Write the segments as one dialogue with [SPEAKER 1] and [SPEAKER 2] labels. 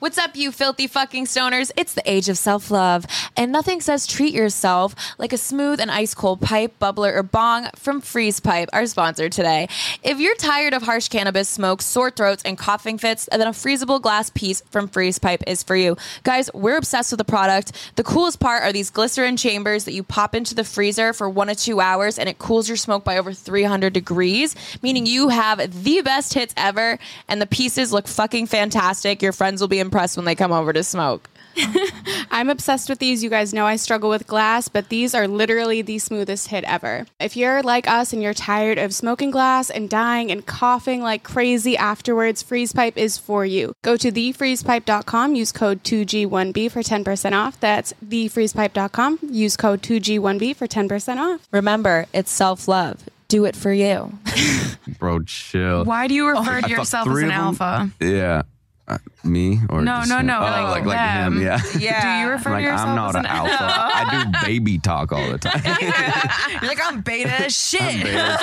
[SPEAKER 1] What's up, you filthy fucking stoners? It's the age of self love, and nothing says treat yourself like a smooth and ice cold pipe, bubbler, or bong from Freeze Pipe, our sponsor today. If you're tired of harsh cannabis smoke, sore throats, and coughing fits, then a freezable glass piece from Freeze Pipe is for you. Guys, we're obsessed with the product. The coolest part are these glycerin chambers that you pop into the freezer for one to two hours, and it cools your smoke by over 300 degrees, meaning you have the best hits ever, and the pieces look fucking fantastic. Your friends will be impressed when they come over to smoke.
[SPEAKER 2] I'm obsessed with these. You guys know I struggle with glass, but these are literally the smoothest hit ever. If you're like us and you're tired of smoking glass and dying and coughing like crazy afterwards, Freeze Pipe is for you. Go to thefreezepipe.com, use code 2G1B for 10% off. That's thefreezepipe.com, use code 2G1B for 10% off.
[SPEAKER 1] Remember, it's self love. Do it for you.
[SPEAKER 3] Bro, chill.
[SPEAKER 4] Why do you refer
[SPEAKER 3] I
[SPEAKER 4] to
[SPEAKER 3] thought
[SPEAKER 4] yourself as
[SPEAKER 3] three
[SPEAKER 4] an
[SPEAKER 3] of 'em-
[SPEAKER 4] alpha?
[SPEAKER 3] Yeah. Uh, me or
[SPEAKER 4] No,
[SPEAKER 3] just
[SPEAKER 4] no,
[SPEAKER 3] him?
[SPEAKER 4] no,
[SPEAKER 3] Oh, like
[SPEAKER 4] like
[SPEAKER 3] like him.
[SPEAKER 4] them.
[SPEAKER 3] Yeah.
[SPEAKER 4] Do you refer
[SPEAKER 3] Like
[SPEAKER 4] to yourself
[SPEAKER 3] I'm
[SPEAKER 4] as
[SPEAKER 3] not an alpha. I do baby talk all the time.
[SPEAKER 5] You're like, I'm beta as shit.
[SPEAKER 3] I'm big as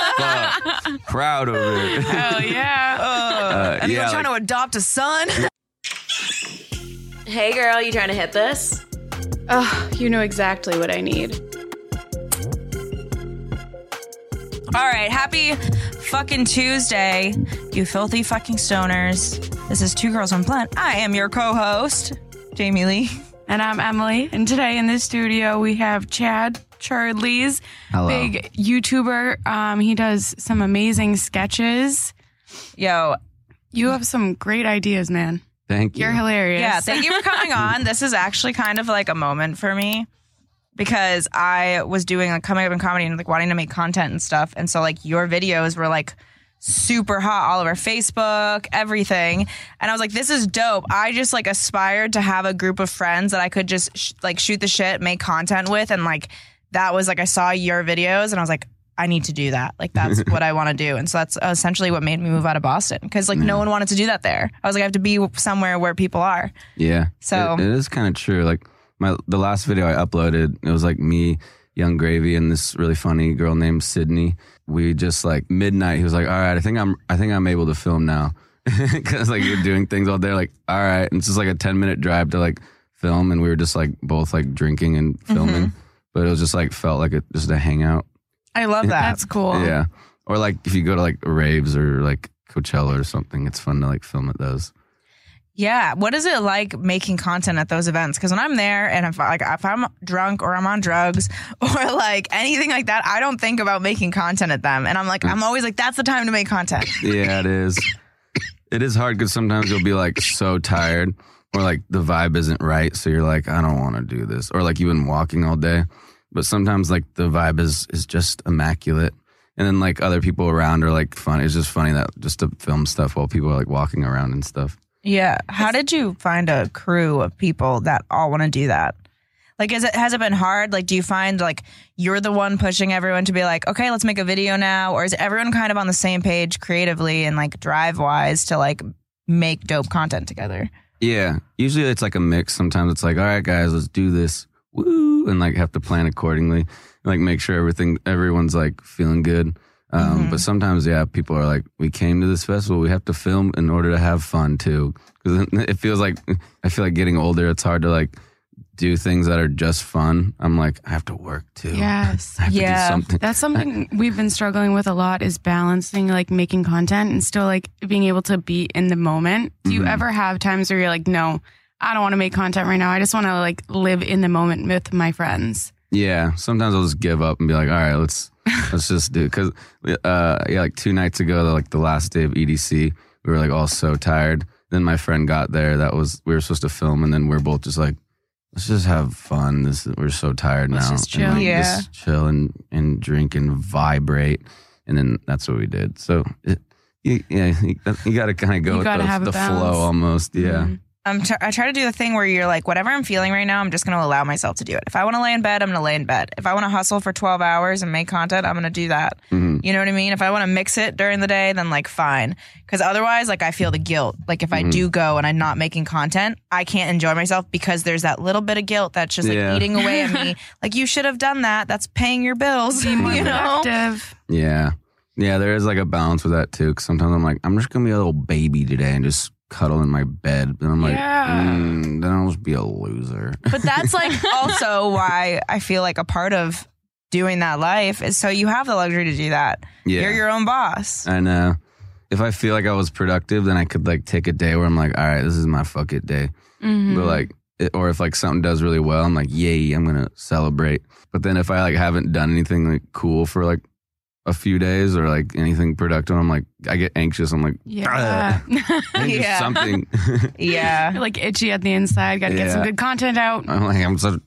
[SPEAKER 3] fuck. Proud of it.
[SPEAKER 4] Hell yeah.
[SPEAKER 3] Uh,
[SPEAKER 5] I think
[SPEAKER 3] yeah,
[SPEAKER 5] I'm trying
[SPEAKER 3] like-
[SPEAKER 5] to adopt a son.
[SPEAKER 1] Hey, girl, you trying to hit this?
[SPEAKER 2] Ugh, you know exactly what I need.
[SPEAKER 5] All right, happy fucking Tuesday, you filthy fucking stoners. This is Two Girls One Blunt. I am your co-host, Jamie Lee.
[SPEAKER 4] And I'm Emily. And today in the studio we have Chad Charlies,
[SPEAKER 3] Hello.
[SPEAKER 4] big YouTuber. Um, he does some amazing sketches.
[SPEAKER 5] Yo,
[SPEAKER 4] You have some great ideas, man.
[SPEAKER 3] Thank you.
[SPEAKER 4] You're hilarious.
[SPEAKER 5] yeah, thank you for coming on. This is actually kind of like a moment for me because I was doing like coming up in comedy and like wanting to make content and stuff. And so like your videos were like super hot all over Facebook, everything. And I was like, this is dope. I just like aspired to have a group of friends that I could just sh- like shoot the shit, make content with. And like that was like, I saw your videos and I was like, I need to do that. Like that's what I want to do. And so that's essentially what made me move out of Boston because like no one wanted to do that there. I was like, I have to be somewhere where people are.
[SPEAKER 3] Yeah.
[SPEAKER 5] So-
[SPEAKER 3] It- it is kind of true. Like my the last video I uploaded, it was like me, Young Gravy, and this really funny girl named Sydney. We just like midnight. He was like, "All right, I think I'm I think I'm able to film now," because like you're doing things all day. Like, all right, and it's just like a ten minute drive to like film, and we were just like both like drinking and filming. But it was just like felt like a, just a hangout.
[SPEAKER 5] I love that.
[SPEAKER 4] That's cool.
[SPEAKER 3] Yeah. Or like if you go to like raves or like Coachella or something, it's fun to like film at those.
[SPEAKER 5] Yeah. What is it like making content at those events? Because when I'm there and if like if I'm drunk or I'm on drugs or like anything like that, I don't think about making content at them. And I'm like, I'm always like, that's the time to make content.
[SPEAKER 3] Yeah, it is. It is hard because sometimes you'll be like so tired, or like the vibe isn't right, so you're like, I don't want to do this, or like you've been walking all day, but sometimes like the vibe is is just immaculate, and then like other people around are like fun. It's just funny that just to film stuff while people are like walking around and stuff.
[SPEAKER 5] Yeah. How did you find a crew of people that all want to do that? Like, is it has it been hard? Like, do you find like you're the one pushing everyone to be like, okay, let's make a video now, or is everyone kind of on the same page creatively and like drive wise to like make dope content together?
[SPEAKER 3] Yeah, usually it's like a mix. Sometimes it's like, all right, guys, let's do this, woo, and like have to plan accordingly, like make sure everything, everyone's like feeling good. Um,
[SPEAKER 5] Mm-hmm.
[SPEAKER 3] But sometimes, yeah, people are like, we came to this festival, we have to film in order to have fun too, because it feels like I feel like getting older, it's hard to like do things that are just fun. I'm like, I have to work too.
[SPEAKER 4] Yes.
[SPEAKER 3] I have
[SPEAKER 5] Yeah.
[SPEAKER 3] to do something.
[SPEAKER 4] That's something we've been struggling with a lot is balancing like making content and still like being able to be in the moment. Do you
[SPEAKER 3] Mhm.
[SPEAKER 4] ever have times where you're like, no, I don't want to make content right now. I just want to like live in the moment with my friends.
[SPEAKER 3] Yeah, sometimes I'll just give up and be like, all right, let's let's just do because uh, yeah, like two nights ago, like the last day of EDC, we were like all so tired. Then my friend got there. That was we were supposed to film, and then we are both just like, let's just have fun. This is- we're so tired
[SPEAKER 4] Let's
[SPEAKER 3] now.
[SPEAKER 4] just
[SPEAKER 3] And,
[SPEAKER 4] chill.
[SPEAKER 3] like,
[SPEAKER 5] Yeah.
[SPEAKER 3] just chill and and drink and vibrate, and then that's what we did. So. It, you, yeah, you, you got to kind of go
[SPEAKER 4] You
[SPEAKER 3] with
[SPEAKER 4] gotta
[SPEAKER 3] the,
[SPEAKER 4] have a
[SPEAKER 3] the flow
[SPEAKER 4] balance.
[SPEAKER 3] almost. Yeah.
[SPEAKER 4] Mhm.
[SPEAKER 5] I'm tr- I try to do the thing where you're like, whatever I'm feeling right now, I'm just going to allow myself to do it. If I want to lay in bed, I'm going to lay in bed. If I want to hustle for 12 hours and make content, I'm going to do that.
[SPEAKER 3] Mhm.
[SPEAKER 5] You know what I mean? If I want to mix it during the day, then like fine. Because otherwise, like I feel the guilt. Like if I
[SPEAKER 3] Mm-hmm.
[SPEAKER 5] do go and I'm not making content, I can't enjoy myself because there's that little bit of guilt that's just like
[SPEAKER 3] Yeah.
[SPEAKER 5] eating away at me. Like you should have done that. That's paying your bills. you know?
[SPEAKER 4] Productive.
[SPEAKER 3] Yeah. Yeah, there is like a balance with that too. Cause sometimes I'm like, I'm just gonna be a little baby today and just cuddle in my bed, then I'm like,
[SPEAKER 4] Yeah.
[SPEAKER 3] mm, then I'll just be a loser.
[SPEAKER 5] But that's like also why I feel like a part of doing that life is so you have the luxury to do that.
[SPEAKER 3] yeah,
[SPEAKER 5] You're your own boss.
[SPEAKER 3] and uh, if I feel like I was productive, then I could like take a day where I'm like, all right, this is my fuck it day.
[SPEAKER 4] Mm-hmm.
[SPEAKER 5] Mm-hmm.
[SPEAKER 3] But like, it, or if like something does really well, I'm like, yay, I'm gonna celebrate. But then if I like haven't done anything like cool for like a few days or like anything productive, I'm like, I get anxious. I'm like,
[SPEAKER 4] Yeah.
[SPEAKER 3] I need to do
[SPEAKER 5] Yeah.
[SPEAKER 3] something.
[SPEAKER 5] Yeah.
[SPEAKER 4] like itchy at the inside. Got to get some
[SPEAKER 3] Yeah.
[SPEAKER 4] good content out.
[SPEAKER 3] I'm like, I'm such, ugh.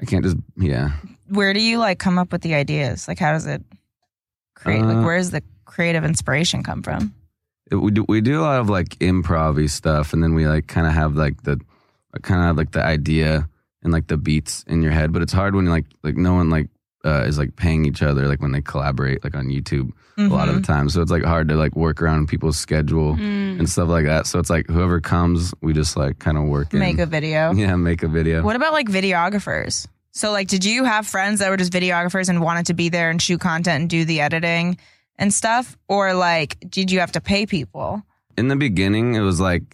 [SPEAKER 3] I can't just, yeah.
[SPEAKER 5] Where do you like come up with the ideas? Like how does it create
[SPEAKER 3] Uh,
[SPEAKER 5] like where does the creative inspiration come from?
[SPEAKER 3] It- we do we do a lot of like improv stuff and then we like kind of have like the kind of have like the idea and like the beats in your head but it's hard when like like no one like uh, is like paying each other like when they collaborate like on youtube a lot of
[SPEAKER 5] Mm-hmm.
[SPEAKER 3] the time so it's like hard to like work around people's schedule
[SPEAKER 4] Mm.
[SPEAKER 3] and stuff like that so it's like whoever comes we just like kind of work in.
[SPEAKER 5] make a video.
[SPEAKER 3] yeah make a video
[SPEAKER 5] What about like videographers? So like did you have friends that were just videographers and wanted to be there and shoot content and do the editing and stuff or like did you have to pay people?
[SPEAKER 3] in the beginning it was like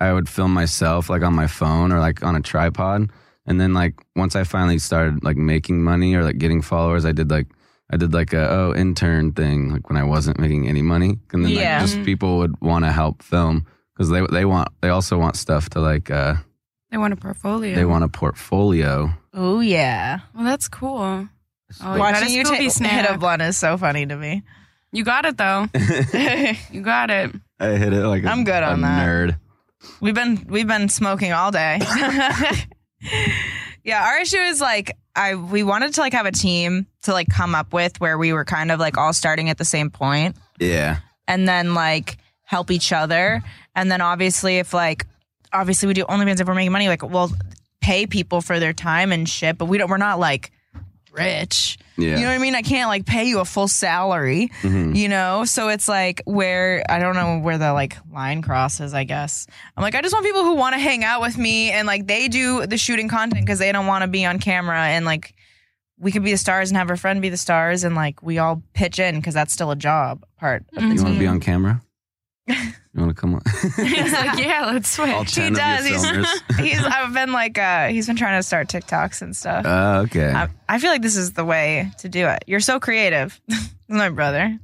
[SPEAKER 3] i would film myself like on my phone or like on a tripod and then like once i finally started like making money or like getting followers i did like i did like a oh intern thing like when i wasn't making any money and then
[SPEAKER 5] Yeah. Mm-hmm.
[SPEAKER 3] like just people would want to help film because they they want they also want stuff to like uh
[SPEAKER 4] They want a portfolio.
[SPEAKER 3] they want a portfolio
[SPEAKER 5] Oh yeah.
[SPEAKER 4] Well, that's cool. Oh, you got a
[SPEAKER 5] Watching you
[SPEAKER 4] Scooby
[SPEAKER 5] take
[SPEAKER 4] snap.
[SPEAKER 5] hit a blunt is so funny to me.
[SPEAKER 4] You got it though. You got it.
[SPEAKER 3] i hit it like i
[SPEAKER 5] I'm good on
[SPEAKER 3] a
[SPEAKER 5] that.
[SPEAKER 3] nerd
[SPEAKER 5] We've been we've been smoking all day. yeah, our issue is like I we wanted to like have a team to like come up with where we were kind of like all starting at the same point
[SPEAKER 3] yeah
[SPEAKER 5] and then like help each other and then obviously if like obviously we do OnlyFans if we're making money like we'll pay people for their time and shit but we don't we're not like rich.
[SPEAKER 3] yeah
[SPEAKER 5] You know what I mean? I can't like pay you a full salary,
[SPEAKER 3] Mhm.
[SPEAKER 5] you know? So it's like where I don't know where the like line crosses, I guess. I'm like, I just want people who want to hang out with me and like they do the shooting content because they don't want to be on camera and like we could be the stars and have our friend be the stars and like we all pitch in because that's still a job part of the
[SPEAKER 3] you want
[SPEAKER 5] team.
[SPEAKER 3] to be on camera you want to come on
[SPEAKER 4] It's like, yeah, let's
[SPEAKER 3] all
[SPEAKER 4] switch.
[SPEAKER 3] 10 of you
[SPEAKER 5] does, he's-
[SPEAKER 3] filmers.
[SPEAKER 5] he's I've been like uh he's been trying to start TikToks and stuff.
[SPEAKER 3] Uh, okay
[SPEAKER 5] I, I feel like this is the way to do it. You're so creative. My brother.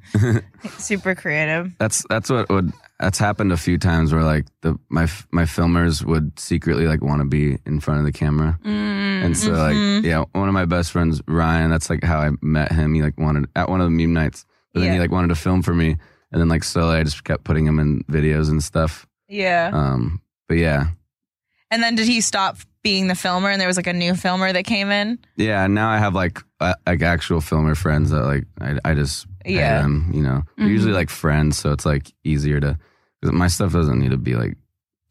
[SPEAKER 5] Super creative.
[SPEAKER 3] that's that's what would that's happened a few times where like the my f- my filmers would secretly like want to be in front of the camera
[SPEAKER 4] Mm.
[SPEAKER 3] and so
[SPEAKER 5] Mhm.
[SPEAKER 3] like yeah one of my best friends Ryan that's like how I met him he like wanted at one of the meme nights but then
[SPEAKER 5] Yeah.
[SPEAKER 3] he like wanted to film for me and then like slowly I just kept putting him in videos and stuff
[SPEAKER 5] Yeah.
[SPEAKER 3] um but yeah
[SPEAKER 5] And then did he stop being the filmer and there was like a new filmer that came in?
[SPEAKER 3] yeah now I have like uh, like actual filmer friends that like I I just pay
[SPEAKER 5] Yeah. Mm-hmm.
[SPEAKER 3] them you know They're
[SPEAKER 4] Mhm.
[SPEAKER 3] usually like friends so it's like easier to 'cause my stuff doesn't need to be like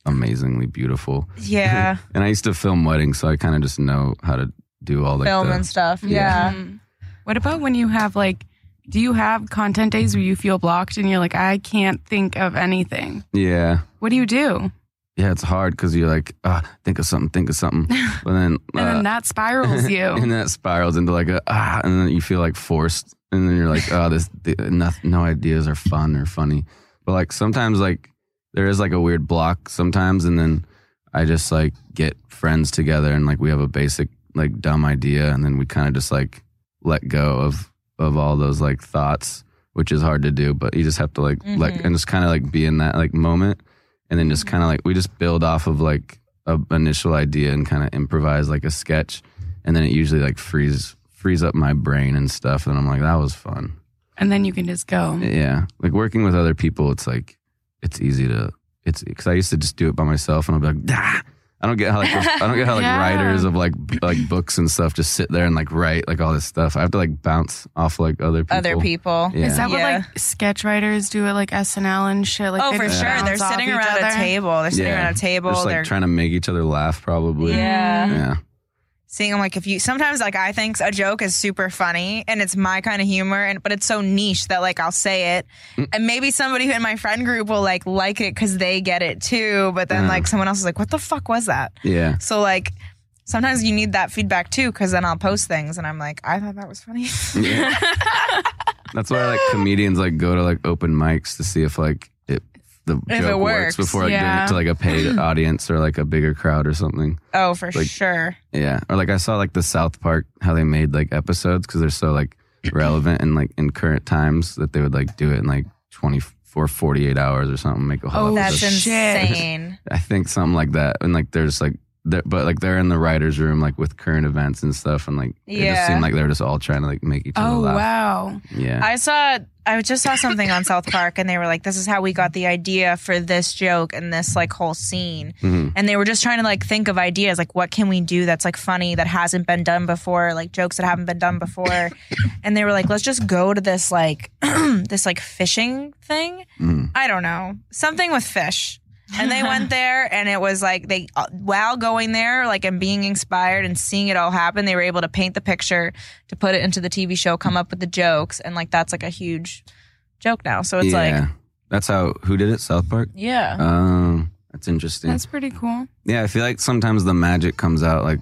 [SPEAKER 3] amazingly beautiful
[SPEAKER 5] Yeah.
[SPEAKER 3] And I used to film weddings, so I kind of just know how to do all like
[SPEAKER 5] Film
[SPEAKER 3] the,
[SPEAKER 5] and stuff. Yeah.
[SPEAKER 3] Yeah.
[SPEAKER 4] Mm. What about when you have like, do you have content days where you feel blocked and you're like, I can't think of anything?
[SPEAKER 3] yeah,
[SPEAKER 4] What do you do?
[SPEAKER 3] yeah. It's hard because you're like, ah, think of something, think of something, but then
[SPEAKER 4] And
[SPEAKER 3] uh,
[SPEAKER 4] then that spirals you.
[SPEAKER 3] and then it spirals into like a ah, and then you feel like forced, and then you're like, oh, this th- no, no ideas are fun or funny, but like sometimes like there is like a weird block sometimes, and then I just like get friends together and like we have a basic like dumb idea, and then we kind of just like let go of of all those like thoughts, which is hard to do, but you just have to like let
[SPEAKER 5] Mhm.
[SPEAKER 3] and just kind of like be in that like moment, and then just kind of like we just build off of like a initial idea and kind of improvise like a sketch, and then it usually like frees frees up my brain and stuff, and I'm like that was fun.
[SPEAKER 4] And then you can just go.
[SPEAKER 3] Yeah, like working with other people, it's like it's easy to it's because I used to just do it by myself, and I'd be like, "Dah." I don't get how like I don't get how like
[SPEAKER 4] Yeah.
[SPEAKER 3] writers of like b- like books and stuff just sit there and like write like all this stuff. I have to like bounce off like other people.
[SPEAKER 5] Other people.
[SPEAKER 3] Yeah.
[SPEAKER 4] Is that what
[SPEAKER 5] Yeah.
[SPEAKER 4] like sketch writers do at like SNL and shit? Like
[SPEAKER 5] oh,
[SPEAKER 4] they
[SPEAKER 5] for
[SPEAKER 4] just
[SPEAKER 5] sure. They're
[SPEAKER 4] bounce off
[SPEAKER 5] sitting
[SPEAKER 4] each
[SPEAKER 5] around a
[SPEAKER 4] other?
[SPEAKER 5] table. They're sitting
[SPEAKER 3] Yeah.
[SPEAKER 5] around a table.
[SPEAKER 3] just
[SPEAKER 5] they're
[SPEAKER 3] like trying to make each other laugh, probably.
[SPEAKER 5] yeah.
[SPEAKER 3] Yeah.
[SPEAKER 5] Seeing them like if you sometimes like I think a joke is super funny and it's my kind of humor and but it's so niche that like I'll say it
[SPEAKER 4] Mm.
[SPEAKER 5] and maybe somebody in my friend group will like like it because they get it too but then
[SPEAKER 3] Uh-huh.
[SPEAKER 4] Mm.
[SPEAKER 5] like someone else is like what the fuck was that
[SPEAKER 3] Yeah.
[SPEAKER 5] so like sometimes you need that feedback too because then I'll post things and I'm like I thought that was funny
[SPEAKER 4] Mm.
[SPEAKER 3] Yeah. That's why like comedians like go to like open mics to see if like it the
[SPEAKER 5] If
[SPEAKER 3] joke
[SPEAKER 5] it
[SPEAKER 3] works,
[SPEAKER 5] works,
[SPEAKER 3] before
[SPEAKER 4] yeah.
[SPEAKER 3] I do it to like a paid audience or like a bigger crowd or something.
[SPEAKER 5] Oh, for
[SPEAKER 3] Like-
[SPEAKER 5] sure.
[SPEAKER 3] Yeah, or like I saw like the South Park how they made like episodes because they're so like relevant and like in current times that they would like do it in like 24, 48 hours or something, make a whole.
[SPEAKER 4] Oh,
[SPEAKER 5] That's
[SPEAKER 3] episode.
[SPEAKER 4] shit.
[SPEAKER 5] insane.
[SPEAKER 3] I think something like that, and like there's like. they're- But like they're in the writers' room, like with current events and stuff, and like it
[SPEAKER 5] Yeah.
[SPEAKER 3] just seemed like they were just all trying to like make each other
[SPEAKER 4] Oh
[SPEAKER 3] laugh.
[SPEAKER 4] wow.
[SPEAKER 3] Yeah,
[SPEAKER 5] I saw. I just saw something on South Park, and they were like, "This is how we got the idea for this joke and this like whole scene."
[SPEAKER 3] Mhm.
[SPEAKER 5] And they were just trying to like think of ideas, like what can we do that's like funny that hasn't been done before, like jokes that haven't been done before. and they were like, "Let's just go to this like this like fishing thing.
[SPEAKER 3] Mhm.
[SPEAKER 5] I don't know, something with fish." and they went there and it was like they uh, while going there like and being inspired and seeing it all happen they were able to paint the picture to put it into the tv show come up with the jokes and like that's like a huge joke now so it's
[SPEAKER 3] yeah.
[SPEAKER 5] like
[SPEAKER 3] that's how who did it? South Park.
[SPEAKER 5] yeah
[SPEAKER 3] Um, that's interesting.
[SPEAKER 4] That's pretty cool.
[SPEAKER 3] yeah, I feel like sometimes the magic comes out like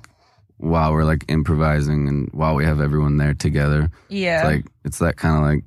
[SPEAKER 3] while we're like improvising and while we have everyone there together.
[SPEAKER 5] yeah
[SPEAKER 3] It's like it's that kind of like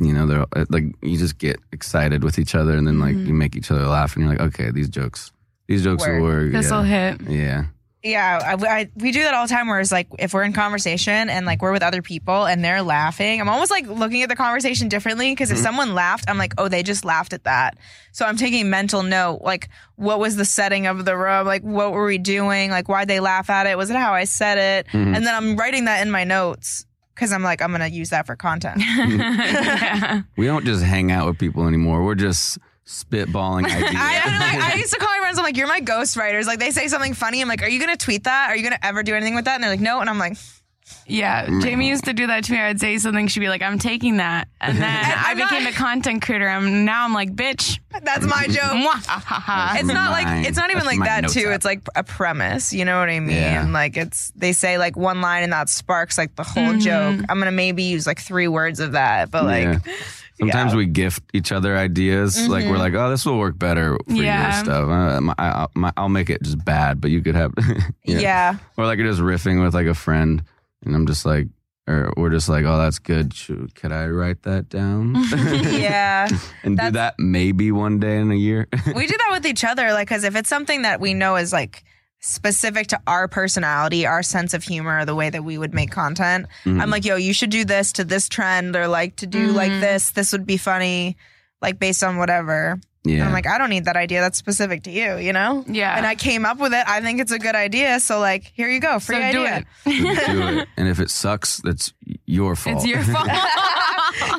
[SPEAKER 3] you know they're it- like you just get excited with each other and then like
[SPEAKER 5] Mm-hmm.
[SPEAKER 3] you make each other laugh and you're like okay these jokes these jokes
[SPEAKER 5] Work.
[SPEAKER 3] will work.
[SPEAKER 4] This will
[SPEAKER 3] yeah.
[SPEAKER 4] hit.
[SPEAKER 3] yeah.
[SPEAKER 5] yeah I, I- we do that all the time where it's like if we're in conversation and like we're with other people and they're laughing i'm almost like looking at the conversation differently because if someone laughed i'm like oh they just laughed at that so i'm taking mental note like what was the setting of the room like what were we doing like why'd they laugh at it was it how i said it
[SPEAKER 3] Mhm.
[SPEAKER 5] and then i'm writing that in my notes because i'm like i'm gonna use that for content
[SPEAKER 4] yeah.
[SPEAKER 3] We don't just hang out with people anymore. We're just spitballing ideas.
[SPEAKER 5] I, I, don't know, like, I used to call my friends. I'm like, "You're my ghostwriters." Like they say something funny. I'm like, "Are you gonna tweet that? Are you gonna ever do anything with that?" And they're like, "No." And I'm like, Mm.
[SPEAKER 4] Yeah. Jamie used to do that to me. I would say something, she'd be like, I'm taking that. And then I
[SPEAKER 5] I'm not-
[SPEAKER 4] became a content creator. I'm now I'm like, bitch.
[SPEAKER 5] "That's my joke."
[SPEAKER 4] Mwah, ha, ha, ha.
[SPEAKER 5] It's not
[SPEAKER 3] Mine.
[SPEAKER 5] like it's not even
[SPEAKER 3] That's
[SPEAKER 5] like
[SPEAKER 3] my
[SPEAKER 5] that
[SPEAKER 3] notes
[SPEAKER 5] too.
[SPEAKER 3] app.
[SPEAKER 5] It's like a premise. You know what I mean?
[SPEAKER 3] Yeah.
[SPEAKER 5] Like it's they say like one line and that sparks like the whole joke. I'm gonna maybe use like three words of that, but like
[SPEAKER 3] Yeah. Sometimes we gift each other ideas. Like
[SPEAKER 5] Mm-hmm.
[SPEAKER 3] we're like, oh, this will work better for
[SPEAKER 4] Yeah.
[SPEAKER 3] your stuff. Uh, my, I, I- my, I'll make it just bad, but you could have.
[SPEAKER 5] yeah.
[SPEAKER 3] Or like you're just riffing with like a friend, and I'm just like, or we're just like, oh, that's good. Shoot, could I write that down?
[SPEAKER 5] Yeah.
[SPEAKER 3] and do
[SPEAKER 5] That's-
[SPEAKER 3] that maybe one day in a year.
[SPEAKER 5] we do that with each other, like, because if it's something that we know is like specific to our personality, our sense of humor, the way that we would make content,
[SPEAKER 3] Mm,
[SPEAKER 5] I'm like, yo, you should do this to this trend, or like to do like this. This would be funny, like based on whatever.
[SPEAKER 3] yeah.
[SPEAKER 5] I'm like, I don't need that idea. That's specific to you, you know?
[SPEAKER 4] Yeah.
[SPEAKER 5] And I came up with it. I think it's a good idea. So like, here you go, free
[SPEAKER 4] So do
[SPEAKER 5] idea.
[SPEAKER 3] Just do it. And if it sucks, that's your fault.
[SPEAKER 4] It's your fault.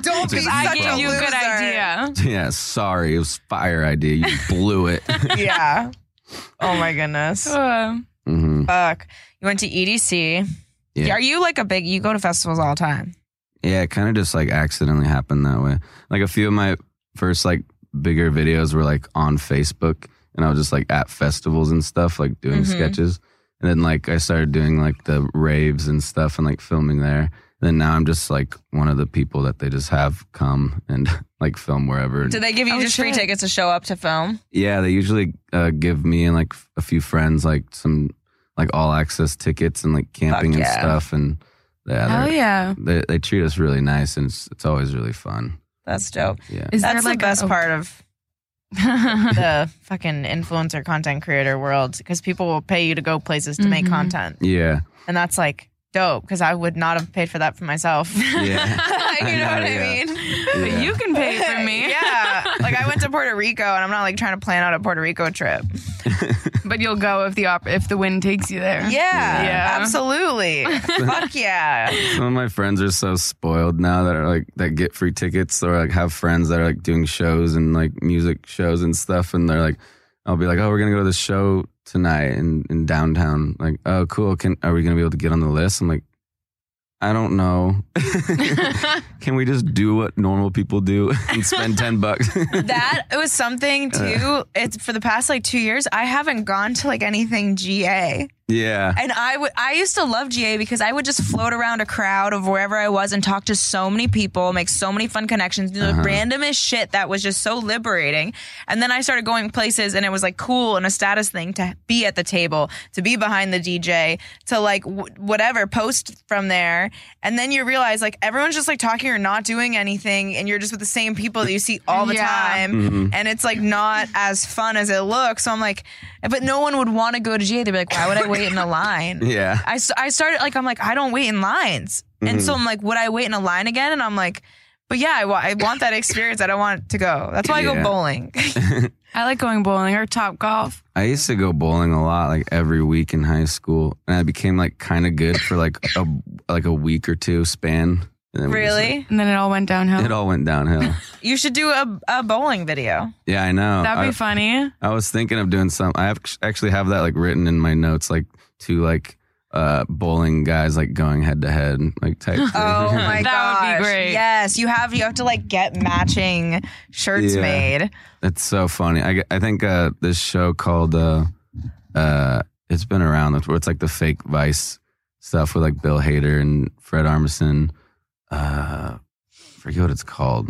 [SPEAKER 5] Do not be
[SPEAKER 3] Just
[SPEAKER 5] such
[SPEAKER 4] I
[SPEAKER 5] a
[SPEAKER 4] gave you a
[SPEAKER 5] loser.
[SPEAKER 4] good idea.
[SPEAKER 3] yeah. Sorry, it was fire idea. You blew it.
[SPEAKER 5] yeah. Oh my goodness.
[SPEAKER 4] Uh,
[SPEAKER 3] hmm
[SPEAKER 5] Fuck. You went to EDC.
[SPEAKER 3] Yeah.
[SPEAKER 5] Are you like a big? You go to festivals all the time.
[SPEAKER 3] Yeah, it kind of just like accidentally happened that way. Like a few of my first like bigger videos were like on Facebook and I was just like at festivals and stuff, like doing
[SPEAKER 5] Mhm.
[SPEAKER 3] sketches. And then like I started doing like the raves and stuff and like filming there. And then now I'm just like one of the people that they just have come and like film wherever.
[SPEAKER 5] Did they give you
[SPEAKER 4] Oh,
[SPEAKER 5] just free
[SPEAKER 4] shit.
[SPEAKER 5] tickets to show up to film?
[SPEAKER 3] Yeah, they usually uh, give me and like a few friends like some like all access tickets and like camping and
[SPEAKER 5] yeah.
[SPEAKER 3] stuff and yeah,
[SPEAKER 4] hell
[SPEAKER 3] they're-
[SPEAKER 4] yeah.
[SPEAKER 3] they they treat us really nice and it's, it's always really fun.
[SPEAKER 5] That's dope.
[SPEAKER 3] Yeah.
[SPEAKER 4] Is
[SPEAKER 5] That's
[SPEAKER 4] there like
[SPEAKER 5] the best
[SPEAKER 4] a, oh.
[SPEAKER 5] part of the fucking influencer content creator world because people will pay you to go places to make
[SPEAKER 4] Mhm.
[SPEAKER 5] content,
[SPEAKER 3] Yeah.
[SPEAKER 5] and that's like dope because I would not have paid for that for myself.
[SPEAKER 3] Yeah.
[SPEAKER 5] you know,
[SPEAKER 3] know,
[SPEAKER 5] what I
[SPEAKER 3] yeah.
[SPEAKER 5] mean?
[SPEAKER 4] But you can pay for me.
[SPEAKER 5] yeah. Like I went to Puerto Rico, and I'm not like trying to plan out a Puerto Rico trip.
[SPEAKER 4] But you'll go if the op- if the wind takes you there.
[SPEAKER 5] Yeah,
[SPEAKER 4] Yeah.
[SPEAKER 5] absolutely. Fuck yeah.
[SPEAKER 3] Some of my friends are so spoiled now that are like that get free tickets or like have friends that are like doing shows and like music shows and stuff and they're like I'll be like, Oh, we're gonna go to the show tonight in, in downtown. Like, oh cool, can are we gonna be able to get on the list? I'm like, I don't know. can we just do what normal people do and spend ten bucks?
[SPEAKER 5] that was something too. It's for the past like two years. I haven't gone to like anything GA.
[SPEAKER 3] Yeah.
[SPEAKER 5] And I would I used to love GA because I would just float around a crowd of wherever I was and talk to so many people, make so many fun connections, do the randomest shit that was just so liberating. And then I started going places and it was like cool and a status thing to be at the table, to be behind the DJ, to like w- whatever post from there. And then you realize like everyone's just like talking or not doing anything and you're just with the same people that you see all the
[SPEAKER 4] Yeah.
[SPEAKER 5] time
[SPEAKER 3] Mm-hmm.
[SPEAKER 5] and it's like not as fun as it looks. So I'm like, but no one would want to go to GA. They'd be like, why would I wait in a line?
[SPEAKER 3] Yeah.
[SPEAKER 5] I, s- I started like I'm like I don't wait in lines, and
[SPEAKER 3] Mm-hmm.
[SPEAKER 5] so I'm like, would I wait in a line again? And I'm like, but yeah, I, wa- I want that experience. I don't want to go. That's why I
[SPEAKER 3] Yeah.
[SPEAKER 5] go bowling.
[SPEAKER 4] I like going bowling or top golf.
[SPEAKER 3] I used to go bowling a lot, like every week in high school, and I became like kind of good for like a like a week or two span. And then we just,
[SPEAKER 5] really,
[SPEAKER 4] And then it all went downhill.
[SPEAKER 3] like, it all went downhill.
[SPEAKER 5] you should do a, a bowling video.
[SPEAKER 3] yeah, I know.
[SPEAKER 4] That'd be
[SPEAKER 3] I,
[SPEAKER 4] funny.
[SPEAKER 3] I was thinking of doing some. I have, actually have that like written in my notes, like two like uh bowling guys like going head to head, like type. thing.
[SPEAKER 5] Oh my
[SPEAKER 4] That would be
[SPEAKER 5] gosh.
[SPEAKER 4] great.
[SPEAKER 5] Yes, you have you have to like get matching shirts
[SPEAKER 3] Yeah.
[SPEAKER 5] made.
[SPEAKER 3] It's so funny. I, I think uh, this show called uh, uh, it's been around. It's- It's like the fake Vice stuff with like Bill Hader and Fred Armisen. Uh, forget what it's called.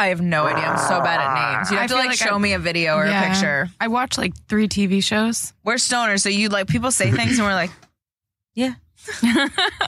[SPEAKER 5] I have no idea. I'm so bad
[SPEAKER 3] Ah.
[SPEAKER 5] at names. You have
[SPEAKER 4] I
[SPEAKER 5] to
[SPEAKER 4] feel
[SPEAKER 5] like,
[SPEAKER 4] like
[SPEAKER 5] show
[SPEAKER 4] I-
[SPEAKER 5] me a video or a
[SPEAKER 4] Yeah.
[SPEAKER 5] picture.
[SPEAKER 4] I watched like three TV shows.
[SPEAKER 5] We're stoners, so you like people say things and we're like,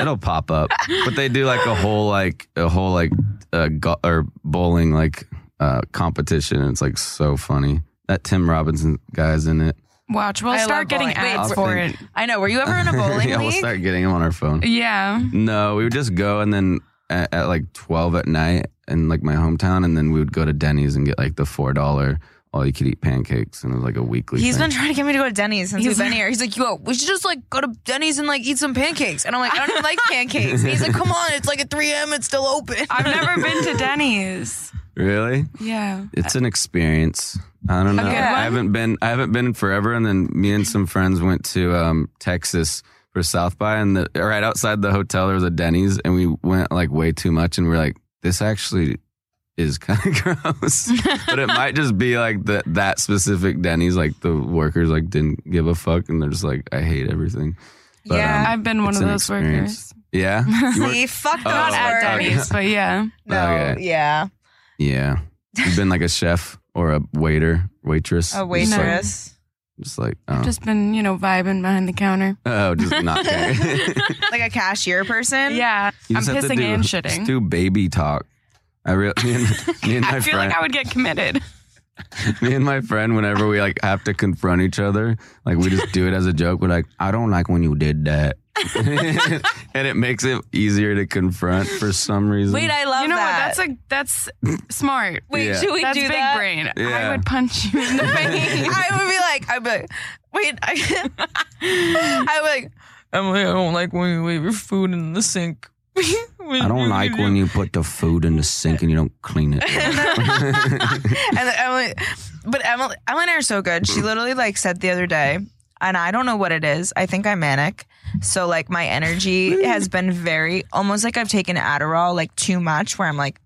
[SPEAKER 3] It'll pop up. But they do like a whole like a whole like uh, go- or bowling like uh, competition. And it's like so funny. That Tim Robinson guy's in it.
[SPEAKER 4] Watch. We'll
[SPEAKER 5] I love
[SPEAKER 4] start getting
[SPEAKER 5] bowling. Wait,
[SPEAKER 4] ads
[SPEAKER 3] I'll
[SPEAKER 4] for
[SPEAKER 3] think.
[SPEAKER 5] I know. Were you ever in a bowling
[SPEAKER 3] yeah, we'll
[SPEAKER 5] league?
[SPEAKER 3] start getting him on our phone.
[SPEAKER 4] it. Yeah.
[SPEAKER 3] No, we would just go and then at, at like 12 at night in like my hometown, and then we would go to Denny's and get like the $4 all you could eat pancakes. And it was like a weekly
[SPEAKER 5] He's
[SPEAKER 3] thing.
[SPEAKER 5] been trying to get me to go to Denny's since
[SPEAKER 4] He's
[SPEAKER 5] we've been here. He's like, yo, we should just like go to Denny's and like eat some pancakes. And I'm like, I don't even like pancakes. And he's like, come on, it's like at 3 a.m. It's still open.
[SPEAKER 4] I've never been to Denny's.
[SPEAKER 3] really?
[SPEAKER 4] Yeah.
[SPEAKER 3] It's an experience. I don't know.
[SPEAKER 4] good
[SPEAKER 3] I
[SPEAKER 4] one?
[SPEAKER 3] haven't been. I haven't been in forever. And then me and some friends went to um, Texas for South by, and the, right outside the hotel there was a Denny's, and we went like way too much, and we are like, this actually is kind of gross. but it might just be like the, that specific Denny's. Like the workers like didn't give a fuck, and they're just like, I hate everything. But,
[SPEAKER 5] Yeah.
[SPEAKER 3] um,
[SPEAKER 4] I've been one
[SPEAKER 3] it's
[SPEAKER 4] of
[SPEAKER 3] an
[SPEAKER 4] those
[SPEAKER 3] experience.
[SPEAKER 4] workers.
[SPEAKER 3] yeah, You work-
[SPEAKER 5] See, fuck those
[SPEAKER 3] Oh,
[SPEAKER 4] Not at
[SPEAKER 3] okay.
[SPEAKER 5] words.
[SPEAKER 4] Denny's, but yeah.
[SPEAKER 5] No,
[SPEAKER 3] Okay.
[SPEAKER 5] yeah.
[SPEAKER 3] yeah. You've been like a chef or a waiter, waitress, Just
[SPEAKER 5] A
[SPEAKER 3] like,
[SPEAKER 5] waitress.
[SPEAKER 3] just like
[SPEAKER 4] I've
[SPEAKER 3] oh.
[SPEAKER 4] just been, you know, vibing behind the counter.
[SPEAKER 3] Oh, just not. you
[SPEAKER 5] like a cashier person.
[SPEAKER 4] Yeah. I'm
[SPEAKER 3] just have to
[SPEAKER 4] pissing
[SPEAKER 3] do-
[SPEAKER 4] and
[SPEAKER 3] Just
[SPEAKER 4] shitting.
[SPEAKER 3] do baby talk. I really, me and, me and my
[SPEAKER 4] I feel
[SPEAKER 3] friend,
[SPEAKER 4] like I would get committed.
[SPEAKER 3] me and my friend, whenever we like have to confront each other, like we just do it as a joke. We're like, I don't like when you did that, and it makes it easier to confront for some reason.
[SPEAKER 5] Wait, I love
[SPEAKER 4] You know
[SPEAKER 5] that.
[SPEAKER 4] what? That's like that's smart.
[SPEAKER 5] Wait,
[SPEAKER 3] Yeah.
[SPEAKER 5] should we
[SPEAKER 4] that's
[SPEAKER 5] do
[SPEAKER 4] big
[SPEAKER 5] that?
[SPEAKER 4] brain.
[SPEAKER 3] Yeah.
[SPEAKER 4] I would punch you in the face.
[SPEAKER 5] I would be like, I'd be like, wait, I, I would be like, Emily, I don't like when you leave your food in the sink.
[SPEAKER 3] I don't like when you put the food in the sink and you don't clean it.
[SPEAKER 5] and then Emily, but Emily, Emily and I are so good.
[SPEAKER 3] Mm.
[SPEAKER 5] She literally like said the other day, and I don't know what it is. I think I'm manic, so like my energy has been very almost like I've taken Adderall like too much, where I'm like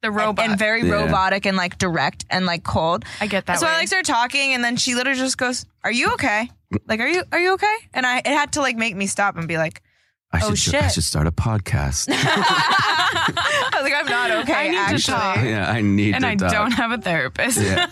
[SPEAKER 4] The
[SPEAKER 5] and-
[SPEAKER 4] robot.
[SPEAKER 5] and very
[SPEAKER 3] Oh, Yeah.
[SPEAKER 5] robotic and like direct and like cold.
[SPEAKER 4] I get that.
[SPEAKER 5] so I
[SPEAKER 4] way.
[SPEAKER 5] like started talking, and then she literally just goes, "Are you okay? Like, are you are you okay?" And I it had to like make me stop and be like,
[SPEAKER 3] I
[SPEAKER 5] Oh,
[SPEAKER 3] should, I
[SPEAKER 5] shit.
[SPEAKER 3] should start a podcast.
[SPEAKER 5] "I was like, I'm not okay."
[SPEAKER 4] I need to
[SPEAKER 5] actually,
[SPEAKER 4] talk.
[SPEAKER 3] yeah, I need
[SPEAKER 4] and
[SPEAKER 3] to
[SPEAKER 4] I
[SPEAKER 3] talk.
[SPEAKER 4] don't have a therapist.
[SPEAKER 3] Yeah.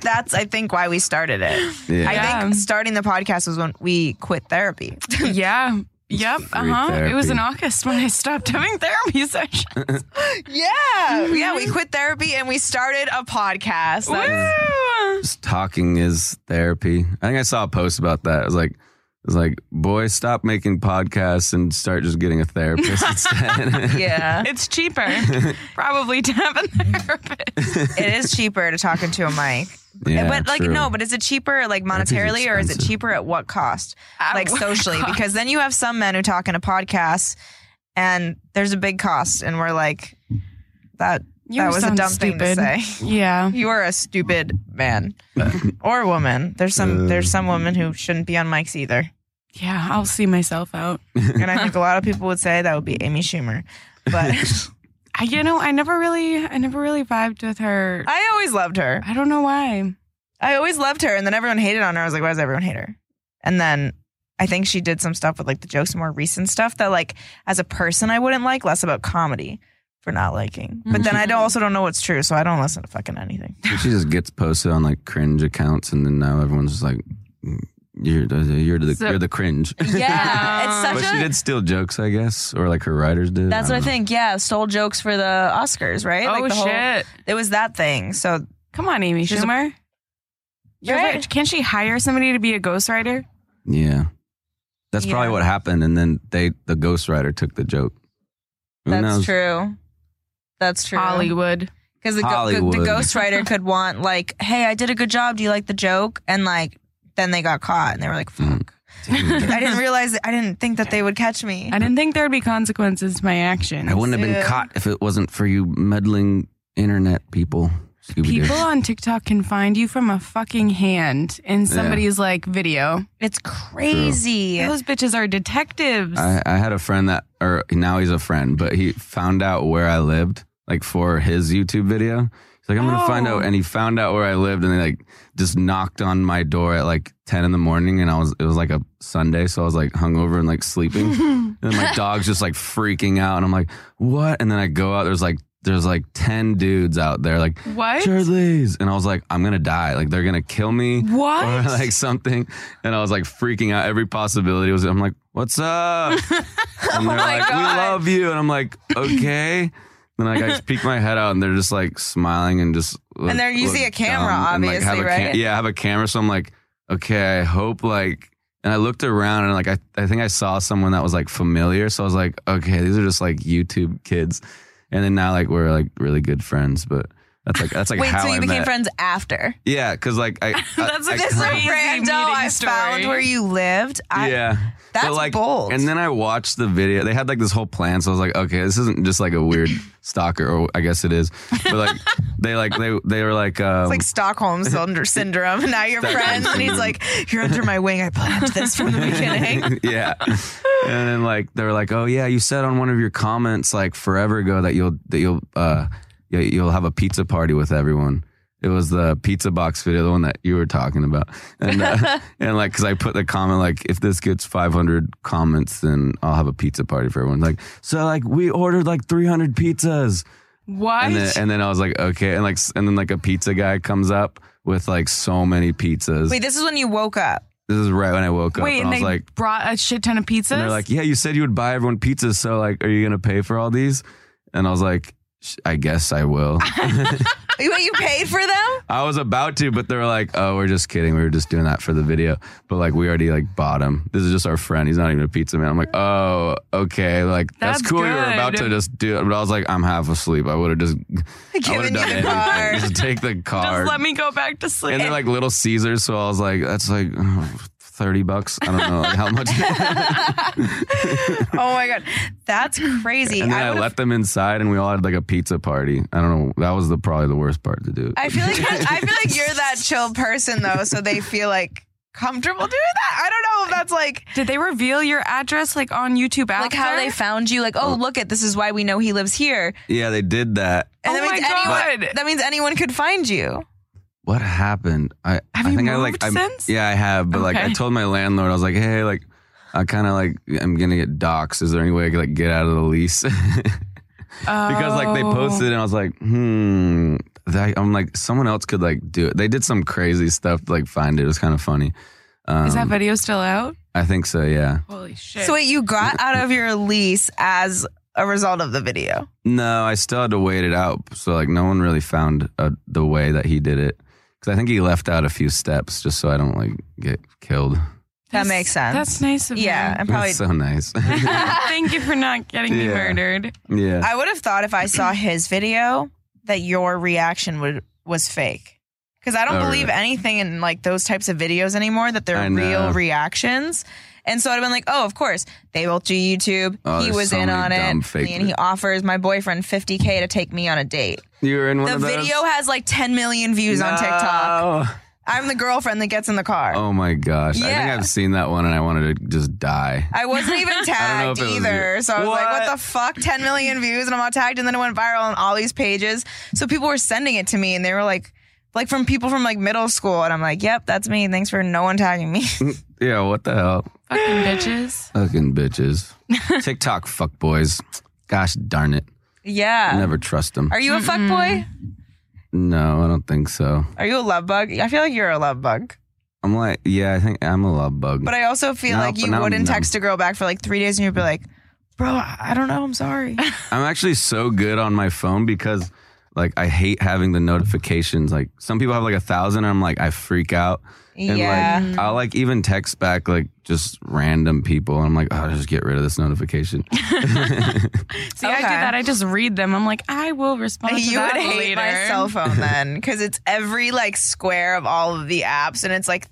[SPEAKER 5] that's I think why we started it.
[SPEAKER 3] yeah.
[SPEAKER 5] I
[SPEAKER 4] Yeah.
[SPEAKER 5] think starting the podcast was when we quit therapy.
[SPEAKER 4] yeah. Yep. Uh huh. It was
[SPEAKER 3] therapy.
[SPEAKER 4] in August when I stopped having therapy sessions.
[SPEAKER 5] Yeah. Yeah,
[SPEAKER 4] Mm-hmm.
[SPEAKER 5] we quit therapy and we started a podcast. That's-
[SPEAKER 4] Woo!
[SPEAKER 3] just talking is therapy. I think I saw a post about that. It was like, it was like, boy, stop making podcasts and start just getting a therapist instead.
[SPEAKER 5] yeah.
[SPEAKER 4] It's cheaper, probably, to have a therapist.
[SPEAKER 5] It is cheaper to talking to a mic.
[SPEAKER 3] Yeah,
[SPEAKER 5] but like
[SPEAKER 3] true.
[SPEAKER 5] no, but is it cheaper like
[SPEAKER 3] Therapy's
[SPEAKER 5] monetarily or is it
[SPEAKER 3] expensive.
[SPEAKER 5] cheaper at what cost?
[SPEAKER 4] At
[SPEAKER 5] like
[SPEAKER 4] what
[SPEAKER 5] socially.
[SPEAKER 4] cost?
[SPEAKER 5] Because then you have some men who talk in a podcast and there's a big cost and we're like that
[SPEAKER 4] You
[SPEAKER 5] that was a
[SPEAKER 4] sound
[SPEAKER 5] dumb thing
[SPEAKER 4] stupid.
[SPEAKER 5] to say.
[SPEAKER 4] Yeah.
[SPEAKER 5] You are a stupid man or woman. There's some there's some women who shouldn't be on mics either.
[SPEAKER 4] Yeah. I'll see myself out.
[SPEAKER 5] And I think a lot of people would say that would be Amy Schumer. But
[SPEAKER 4] I, you know, I never really, I never really vibed with her.
[SPEAKER 5] I always loved her.
[SPEAKER 4] I don't know why.
[SPEAKER 5] I always loved her, and then everyone hated on her. I was like, why does everyone hate her? And then I think she did some stuff with like the jokes, more recent stuff that like as a person I wouldn't like, less about comedy for not liking. But then I don't- also don't know what's true, so I don't listen to fucking anything.
[SPEAKER 3] She just gets posted on like cringe accounts, and then now everyone's just like, "You're the, you're the
[SPEAKER 4] So-
[SPEAKER 3] you're the cringe."
[SPEAKER 5] Yeah.
[SPEAKER 1] Yeah,
[SPEAKER 3] but
[SPEAKER 1] it's such
[SPEAKER 3] she
[SPEAKER 1] a.
[SPEAKER 3] did steal jokes, I guess, or like her writers did.
[SPEAKER 5] That's what I
[SPEAKER 3] don't know.
[SPEAKER 5] think. Yeah, stole jokes for the Oscars, right?
[SPEAKER 4] oh
[SPEAKER 5] the whole-
[SPEAKER 4] shit!
[SPEAKER 5] it was that thing. So
[SPEAKER 4] Come on, Amy
[SPEAKER 5] She's a-
[SPEAKER 4] Schumer. She's
[SPEAKER 5] Right?
[SPEAKER 4] like, Can she hire somebody to be a ghostwriter?
[SPEAKER 3] Yeah, that's probably
[SPEAKER 5] Yeah.
[SPEAKER 3] what happened, and then they the ghostwriter took the joke. Who
[SPEAKER 5] that's
[SPEAKER 3] knows?
[SPEAKER 5] true. That's true.
[SPEAKER 4] Hollywood.
[SPEAKER 5] Because the, go- the,
[SPEAKER 3] Hollywood.
[SPEAKER 5] the ghostwriter could want like, hey, I did a good job. Do you like the joke? And like, then they got caught and they were like,
[SPEAKER 3] Hmm.
[SPEAKER 5] fuck.
[SPEAKER 3] Damn,
[SPEAKER 5] I didn't realize, I didn't think that they would catch me.
[SPEAKER 4] I didn't think there would be consequences to my actions.
[SPEAKER 3] I wouldn't have been
[SPEAKER 5] Yeah.
[SPEAKER 3] caught if it wasn't for you meddling internet people. Scooby-Doo.
[SPEAKER 4] People on TikTok can find you from a fucking hand in somebody's like video.
[SPEAKER 5] It's crazy.
[SPEAKER 4] Those bitches are detectives.
[SPEAKER 3] I, I had a friend that, or now he's a friend, but he found out where I lived, like for his YouTube video. He's like, I'm gonna find
[SPEAKER 4] Oh.
[SPEAKER 3] out, and he found out where I lived, and they like just knocked on my door at like 10 in the morning, and I was, it was like a Sunday, so I was like hungover and like sleeping, and then my dog's just like freaking out, and I'm like, what? And then I go out, there's like, there's like 10 dudes out there, like
[SPEAKER 4] what?
[SPEAKER 3] Charlie's, and I was like, I'm gonna die, like they're gonna kill me
[SPEAKER 4] What?
[SPEAKER 3] or like something. And I was like freaking out. Every possibility was, I'm like, what's up?
[SPEAKER 5] Oh
[SPEAKER 3] and they're like, we love you. And I'm like, okay. Then like, I just peek my head out and they're just like smiling and just. look-
[SPEAKER 5] they're using
[SPEAKER 3] look
[SPEAKER 5] a camera,
[SPEAKER 3] dumb. And, like, have
[SPEAKER 5] obviously,
[SPEAKER 3] a cam-
[SPEAKER 5] right?
[SPEAKER 3] yeah, I have a camera. So I'm like, okay, I hope like. And I looked around and like I, I think I saw someone that was like familiar. So I was like, okay, these are just like YouTube kids. And then now like we're like really good friends, but that's like that's like
[SPEAKER 5] Wait,
[SPEAKER 3] how
[SPEAKER 5] so you
[SPEAKER 3] I
[SPEAKER 5] became
[SPEAKER 3] met.
[SPEAKER 5] friends after?
[SPEAKER 3] Yeah, because like I
[SPEAKER 4] That's
[SPEAKER 3] I,
[SPEAKER 4] like
[SPEAKER 3] I
[SPEAKER 4] a
[SPEAKER 3] kinda-
[SPEAKER 4] Crazy
[SPEAKER 5] Rando, I
[SPEAKER 4] meeting story.
[SPEAKER 5] found where you lived. I,
[SPEAKER 3] yeah,
[SPEAKER 5] That's
[SPEAKER 3] But, like,
[SPEAKER 5] bold.
[SPEAKER 3] And then I watched the video. They had like this whole plan, so I was like, okay, this isn't just like a weird stalker, or I guess it is. But like, they like they they were like, um,
[SPEAKER 5] It's like Stockholm syndr- syndrome. And now you're
[SPEAKER 3] Stockholm
[SPEAKER 5] friends. And he's
[SPEAKER 3] syndrome.
[SPEAKER 5] like, you're under my wing. I planned this from the beginning.
[SPEAKER 3] yeah. And then like they were like, oh yeah, you said on one of your comments like forever ago that you'll that you'll uh yeah, you'll have a pizza party with everyone. It was the pizza box video, the one that you were talking about, and uh, and like because I put the comment like if this gets 500 comments, then I'll have a pizza party for everyone. Like so, like we ordered like 300 pizzas.
[SPEAKER 4] what?
[SPEAKER 3] And then, and then I was like, okay, and like, s- and then like a pizza guy comes up with like so many pizzas.
[SPEAKER 5] Wait, this is when you woke up.
[SPEAKER 3] This is right when I woke up,
[SPEAKER 4] Wait,
[SPEAKER 3] and I
[SPEAKER 4] and
[SPEAKER 3] was
[SPEAKER 4] they
[SPEAKER 3] like,
[SPEAKER 4] brought a shit ton of pizzas.
[SPEAKER 3] and they're like, yeah, you said you would buy everyone pizzas, so like, are you gonna pay for all these? And I was like, "Sh- I guess I will.
[SPEAKER 5] Wait, you paid for them?
[SPEAKER 3] I was about to, but they were like, oh, we're just kidding. We were just doing that for the video, but like, we already like bought him. This is just our friend. He's not even a pizza man. I'm like, oh, okay, like that's,
[SPEAKER 4] That's
[SPEAKER 3] cool. You were about
[SPEAKER 4] good.
[SPEAKER 3] to just do it, but I was like, I'm half asleep. I would have just I would have
[SPEAKER 5] Given
[SPEAKER 3] done
[SPEAKER 5] you the
[SPEAKER 3] anything.
[SPEAKER 5] car.
[SPEAKER 3] Just take the car.
[SPEAKER 4] just let me go back to sleep.
[SPEAKER 3] and they're like little Caesars, so I was like, that's like oh, thirty bucks. I don't know like, how much.
[SPEAKER 5] Oh my god, that's crazy.
[SPEAKER 3] and then
[SPEAKER 5] I,
[SPEAKER 3] I,
[SPEAKER 5] would've-
[SPEAKER 3] let them inside, and we all had like a pizza party. I don't know. That was the probably the worst part to do.
[SPEAKER 5] I feel like I feel like you're that chill person though, so they feel like comfortable doing that. I don't know if that's like
[SPEAKER 4] did they reveal your address like on YouTube after?
[SPEAKER 5] like how they found you. Like, oh, look at this is why we know he lives here.
[SPEAKER 3] yeah, they did that.
[SPEAKER 5] And
[SPEAKER 4] Oh
[SPEAKER 5] that means
[SPEAKER 4] my
[SPEAKER 5] anyone
[SPEAKER 4] God.
[SPEAKER 5] that means anyone could find you.
[SPEAKER 3] What happened? I
[SPEAKER 4] Have
[SPEAKER 3] I
[SPEAKER 4] you
[SPEAKER 3] think I
[SPEAKER 4] moved
[SPEAKER 3] like I-
[SPEAKER 4] since?
[SPEAKER 3] yeah I have, but like I
[SPEAKER 4] Okay.
[SPEAKER 3] told my landlord, I was like, hey, like I kind of like I'm gonna get docs. Is there any way I could like get out of the lease? because like they
[SPEAKER 4] Oh.
[SPEAKER 3] posted and I was like, hmm. That, I'm like, someone else could like do it. They did some crazy stuff to like find it. It was kind of funny. Um,
[SPEAKER 4] Oh. Is that video still out?
[SPEAKER 3] I think so. Yeah.
[SPEAKER 4] Holy shit!
[SPEAKER 5] So wait, you got out of your lease as a result of the video.
[SPEAKER 3] No, I still had to wait it out. So like, no one really found uh, the way that he did it because I think he left out a few steps just so I don't like get killed.
[SPEAKER 5] That makes sense.
[SPEAKER 4] That's nice of
[SPEAKER 5] yeah,
[SPEAKER 4] you.
[SPEAKER 5] and probably
[SPEAKER 3] That's so nice.
[SPEAKER 4] Thank you for not getting me
[SPEAKER 3] Yeah.
[SPEAKER 4] murdered.
[SPEAKER 3] yeah.
[SPEAKER 5] I would have thought if I saw his video that your reaction would was fake. Because I don't
[SPEAKER 3] Oh,
[SPEAKER 5] believe
[SPEAKER 3] really?
[SPEAKER 5] anything in like those types of videos anymore that they're
[SPEAKER 3] I know.
[SPEAKER 5] real reactions. And so I'd have been like, oh, of course, they both do YouTube.
[SPEAKER 3] Oh,
[SPEAKER 5] he
[SPEAKER 3] there's
[SPEAKER 5] was
[SPEAKER 3] so
[SPEAKER 5] in
[SPEAKER 3] many
[SPEAKER 5] on it.
[SPEAKER 3] dumb fake
[SPEAKER 5] And he
[SPEAKER 3] vid-
[SPEAKER 5] offers my boyfriend 50K to take me on a date.
[SPEAKER 3] you were in one
[SPEAKER 5] The
[SPEAKER 3] of those?
[SPEAKER 5] video has like 10 million views on TikTok.
[SPEAKER 3] No.
[SPEAKER 5] I'm the girlfriend that gets in the car.
[SPEAKER 3] Oh my gosh. I think
[SPEAKER 5] Yeah.
[SPEAKER 3] I've seen that one and I wanted to just die.
[SPEAKER 5] I wasn't even
[SPEAKER 3] know if
[SPEAKER 5] tagged
[SPEAKER 3] it was
[SPEAKER 5] either.
[SPEAKER 3] you.
[SPEAKER 5] So I was like, what
[SPEAKER 3] What?
[SPEAKER 5] the fuck? 10 million views and I'm not tagged. And then it went viral on all these pages. So people were sending it to me and they were like, like from people from like middle school, and I'm like, yep, that's me. Thanks for no one tagging me.
[SPEAKER 3] Yeah, what the hell?
[SPEAKER 4] Fucking bitches.
[SPEAKER 3] Fucking bitches. TikTok fuckboys. Gosh darn it.
[SPEAKER 5] yeah.
[SPEAKER 3] Never trust them.
[SPEAKER 5] Are you a fuck boy?
[SPEAKER 3] No, I don't think so.
[SPEAKER 5] Are you a love bug? I feel like you're a love bug,
[SPEAKER 3] I'm like, yeah, I think I'm a love bug.
[SPEAKER 5] but I also feel
[SPEAKER 3] No,
[SPEAKER 5] like
[SPEAKER 3] but
[SPEAKER 5] you
[SPEAKER 3] now I'm
[SPEAKER 5] wouldn't
[SPEAKER 3] numb.
[SPEAKER 5] text a girl back for like three days, and you'd be like, bro, I don't know. I'm sorry.
[SPEAKER 3] I'm actually so good on my phone because like I hate having the notifications. Like some people have like a thousand, and I'm like I freak out. And
[SPEAKER 5] yeah.
[SPEAKER 3] like I'll like even text back like just random people, and I'm like, oh, just get rid of this notification.
[SPEAKER 4] See, I do
[SPEAKER 5] Okay.
[SPEAKER 4] that. I just read them. I'm like, I will respond to
[SPEAKER 5] you
[SPEAKER 4] that
[SPEAKER 5] would
[SPEAKER 4] later.
[SPEAKER 5] hate my cell phone then because it's every like square of all of the apps and it's like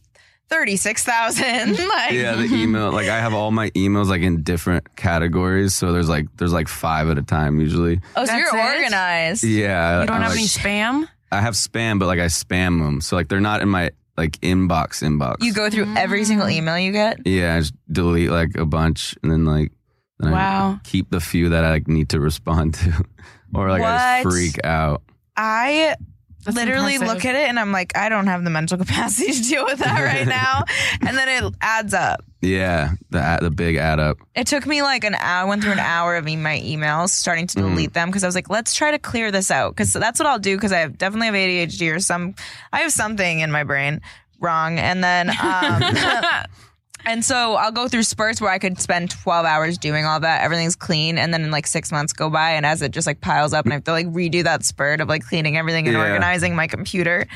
[SPEAKER 5] 36,000. Like,
[SPEAKER 3] yeah, the email. Like I have all my emails like in different categories, so there's like there's like five at a time usually.
[SPEAKER 5] oh, so
[SPEAKER 4] That's
[SPEAKER 5] you're
[SPEAKER 4] it?
[SPEAKER 5] organized.
[SPEAKER 3] Yeah,
[SPEAKER 4] You don't
[SPEAKER 3] I'm,
[SPEAKER 4] have
[SPEAKER 3] like-
[SPEAKER 4] any spam?
[SPEAKER 3] I have spam, but like I spam them, so like they're not in my like inbox inbox.
[SPEAKER 5] You go through every single email you get.
[SPEAKER 3] Yeah, I just delete like a bunch and then like then I
[SPEAKER 4] Wow.
[SPEAKER 3] keep the few that I like need to respond to. or like I
[SPEAKER 5] What?
[SPEAKER 3] just freak out.
[SPEAKER 5] I
[SPEAKER 4] That's
[SPEAKER 5] literally
[SPEAKER 4] impressive.
[SPEAKER 5] look at it and I'm like, I don't have the mental capacity to deal with that right now. and then it adds up.
[SPEAKER 3] Yeah, the the big add up.
[SPEAKER 5] It took me like an hour, I went through an hour of e, my emails, starting to
[SPEAKER 3] Mm.
[SPEAKER 5] delete them because I was like, let's try to clear this out. Because that's what I'll do because I have, definitely have ADHD or some, I have something in my brain wrong. And then, um, and so I'll go through spurts where I could spend 12 hours doing all that. Everything's clean. And then in like six months go by and as it just like piles up and I have to like redo that spurt of like cleaning everything and
[SPEAKER 3] Yeah.
[SPEAKER 5] organizing my computer.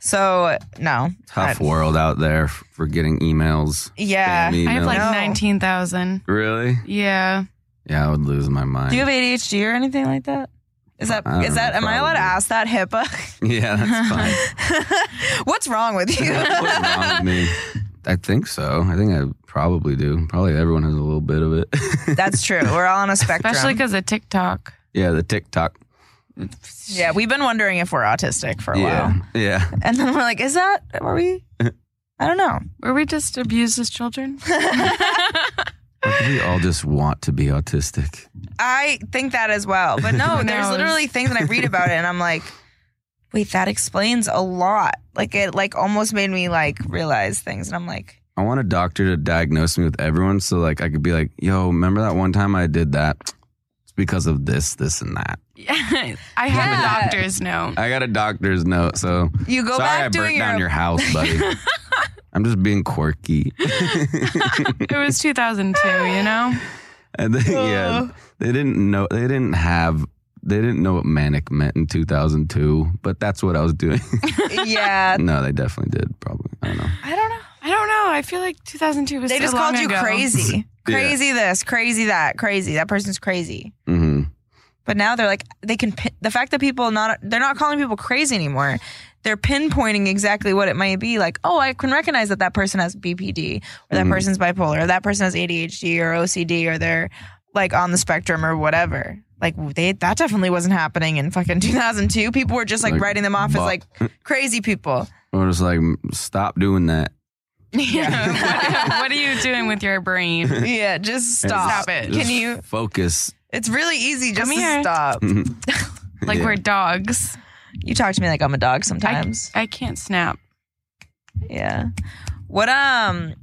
[SPEAKER 5] So no.
[SPEAKER 3] Tough
[SPEAKER 5] I-
[SPEAKER 3] world out there f- for getting emails.
[SPEAKER 5] Yeah.
[SPEAKER 3] spam
[SPEAKER 4] I have
[SPEAKER 3] emails.
[SPEAKER 4] like
[SPEAKER 5] No.
[SPEAKER 4] 19,000.
[SPEAKER 3] really?
[SPEAKER 4] Yeah.
[SPEAKER 3] Yeah, I would lose my mind.
[SPEAKER 5] Do you have ADHD or anything like that? Is that
[SPEAKER 3] I don't
[SPEAKER 5] is that
[SPEAKER 3] know,
[SPEAKER 5] am I allowed to
[SPEAKER 3] Uh, probably.
[SPEAKER 5] ask that HIPAA?
[SPEAKER 3] yeah, that's fine.
[SPEAKER 5] What's wrong with you?
[SPEAKER 3] What's wrong with me? I think so. I think I probably do. Probably everyone has a little bit of it.
[SPEAKER 5] That's true. We're all on a spectrum.
[SPEAKER 4] Especially because of TikTok.
[SPEAKER 3] yeah, the TikTok.
[SPEAKER 5] yeah, we've been wondering if we're autistic for a
[SPEAKER 3] Yeah.
[SPEAKER 5] while,
[SPEAKER 3] Yeah.
[SPEAKER 5] and then we're like, is that are we? I don't know.
[SPEAKER 4] Were we just abused as children?
[SPEAKER 3] We all just want to be autistic.
[SPEAKER 5] I think that as well, but no,
[SPEAKER 4] Who
[SPEAKER 5] there's
[SPEAKER 4] knows?
[SPEAKER 5] literally things that I read about it, and I'm like, wait, that explains a lot. Like it, like almost made me like realize things, and I'm like,
[SPEAKER 3] I want a doctor to diagnose me with everyone so like I could be like, yo, remember that one time I did that? It's because of this, this, and that.
[SPEAKER 4] Yeah. I have
[SPEAKER 5] Yeah.
[SPEAKER 4] a doctor's note.
[SPEAKER 3] I got a doctor's note, so
[SPEAKER 5] you go
[SPEAKER 3] sorry
[SPEAKER 5] back
[SPEAKER 3] I burnt
[SPEAKER 5] doing
[SPEAKER 3] down your
[SPEAKER 5] your
[SPEAKER 3] house, buddy. I'm just being quirky.
[SPEAKER 4] It was 2002, you know?
[SPEAKER 3] and then,
[SPEAKER 5] Oh.
[SPEAKER 3] yeah, they didn't know they didn't have they didn't know what manic meant in 2002, but that's what I was doing.
[SPEAKER 5] yeah.
[SPEAKER 3] no, they definitely did. Probably, I don't know.
[SPEAKER 5] I don't know.
[SPEAKER 4] I don't know. I feel like 2002 was
[SPEAKER 5] They
[SPEAKER 4] so
[SPEAKER 5] just called
[SPEAKER 4] long
[SPEAKER 5] you
[SPEAKER 4] ago.
[SPEAKER 5] crazy.
[SPEAKER 3] Yeah.
[SPEAKER 5] Crazy this, crazy that, crazy. That person's crazy.
[SPEAKER 3] hmm
[SPEAKER 5] But now they're like they can pin, the fact that people not they're not calling people crazy anymore. They're pinpointing exactly what it might be. Like, oh, I can recognize that that person has BPD, or that
[SPEAKER 3] Mhm.
[SPEAKER 5] person's bipolar, or that person has ADHD or OCD, or they're like on the spectrum or whatever. Like they that definitely wasn't happening in fucking 2002. People were just like,
[SPEAKER 3] Like,
[SPEAKER 5] writing them off
[SPEAKER 3] bu-
[SPEAKER 5] as like crazy people.
[SPEAKER 3] Or just like stop doing that.
[SPEAKER 4] Yeah. what are you doing with your brain?
[SPEAKER 5] Yeah, just
[SPEAKER 3] And
[SPEAKER 5] stop.
[SPEAKER 4] Stop it.
[SPEAKER 3] just
[SPEAKER 5] Can you?
[SPEAKER 3] focus?
[SPEAKER 5] It's really easy just
[SPEAKER 4] Come
[SPEAKER 5] to
[SPEAKER 4] here.
[SPEAKER 5] stop.
[SPEAKER 4] Like
[SPEAKER 3] Yeah.
[SPEAKER 4] we're dogs.
[SPEAKER 5] You talk to me like I'm a dog sometimes.
[SPEAKER 4] I can't snap.
[SPEAKER 5] yeah. What um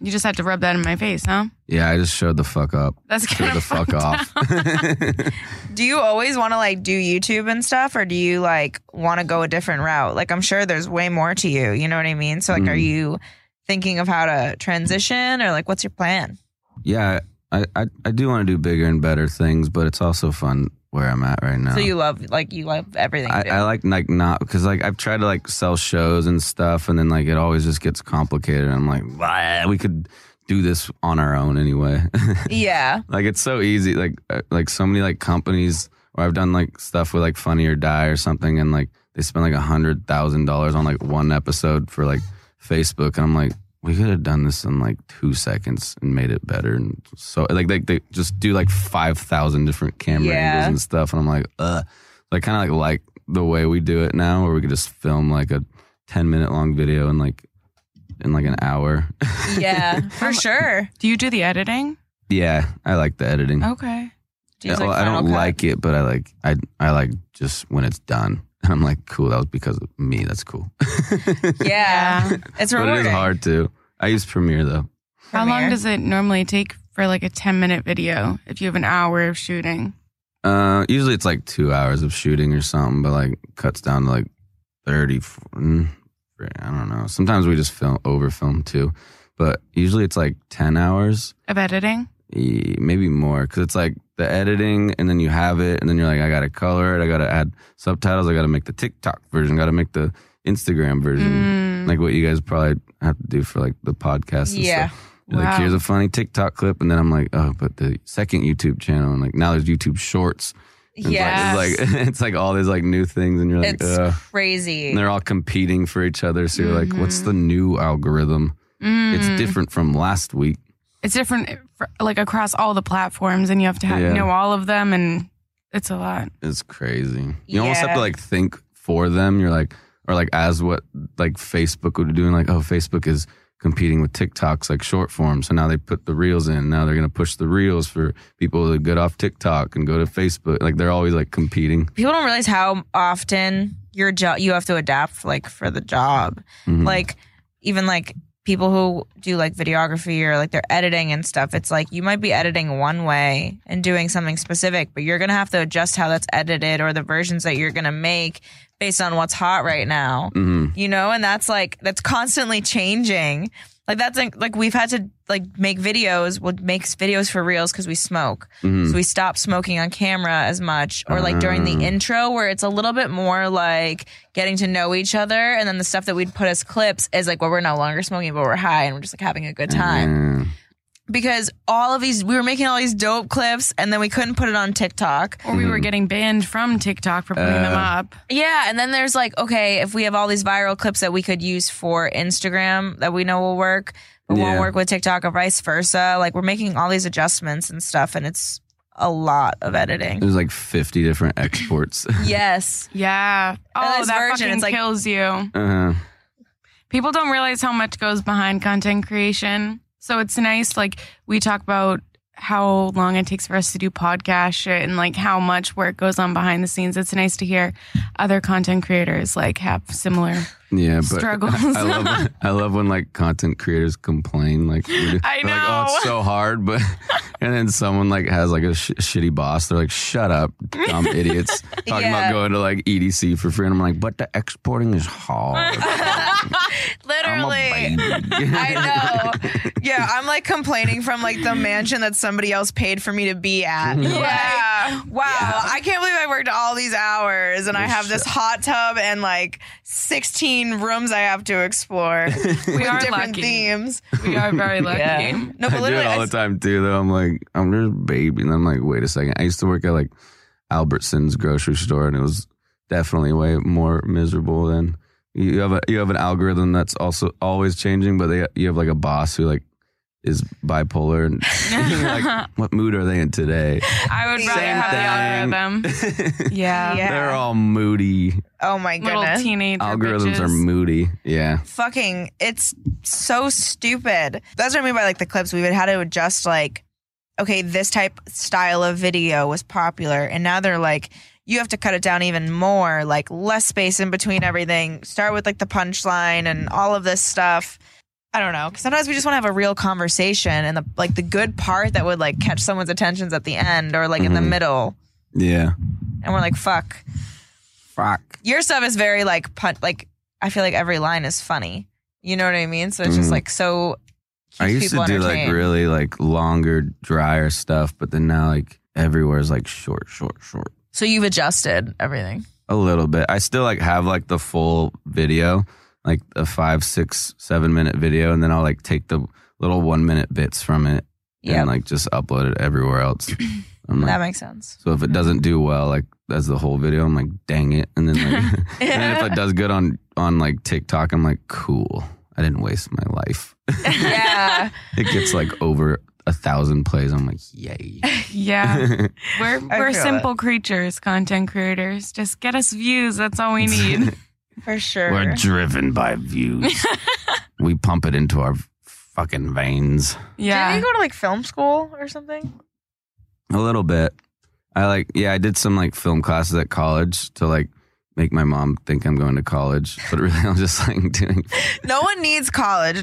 [SPEAKER 4] You just have to rub that in my face, huh?
[SPEAKER 3] Yeah, I just showed the fuck up.
[SPEAKER 4] That's
[SPEAKER 3] Showed
[SPEAKER 4] kind
[SPEAKER 3] the
[SPEAKER 4] of
[SPEAKER 3] fuck off.
[SPEAKER 5] do you always want to like do YouTube and stuff or do you like want to go a different route? Like I'm sure there's way more to you, you know what I mean? So like are
[SPEAKER 3] Mhm.
[SPEAKER 5] you thinking of how to transition or like what's your plan?
[SPEAKER 3] yeah, I, I I do want to do bigger and better things, but it's also fun where I'm at right now.
[SPEAKER 5] So you love like you love everything. you
[SPEAKER 3] I,
[SPEAKER 5] do.
[SPEAKER 3] I like like not because like I've tried to like sell shows and stuff, and then like it always just gets complicated. I'm like, "Bleh, we could do this on our own anyway.
[SPEAKER 5] yeah.
[SPEAKER 3] like it's so easy. Like uh, like so many like companies, or I've done like stuff with like Funny or Die or something, and like they spend like a hundred thousand dollars on like one episode for like Facebook, and I'm like, we could have done this in like two seconds and made it better. And so like they they just do like five thousand different camera
[SPEAKER 5] Yeah.
[SPEAKER 3] angles and stuff, and I'm like, ugh. So I kind of like like the way we do it now, where we could just film like a ten minute long video in like in like an hour.
[SPEAKER 5] Yeah. for sure.
[SPEAKER 4] Do you do the editing?
[SPEAKER 3] yeah, I like the editing.
[SPEAKER 4] Okay.
[SPEAKER 5] Do you
[SPEAKER 3] Yeah,
[SPEAKER 5] use,
[SPEAKER 3] well, I
[SPEAKER 5] Final
[SPEAKER 3] don't
[SPEAKER 5] Cut?
[SPEAKER 3] like it, but I like I I like just when it's done. And I'm like, cool, that was because of me. That's cool.
[SPEAKER 5] Yeah. It's
[SPEAKER 3] but
[SPEAKER 5] rewarding.
[SPEAKER 3] it is hard to. I use Premiere though.
[SPEAKER 4] How long
[SPEAKER 5] Premiere.
[SPEAKER 4] does it normally take for like a 10 minute video if you have an hour of shooting?
[SPEAKER 3] Uh, usually it's like two hours of shooting or something, but like cuts down to like 30. f- mm, I don't know. Sometimes we just film over film too, but usually it's like 10 hours,
[SPEAKER 4] Of editing?
[SPEAKER 3] eh, maybe more, because it's like the editing and then you have it, and then you're like, I gotta color it, I gotta add subtitles, I gotta make the TikTok version, gotta make the Instagram version,
[SPEAKER 4] Mm,
[SPEAKER 3] like what you guys probably have to do for like the podcast. And
[SPEAKER 5] Yeah.
[SPEAKER 3] stuff. You're Like
[SPEAKER 4] Wow.
[SPEAKER 3] here's a funny TikTok clip, and then I'm like, oh, but the second YouTube channel, and like now there's YouTube Shorts. It's like-
[SPEAKER 5] Yeah.
[SPEAKER 3] It's like, it's like all these like new things, and you're like,
[SPEAKER 5] It's
[SPEAKER 3] Ugh.
[SPEAKER 5] crazy.
[SPEAKER 3] and they're all competing for each other. So you're like, what's the new algorithm? It's
[SPEAKER 4] mm.
[SPEAKER 3] different from last week.
[SPEAKER 4] It's different, for, like across all the platforms, and you have to have,
[SPEAKER 3] Yeah.
[SPEAKER 4] know all of them, and it's a lot.
[SPEAKER 3] It's crazy. You almost have
[SPEAKER 5] Yeah.
[SPEAKER 3] to like think for them. You're like, or like as what like Facebook would do, and like, oh, Facebook is competing with TikToks like short form. So now they put the reels in. Now they're gonna push the reels for people to get off TikTok and go to Facebook. Like they're always like competing.
[SPEAKER 5] People don't realize how often your job you have to adapt like for the job.
[SPEAKER 3] Mhm.
[SPEAKER 5] like even like people who do like videography or like they're editing and stuff it's like you might be editing one way and doing something specific but you're gonna have to adjust how that's edited or the versions that you're gonna make based on what's hot right now
[SPEAKER 3] Mhm.
[SPEAKER 5] you know and that's like that's constantly changing like that's like, like we've had to like make videos we'll make videos for reels because we smoke
[SPEAKER 3] Mhm.
[SPEAKER 5] so we stop smoking on camera as much or like during the
[SPEAKER 3] Ah.
[SPEAKER 5] intro where it's a little bit more like getting to know each other and then the stuff that we'd put as clips is like well we're no longer smoking but we're high and we're just like having a good time
[SPEAKER 3] Yeah.
[SPEAKER 5] because all of these we were making all these dope clips and then we couldn't put it on tiktok
[SPEAKER 4] Or we were getting banned from TikTok for putting them
[SPEAKER 3] Mm-hmm. Uh,
[SPEAKER 4] up.
[SPEAKER 5] yeah and then there's like okay if we have all these viral clips that we could use for instagram that we know will work but
[SPEAKER 3] Yeah.
[SPEAKER 5] won't work with tiktok or vice versa like we're making all these adjustments and stuff and it's a lot of editing
[SPEAKER 3] There's like 50 different exports.
[SPEAKER 5] yes
[SPEAKER 4] Yeah. Oh,
[SPEAKER 5] this
[SPEAKER 4] that
[SPEAKER 5] version,
[SPEAKER 4] fucking
[SPEAKER 5] it's like-
[SPEAKER 4] kills you.
[SPEAKER 3] uh,
[SPEAKER 4] people don't realize how much goes behind content creation. So it's nice, like we talk about how long it takes for us to do podcast shit and like how much work goes on behind the scenes. It's nice to hear other content creators like have similar.
[SPEAKER 3] Yeah, but
[SPEAKER 4] struggles.
[SPEAKER 3] I love, I love when like content creators complain like we do.
[SPEAKER 4] I
[SPEAKER 3] They're like, oh, it's
[SPEAKER 4] know.
[SPEAKER 3] so hard, but and then someone like has like a sh- shitty boss. They're like, shut up, dumb idiots, talking
[SPEAKER 5] Yeah.
[SPEAKER 3] about going to like EDC for free. And I'm like, but the exporting is hard. I'm a
[SPEAKER 5] literally
[SPEAKER 3] baby.
[SPEAKER 5] I know. Yeah, I'm like complaining from like the mansion that somebody else paid for me to be at. Yeah. wow. I can't believe I worked all these hours and I have this hot tub and like 16 rooms I have to explore
[SPEAKER 4] We
[SPEAKER 5] with
[SPEAKER 4] are
[SPEAKER 5] different
[SPEAKER 4] lucky.
[SPEAKER 5] themes.
[SPEAKER 4] We are very lucky.
[SPEAKER 5] No, but
[SPEAKER 3] I do
[SPEAKER 5] literally,
[SPEAKER 3] it all
[SPEAKER 5] I
[SPEAKER 3] the time too. Though I'm like, I'm just a baby, and I'm like, wait a second. I used to work at like Albertsons grocery store, and it was definitely way more miserable than you have. A, you have an algorithm that's also always changing, but they you have like a boss who like is bipolar, and you're like, what mood are they in today?
[SPEAKER 4] I would rather
[SPEAKER 5] Same
[SPEAKER 4] have the algorithm. Yeah.
[SPEAKER 5] Yeah.
[SPEAKER 3] They're all moody.
[SPEAKER 5] oh my
[SPEAKER 4] Little
[SPEAKER 5] goodness.
[SPEAKER 4] teenager
[SPEAKER 3] Algorithms
[SPEAKER 4] bitches.
[SPEAKER 3] are moody. Yeah.
[SPEAKER 5] fucking it's so stupid that's what i mean by like the clips we would had to adjust like okay this type style of video was popular and now they're like you have to cut it down even more like less space in between everything start with like the punchline and all of this stuff i don't know 'Cause sometimes we just want to have a real conversation and the like the good part that would like catch someone's attention's at the end or like in the
[SPEAKER 3] Mhm.
[SPEAKER 5] middle
[SPEAKER 3] Yeah.
[SPEAKER 5] and we're like fuck
[SPEAKER 3] Fuck.
[SPEAKER 5] your stuff is very like pun like I feel like every line is funny. You know what I mean? So it's just
[SPEAKER 3] Mhm.
[SPEAKER 5] like so. keeps
[SPEAKER 3] I used to
[SPEAKER 5] people
[SPEAKER 3] do like
[SPEAKER 5] entertained.
[SPEAKER 3] really like longer, drier stuff, but then now like everywhere is like short, short, short.
[SPEAKER 5] So you've adjusted everything.
[SPEAKER 3] A little bit. I still like have like the full video, like a five, six, seven minute video, and then I'll like take the little one minute bits from it
[SPEAKER 5] Yeah,
[SPEAKER 3] and like just upload it everywhere else. I'm like,
[SPEAKER 5] that makes sense.
[SPEAKER 3] so if it doesn't do well, like as the whole video, I'm like, dang it. And then like, and then if it does good on on like TikTok, I'm like, cool. I didn't waste my life.
[SPEAKER 5] yeah,
[SPEAKER 3] It gets like over a thousand plays. I'm like, yay.
[SPEAKER 4] Yeah. We're we're
[SPEAKER 5] feel
[SPEAKER 4] simple creatures, content creators. Just get us views. That's all we need.
[SPEAKER 5] for sure.
[SPEAKER 3] We're driven by views. we pump it into our fucking veins.
[SPEAKER 4] yeah.
[SPEAKER 5] Did you go to like film school or something?
[SPEAKER 3] A little bit. I like, yeah, I did some like film classes at college to like make my mom think I'm going to college, but really I'm just like doing
[SPEAKER 5] No one needs college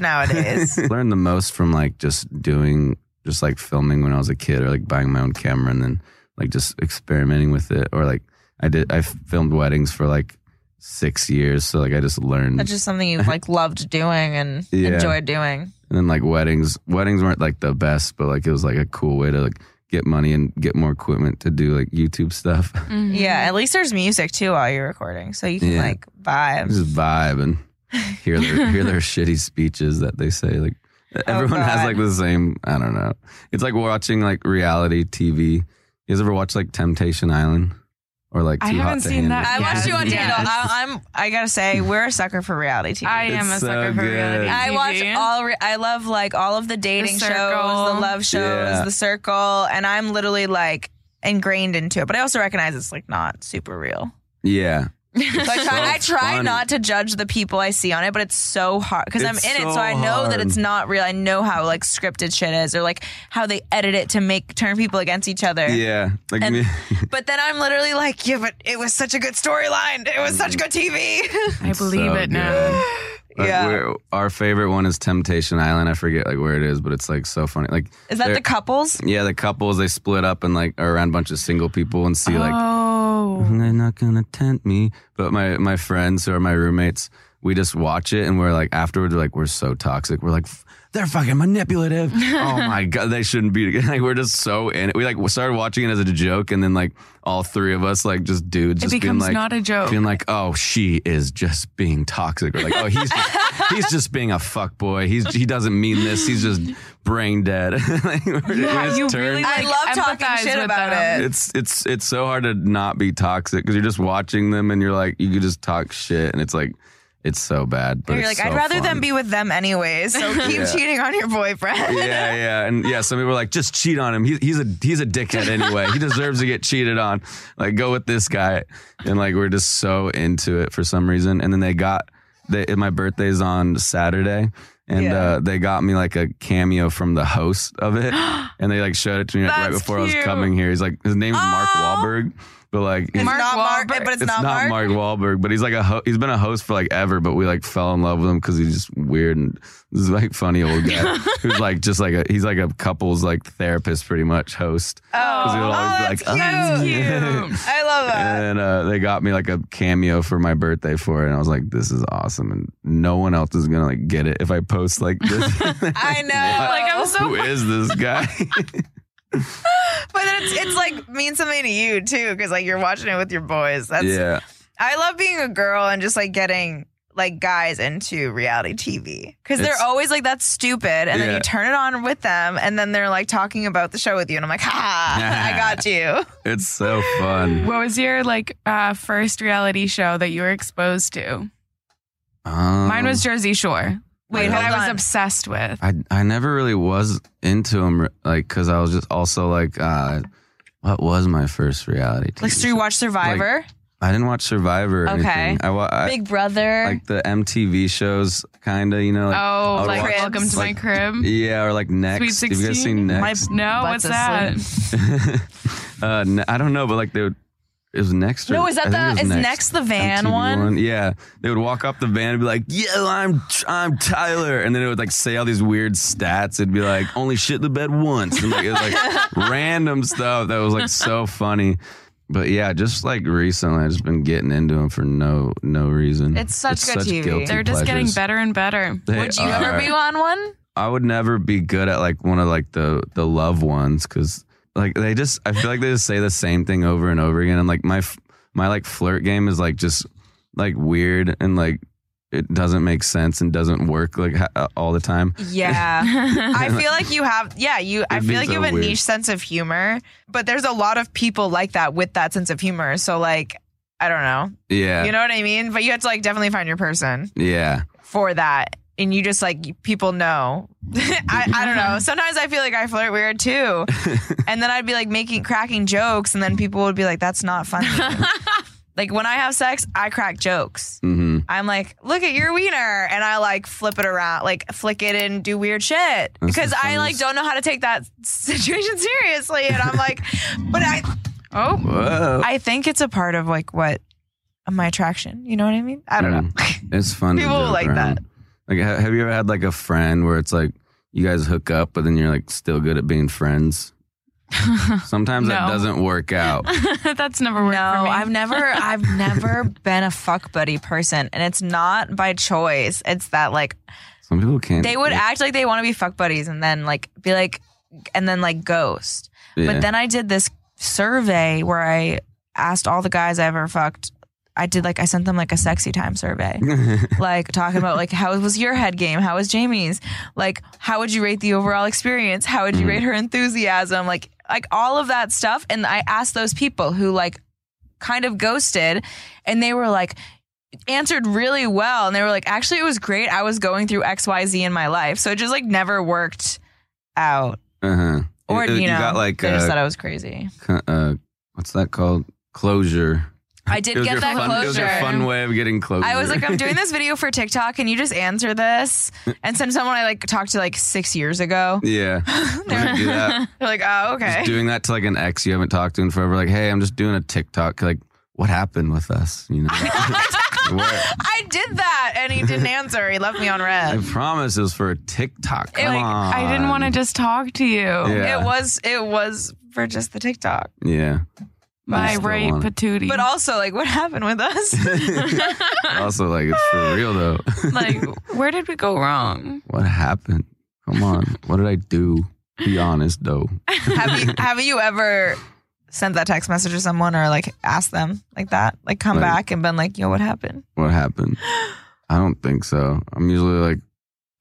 [SPEAKER 5] nowadays.
[SPEAKER 3] learned the most from like just doing just like filming when I was a kid or like buying my own camera and then like just experimenting with it or like I did I f- filmed weddings for like 6 years so like I just learned
[SPEAKER 5] That's just something you like loved doing and
[SPEAKER 3] Yeah.
[SPEAKER 5] enjoyed doing.
[SPEAKER 3] and then like weddings weddings weren't like the best but like it was like a cool way to like get money and get more equipment to do like YouTube stuff
[SPEAKER 4] Mm-hmm.
[SPEAKER 5] Yeah, at least there's music too while you're recording, so you can
[SPEAKER 3] Yeah.
[SPEAKER 5] like vibe.
[SPEAKER 3] just vibe and hear their hear their shitty speeches that they say like everyone has
[SPEAKER 5] Oh, God.
[SPEAKER 3] like the same I don't know it's like watching like reality TV you guys ever watch like Temptation Island or like Too
[SPEAKER 4] I
[SPEAKER 3] Hot
[SPEAKER 4] haven't
[SPEAKER 3] to
[SPEAKER 4] seen
[SPEAKER 3] Handle?
[SPEAKER 4] that.
[SPEAKER 5] I
[SPEAKER 4] Yeah.
[SPEAKER 5] watched you on
[SPEAKER 4] Yeah.
[SPEAKER 5] Daniel. I, I'm. I gotta say, we're a sucker for reality TV.
[SPEAKER 4] I
[SPEAKER 3] It's
[SPEAKER 4] am a
[SPEAKER 3] so
[SPEAKER 4] sucker for
[SPEAKER 3] good.
[SPEAKER 4] reality.
[SPEAKER 5] I
[SPEAKER 4] TV.
[SPEAKER 5] watch all. Re- I love like all of the dating shows,
[SPEAKER 4] Circle.
[SPEAKER 5] the love shows,
[SPEAKER 3] Yeah.
[SPEAKER 5] the circle, and I'm literally like ingrained into it. But I also recognize it's like not super real.
[SPEAKER 3] yeah
[SPEAKER 5] So I try,
[SPEAKER 3] so
[SPEAKER 5] I try
[SPEAKER 3] funny.
[SPEAKER 5] not to judge the people I see on it, but it's so hard because I'm in
[SPEAKER 3] It's
[SPEAKER 5] it, so
[SPEAKER 3] so
[SPEAKER 5] I know that
[SPEAKER 3] hard.
[SPEAKER 5] it's not real. I know how like scripted shit is, or like how they edit it to make turn people against each other.
[SPEAKER 3] yeah like
[SPEAKER 5] And-
[SPEAKER 3] me,
[SPEAKER 5] But then I'm literally like, yeah, but it was such a good storyline. It was
[SPEAKER 3] Mm.
[SPEAKER 5] such good TV.
[SPEAKER 4] I believe
[SPEAKER 3] so
[SPEAKER 4] it now.
[SPEAKER 3] good. Like,
[SPEAKER 5] Yeah.
[SPEAKER 3] we're- our favorite one is Temptation Island I forget like where it is but it's like so funny like
[SPEAKER 5] Is that
[SPEAKER 3] There-
[SPEAKER 5] the couples?
[SPEAKER 3] yeah the couples they split up and like are around a bunch of single people and see like
[SPEAKER 4] oh,
[SPEAKER 3] they're not gonna tempt me. But my my friends who are my roommates, we just watch it and we're like afterwards, we're like we're so toxic. We're like "F- they're fucking manipulative. oh my god, they shouldn't be together. Like we're just so in it. We like started watching it as a joke, and then like all three of us like just dudes.
[SPEAKER 4] it
[SPEAKER 3] just
[SPEAKER 4] becomes
[SPEAKER 3] being like,
[SPEAKER 4] not a joke.
[SPEAKER 3] being like, oh, she is just being toxic. Or like, oh, he's he's just being a fuck boy. He's he doesn't mean this. He's just brain dead. Like, we're- we're
[SPEAKER 4] Yeah,
[SPEAKER 3] just
[SPEAKER 4] you
[SPEAKER 3] turned-
[SPEAKER 4] really
[SPEAKER 5] I
[SPEAKER 4] like,
[SPEAKER 5] love talking
[SPEAKER 4] empathize
[SPEAKER 5] shit
[SPEAKER 4] with
[SPEAKER 5] about
[SPEAKER 4] them.
[SPEAKER 5] it.
[SPEAKER 3] it's it's it's so hard to not be toxic because you're just watching them and you're like you could just talk shit and it's like it's so bad. But
[SPEAKER 5] You're like,
[SPEAKER 3] it's
[SPEAKER 5] I'd
[SPEAKER 3] so
[SPEAKER 5] rather
[SPEAKER 3] fun."
[SPEAKER 5] them be with them anyways. So keep
[SPEAKER 3] Yeah.
[SPEAKER 5] cheating on your boyfriend.
[SPEAKER 3] Yeah, yeah, and yeah. Some people are like, just cheat on him. He, he's a he's a dickhead anyway. he deserves to get cheated on. Like, go with this guy. And like, we're just so into it for some reason. And then they got they, my birthday's on Saturday, and
[SPEAKER 5] Yeah.
[SPEAKER 3] uh, they got me like a cameo from the host of it, and they like showed it to me like, right
[SPEAKER 4] That's
[SPEAKER 3] before I was
[SPEAKER 4] cute.
[SPEAKER 3] coming here. He's like, his name's Mark
[SPEAKER 5] Aw.
[SPEAKER 3] Wahlberg, but like.
[SPEAKER 5] It's
[SPEAKER 3] he's-
[SPEAKER 4] Mark
[SPEAKER 5] not Mark,
[SPEAKER 4] Wahlberg.
[SPEAKER 5] but it's,
[SPEAKER 3] it's not, Mark. Wahlberg, but he's like a ho- he's been a host for like ever. But we like fell in love with him because he's just weird and this is like funny old guy who's like just like a he's like a couples like therapist pretty much host.
[SPEAKER 5] Oh,
[SPEAKER 3] he'll always be
[SPEAKER 5] that's
[SPEAKER 3] like, "Oh."
[SPEAKER 5] cute. I love that.
[SPEAKER 3] And uh, they got me like a cameo for my birthday for it, and I was like, "This is awesome!" And no one else is gonna like get it if I post like this.
[SPEAKER 5] I know.
[SPEAKER 4] Like I'm so
[SPEAKER 3] Who is this guy?
[SPEAKER 5] but it's it's like means something to you too, because like you're watching it with your boys. That's
[SPEAKER 3] yeah,
[SPEAKER 5] I love being a girl and just like getting like guys into reality TV because they're
[SPEAKER 3] It's-
[SPEAKER 5] always like that's stupid, and then
[SPEAKER 3] Yeah.
[SPEAKER 5] you turn it on with them, and then they're like talking about the show with you, and I'm like, ha, I got you.
[SPEAKER 3] it's so fun.
[SPEAKER 4] What was your like uh, first reality show that you were exposed to? Mine was
[SPEAKER 3] Um,
[SPEAKER 4] Jersey Shore.
[SPEAKER 5] Wait,
[SPEAKER 4] that
[SPEAKER 5] hold
[SPEAKER 4] I was
[SPEAKER 5] on.
[SPEAKER 4] obsessed with.
[SPEAKER 3] I I never really was into him like because I was just also like uh, what was my first reality? TV
[SPEAKER 5] Like, so you
[SPEAKER 3] show?
[SPEAKER 5] watch Survivor,
[SPEAKER 3] I didn't watch Survivor. Or
[SPEAKER 5] Okay.
[SPEAKER 3] anything. I, wa- I
[SPEAKER 5] Big Brother.
[SPEAKER 3] like the MTV shows, kind of you know. Like,
[SPEAKER 4] oh,
[SPEAKER 3] I'll
[SPEAKER 4] like
[SPEAKER 5] watch-
[SPEAKER 4] Welcome to
[SPEAKER 3] like-
[SPEAKER 4] My Crib.
[SPEAKER 3] Yeah, or like next.
[SPEAKER 4] Sweet
[SPEAKER 3] Have you guys
[SPEAKER 4] 16?
[SPEAKER 3] seen
[SPEAKER 5] Um, My-
[SPEAKER 3] next?
[SPEAKER 4] No,
[SPEAKER 5] Butts
[SPEAKER 4] what's that?
[SPEAKER 3] uh, ne- I don't know, but like they would. It was next. Or,
[SPEAKER 5] no, is that
[SPEAKER 3] I think it
[SPEAKER 5] the
[SPEAKER 3] was
[SPEAKER 5] is next the van
[SPEAKER 3] MTV
[SPEAKER 5] one?
[SPEAKER 3] Yeah, they would walk up the van and be like, "Yo, I'm I'm Tyler," and then it would like say all these weird stats. It'd be like, "Only shit the bed once," and like it was like random stuff that was like so funny. But yeah, just like recently, I've just been getting into them for no no reason.
[SPEAKER 5] It's such good TV.
[SPEAKER 3] guilty
[SPEAKER 4] They're just getting
[SPEAKER 3] pleasures.
[SPEAKER 4] better and better.
[SPEAKER 3] They
[SPEAKER 5] Would you ever
[SPEAKER 3] are.
[SPEAKER 5] be on one?
[SPEAKER 3] I would never be good at like one of like the the love ones because like they just I feel like they just say the same thing over and over again and like my f- my like flirt game is like just like weird and like it doesn't make sense and doesn't work like ha- uh, all the time.
[SPEAKER 5] Yeah. I feel like you have, yeah, you, I
[SPEAKER 3] It'd
[SPEAKER 5] feel
[SPEAKER 3] be
[SPEAKER 5] like you
[SPEAKER 3] so
[SPEAKER 5] have a
[SPEAKER 3] weird.
[SPEAKER 5] niche sense of humor, but there's a lot of people like that with that sense of humor. So, like, I don't know.
[SPEAKER 3] Yeah,
[SPEAKER 5] You know what I mean? But you have to, like, definitely find your person
[SPEAKER 3] yeah,
[SPEAKER 5] for that. And you just, like, people know. I, I don't know. Sometimes I feel like I flirt weird too. and then I'd be, like, making, cracking jokes, and then people would be like, that's not funny. like, when I have sex, I crack jokes.
[SPEAKER 3] hmm
[SPEAKER 5] I'm like, look at your wiener, and I like flip it around, like flick it and do weird shit
[SPEAKER 3] the
[SPEAKER 5] because I like
[SPEAKER 3] funniest-
[SPEAKER 5] don't know how to take that situation seriously, and I'm like, but I
[SPEAKER 4] Oh,
[SPEAKER 3] Whoa.
[SPEAKER 5] I think it's a part of like what my attraction. You know what I mean? I don't know.
[SPEAKER 3] It's fun. to
[SPEAKER 5] People
[SPEAKER 3] joke
[SPEAKER 5] like that.
[SPEAKER 3] around. Like, ha- have you ever had like a friend where it's like you guys hook up, but then you're like still good at being friends? Sometimes that
[SPEAKER 4] No.
[SPEAKER 3] doesn't work out.
[SPEAKER 4] That's never worked for
[SPEAKER 5] No,
[SPEAKER 4] me.
[SPEAKER 5] I've never I've never been a fuck buddy person and it's not by choice. It's that like
[SPEAKER 3] Some people can't.
[SPEAKER 5] they would act like they want to be fuck buddies and then like be like and then like ghost. But then I did this survey where I asked all the guys I ever fucked. I did like I sent them like a sexy time survey.
[SPEAKER 3] then,
[SPEAKER 5] like talking about like how was your head game how was jamie's like how would you rate the overall experience how would you
[SPEAKER 3] Mhm.
[SPEAKER 5] rate her enthusiasm like like all of that stuff and i asked those people who like kind of ghosted and they were like answered really well and they were like actually it was great i was going through xyz in my life so it just like never worked out
[SPEAKER 3] uh-huh.
[SPEAKER 5] or you,
[SPEAKER 3] you,
[SPEAKER 5] know
[SPEAKER 3] got like
[SPEAKER 5] they just thought
[SPEAKER 3] uh,
[SPEAKER 5] i was crazy
[SPEAKER 3] co- uh, what's that called? Closure.
[SPEAKER 5] i did
[SPEAKER 3] It was
[SPEAKER 5] get
[SPEAKER 3] your
[SPEAKER 5] that
[SPEAKER 3] fun- It was your
[SPEAKER 5] closure
[SPEAKER 3] fun way of getting closure.
[SPEAKER 5] I was like, I'm doing this video for TikTok. Can you just answer this? And some someone I like talked to like six years ago.
[SPEAKER 3] yeah.
[SPEAKER 5] they're,
[SPEAKER 3] Wanna do that?
[SPEAKER 5] they're like, oh, okay.
[SPEAKER 3] Just doing that to like an ex you haven't talked to in forever. Like, hey, I'm just doing a TikTok. Like, what happened with us? You know. Where-
[SPEAKER 5] I did that, and he didn't answer. He left me on
[SPEAKER 3] I
[SPEAKER 5] red.
[SPEAKER 3] promise it was for a TikTok. Come
[SPEAKER 5] like,
[SPEAKER 3] on.
[SPEAKER 4] I didn't want to just talk to you.
[SPEAKER 3] Um, Yeah.
[SPEAKER 5] It was it was for just the TikTok,
[SPEAKER 3] yeah.
[SPEAKER 4] My
[SPEAKER 3] still
[SPEAKER 4] right
[SPEAKER 3] want it.
[SPEAKER 4] patootie.
[SPEAKER 5] but also like, what happened with us?
[SPEAKER 3] also, like, it's for real though.
[SPEAKER 4] like, where did we go wrong?
[SPEAKER 3] what happened? Come on. What did I do? Be honest though.
[SPEAKER 5] have you have you ever sent that text message to someone or like asked them like that, like come
[SPEAKER 3] Like-
[SPEAKER 5] back and been like, yo, what happened?
[SPEAKER 3] What happened? I don't think so. I'm usually like,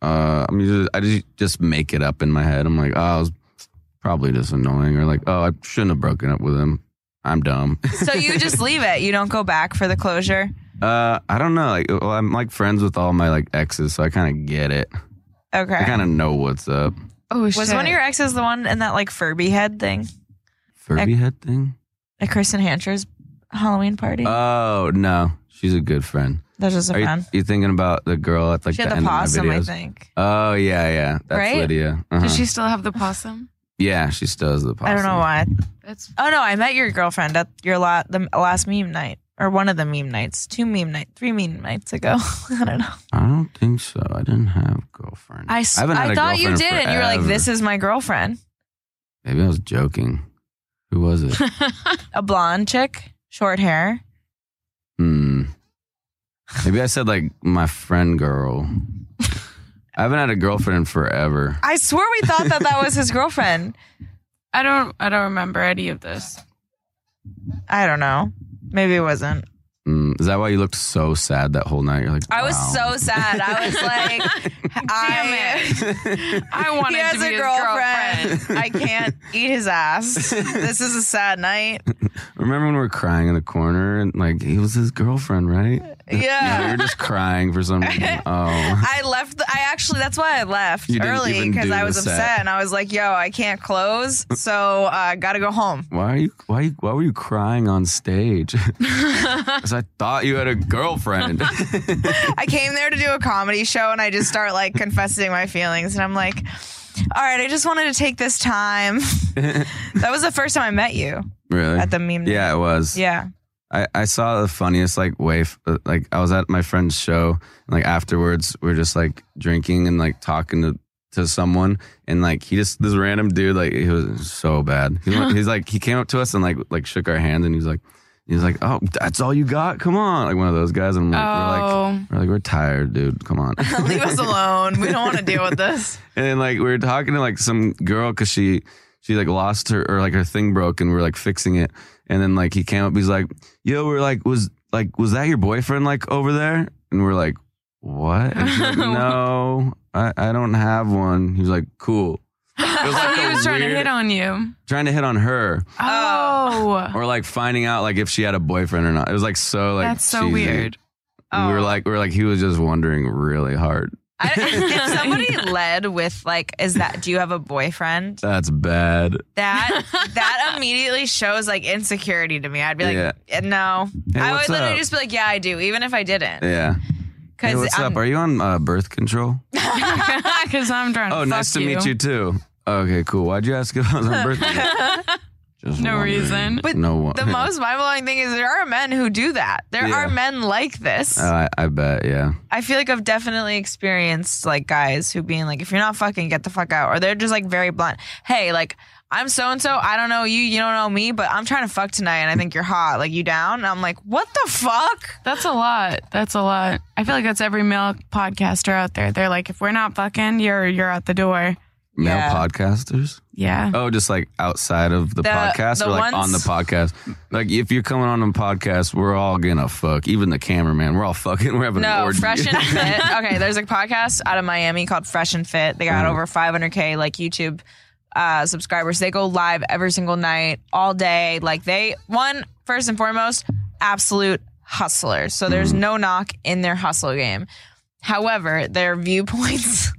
[SPEAKER 3] uh, I'm usually I just just make it up in my head. I'm like, oh, I was probably just annoying, or like, oh, I shouldn't have broken up with him. I'm dumb.
[SPEAKER 5] So you just leave it. You don't go back for the closure.
[SPEAKER 3] Uh, I don't know. Like, well, I'm like friends with all my like exes, so I kind of get it.
[SPEAKER 5] Okay.
[SPEAKER 3] I kind of know what's up.
[SPEAKER 4] Oh, shit.
[SPEAKER 5] was one of your exes the one in that like Furby head thing
[SPEAKER 3] Furby head thing?
[SPEAKER 5] at Kristen Hancher's Halloween party?
[SPEAKER 3] Oh no, she's a good friend.
[SPEAKER 5] That's just a
[SPEAKER 3] Are you,
[SPEAKER 5] friend.
[SPEAKER 3] you thinking about the girl at like
[SPEAKER 5] she
[SPEAKER 3] the,
[SPEAKER 5] had the
[SPEAKER 3] end of
[SPEAKER 5] possum,
[SPEAKER 3] my
[SPEAKER 5] I
[SPEAKER 3] videos?
[SPEAKER 5] think.
[SPEAKER 3] Oh yeah, yeah, that's
[SPEAKER 5] Right?
[SPEAKER 3] Lydia. Uh-huh.
[SPEAKER 4] Does she still have the possum?
[SPEAKER 3] yeah, she still has the possum.
[SPEAKER 5] I don't know why.
[SPEAKER 4] That's
[SPEAKER 5] Oh no, I met your girlfriend at your lot the last meme night or one of the meme nights, two meme night, three meme nights ago. I don't know.
[SPEAKER 3] I don't think so. I didn't have a girlfriend.
[SPEAKER 5] I, s-
[SPEAKER 3] I haven't had
[SPEAKER 5] I
[SPEAKER 3] a
[SPEAKER 5] thought you
[SPEAKER 3] girlfriend
[SPEAKER 5] did,
[SPEAKER 3] in
[SPEAKER 5] and you were like,
[SPEAKER 3] forever.
[SPEAKER 5] "This is my girlfriend,
[SPEAKER 3] Maybe I was joking. Who was it?
[SPEAKER 5] a blonde chick, short hair."
[SPEAKER 3] hmm. Maybe I said like my friend girl. I haven't had a girlfriend in forever.
[SPEAKER 5] I swear we thought that that was his girlfriend.
[SPEAKER 4] I don't I don't remember any of this.
[SPEAKER 5] I don't know. Maybe it wasn't.
[SPEAKER 3] Mm, is that why you looked so sad that whole night? You're like,
[SPEAKER 5] I was
[SPEAKER 3] "Wow."
[SPEAKER 5] so sad. I was like, I,
[SPEAKER 4] I wanted
[SPEAKER 5] he has
[SPEAKER 4] to be
[SPEAKER 5] a
[SPEAKER 4] his
[SPEAKER 5] girlfriend.
[SPEAKER 4] girlfriend.
[SPEAKER 5] I can't eat his ass. This is a sad night.
[SPEAKER 3] Remember when we were crying in the corner and like he was his girlfriend, right?
[SPEAKER 5] Yeah.
[SPEAKER 3] You're just crying for some reason. Oh,
[SPEAKER 5] I left. The, I actually, that's why I left
[SPEAKER 3] You didn't
[SPEAKER 5] early
[SPEAKER 3] even
[SPEAKER 5] because
[SPEAKER 3] do
[SPEAKER 5] I
[SPEAKER 3] the
[SPEAKER 5] was
[SPEAKER 3] set.
[SPEAKER 5] upset and I was like, "Yo, I can't close, so uh, gotta go home."
[SPEAKER 3] why are you? Why? you- Why were you crying on stage? Because I thought you had a girlfriend.
[SPEAKER 5] I came there to do a comedy show and I just start like confessing my feelings and I'm like, "All right, I just wanted to take this time." that was the first time I met you
[SPEAKER 3] really?
[SPEAKER 5] at the meme. night.
[SPEAKER 3] Yeah, it was.
[SPEAKER 5] yeah.
[SPEAKER 3] I, I saw the funniest like wave. uh, Like I was at my friend's show, and like afterwards, we are just like drinking and like talking to to someone, and like he just this random dude like he was so bad. He, wa- he's like he came up to us and like like shook our hand, and he was like he was like oh that's all you got? Come on, like one of those guys. And I'm like, we're like
[SPEAKER 4] Oh,
[SPEAKER 3] we're like we're tired, dude. Come on.
[SPEAKER 5] Leave us alone. We don't want to deal with this.
[SPEAKER 3] And then like we were talking to like some girl because she she like lost her or like her thing broke and we were like fixing it. And then like he came up, he's like, "Yo, we're like, was like, was that your boyfriend like over there?" And we're like, "What?" And she's like, "No, I, I don't have one." He was like, "Cool." It was like
[SPEAKER 4] so he
[SPEAKER 3] a
[SPEAKER 4] was trying to
[SPEAKER 3] weird-
[SPEAKER 4] hit on you.
[SPEAKER 3] trying to hit on her
[SPEAKER 4] Oh,
[SPEAKER 3] or like finding out like if she had a boyfriend or not. It was like so like
[SPEAKER 4] that's so
[SPEAKER 3] cheesy.
[SPEAKER 4] weird. Oh.
[SPEAKER 3] And We were like we were like he was just wondering really hard.
[SPEAKER 5] I, if somebody led with like, "Is that? Do you have a boyfriend?"
[SPEAKER 3] That's bad.
[SPEAKER 5] That that immediately shows like insecurity to me. I'd be like,
[SPEAKER 3] Yeah.
[SPEAKER 5] "Eh, no.
[SPEAKER 3] Hey,
[SPEAKER 5] I would
[SPEAKER 3] what's
[SPEAKER 5] literally
[SPEAKER 3] up?
[SPEAKER 5] just be like, yeah, I do, even if I didn't.
[SPEAKER 3] Yeah. Hey,
[SPEAKER 5] Because
[SPEAKER 3] what's up? Are you on uh, birth control?
[SPEAKER 4] Because I'm trying.
[SPEAKER 3] Oh,
[SPEAKER 4] to
[SPEAKER 3] nice
[SPEAKER 4] fuck
[SPEAKER 3] to meet you too. Okay, cool. Why'd you ask if I was on birthday? Just
[SPEAKER 4] No
[SPEAKER 3] wondering.
[SPEAKER 4] reason.
[SPEAKER 5] But
[SPEAKER 3] no one.
[SPEAKER 5] The most mind blowing thing is there are men who do that. There
[SPEAKER 3] Yeah.
[SPEAKER 5] are men like this.
[SPEAKER 3] Oh, I, I bet. Yeah.
[SPEAKER 5] I feel like I've definitely experienced like guys who being like, if you're not fucking, get the fuck out. Or they're just like very blunt. Hey, like, I'm so and so. I don't know you. You don't know me, but I'm trying to fuck tonight and I think you're hot. Like, you down? And I'm like, what the fuck?
[SPEAKER 4] That's a lot. That's a lot. I feel like that's every male podcaster out there. They're like, if we're not fucking, you're you're out the door.
[SPEAKER 3] Male
[SPEAKER 5] Yeah.
[SPEAKER 3] podcasters.
[SPEAKER 4] Yeah.
[SPEAKER 3] Oh, just like outside of the,
[SPEAKER 5] The-
[SPEAKER 3] podcast
[SPEAKER 5] the
[SPEAKER 3] or like
[SPEAKER 5] ones-
[SPEAKER 3] on the podcast. Like if you're coming on a podcast, we're all gonna fuck. Even the cameraman, we're all fucking. We're having an
[SPEAKER 5] No,
[SPEAKER 3] orgy.
[SPEAKER 5] Fresh and Fit. Okay, there's a podcast out of Miami called Fresh and Fit. They got
[SPEAKER 3] Mhm.
[SPEAKER 5] over 500k like YouTube uh, subscribers. They go live every single night, all day. Like they, one first and foremost, absolute hustlers. So there's
[SPEAKER 3] Mm.
[SPEAKER 5] no knock in their hustle game. However, their viewpoints.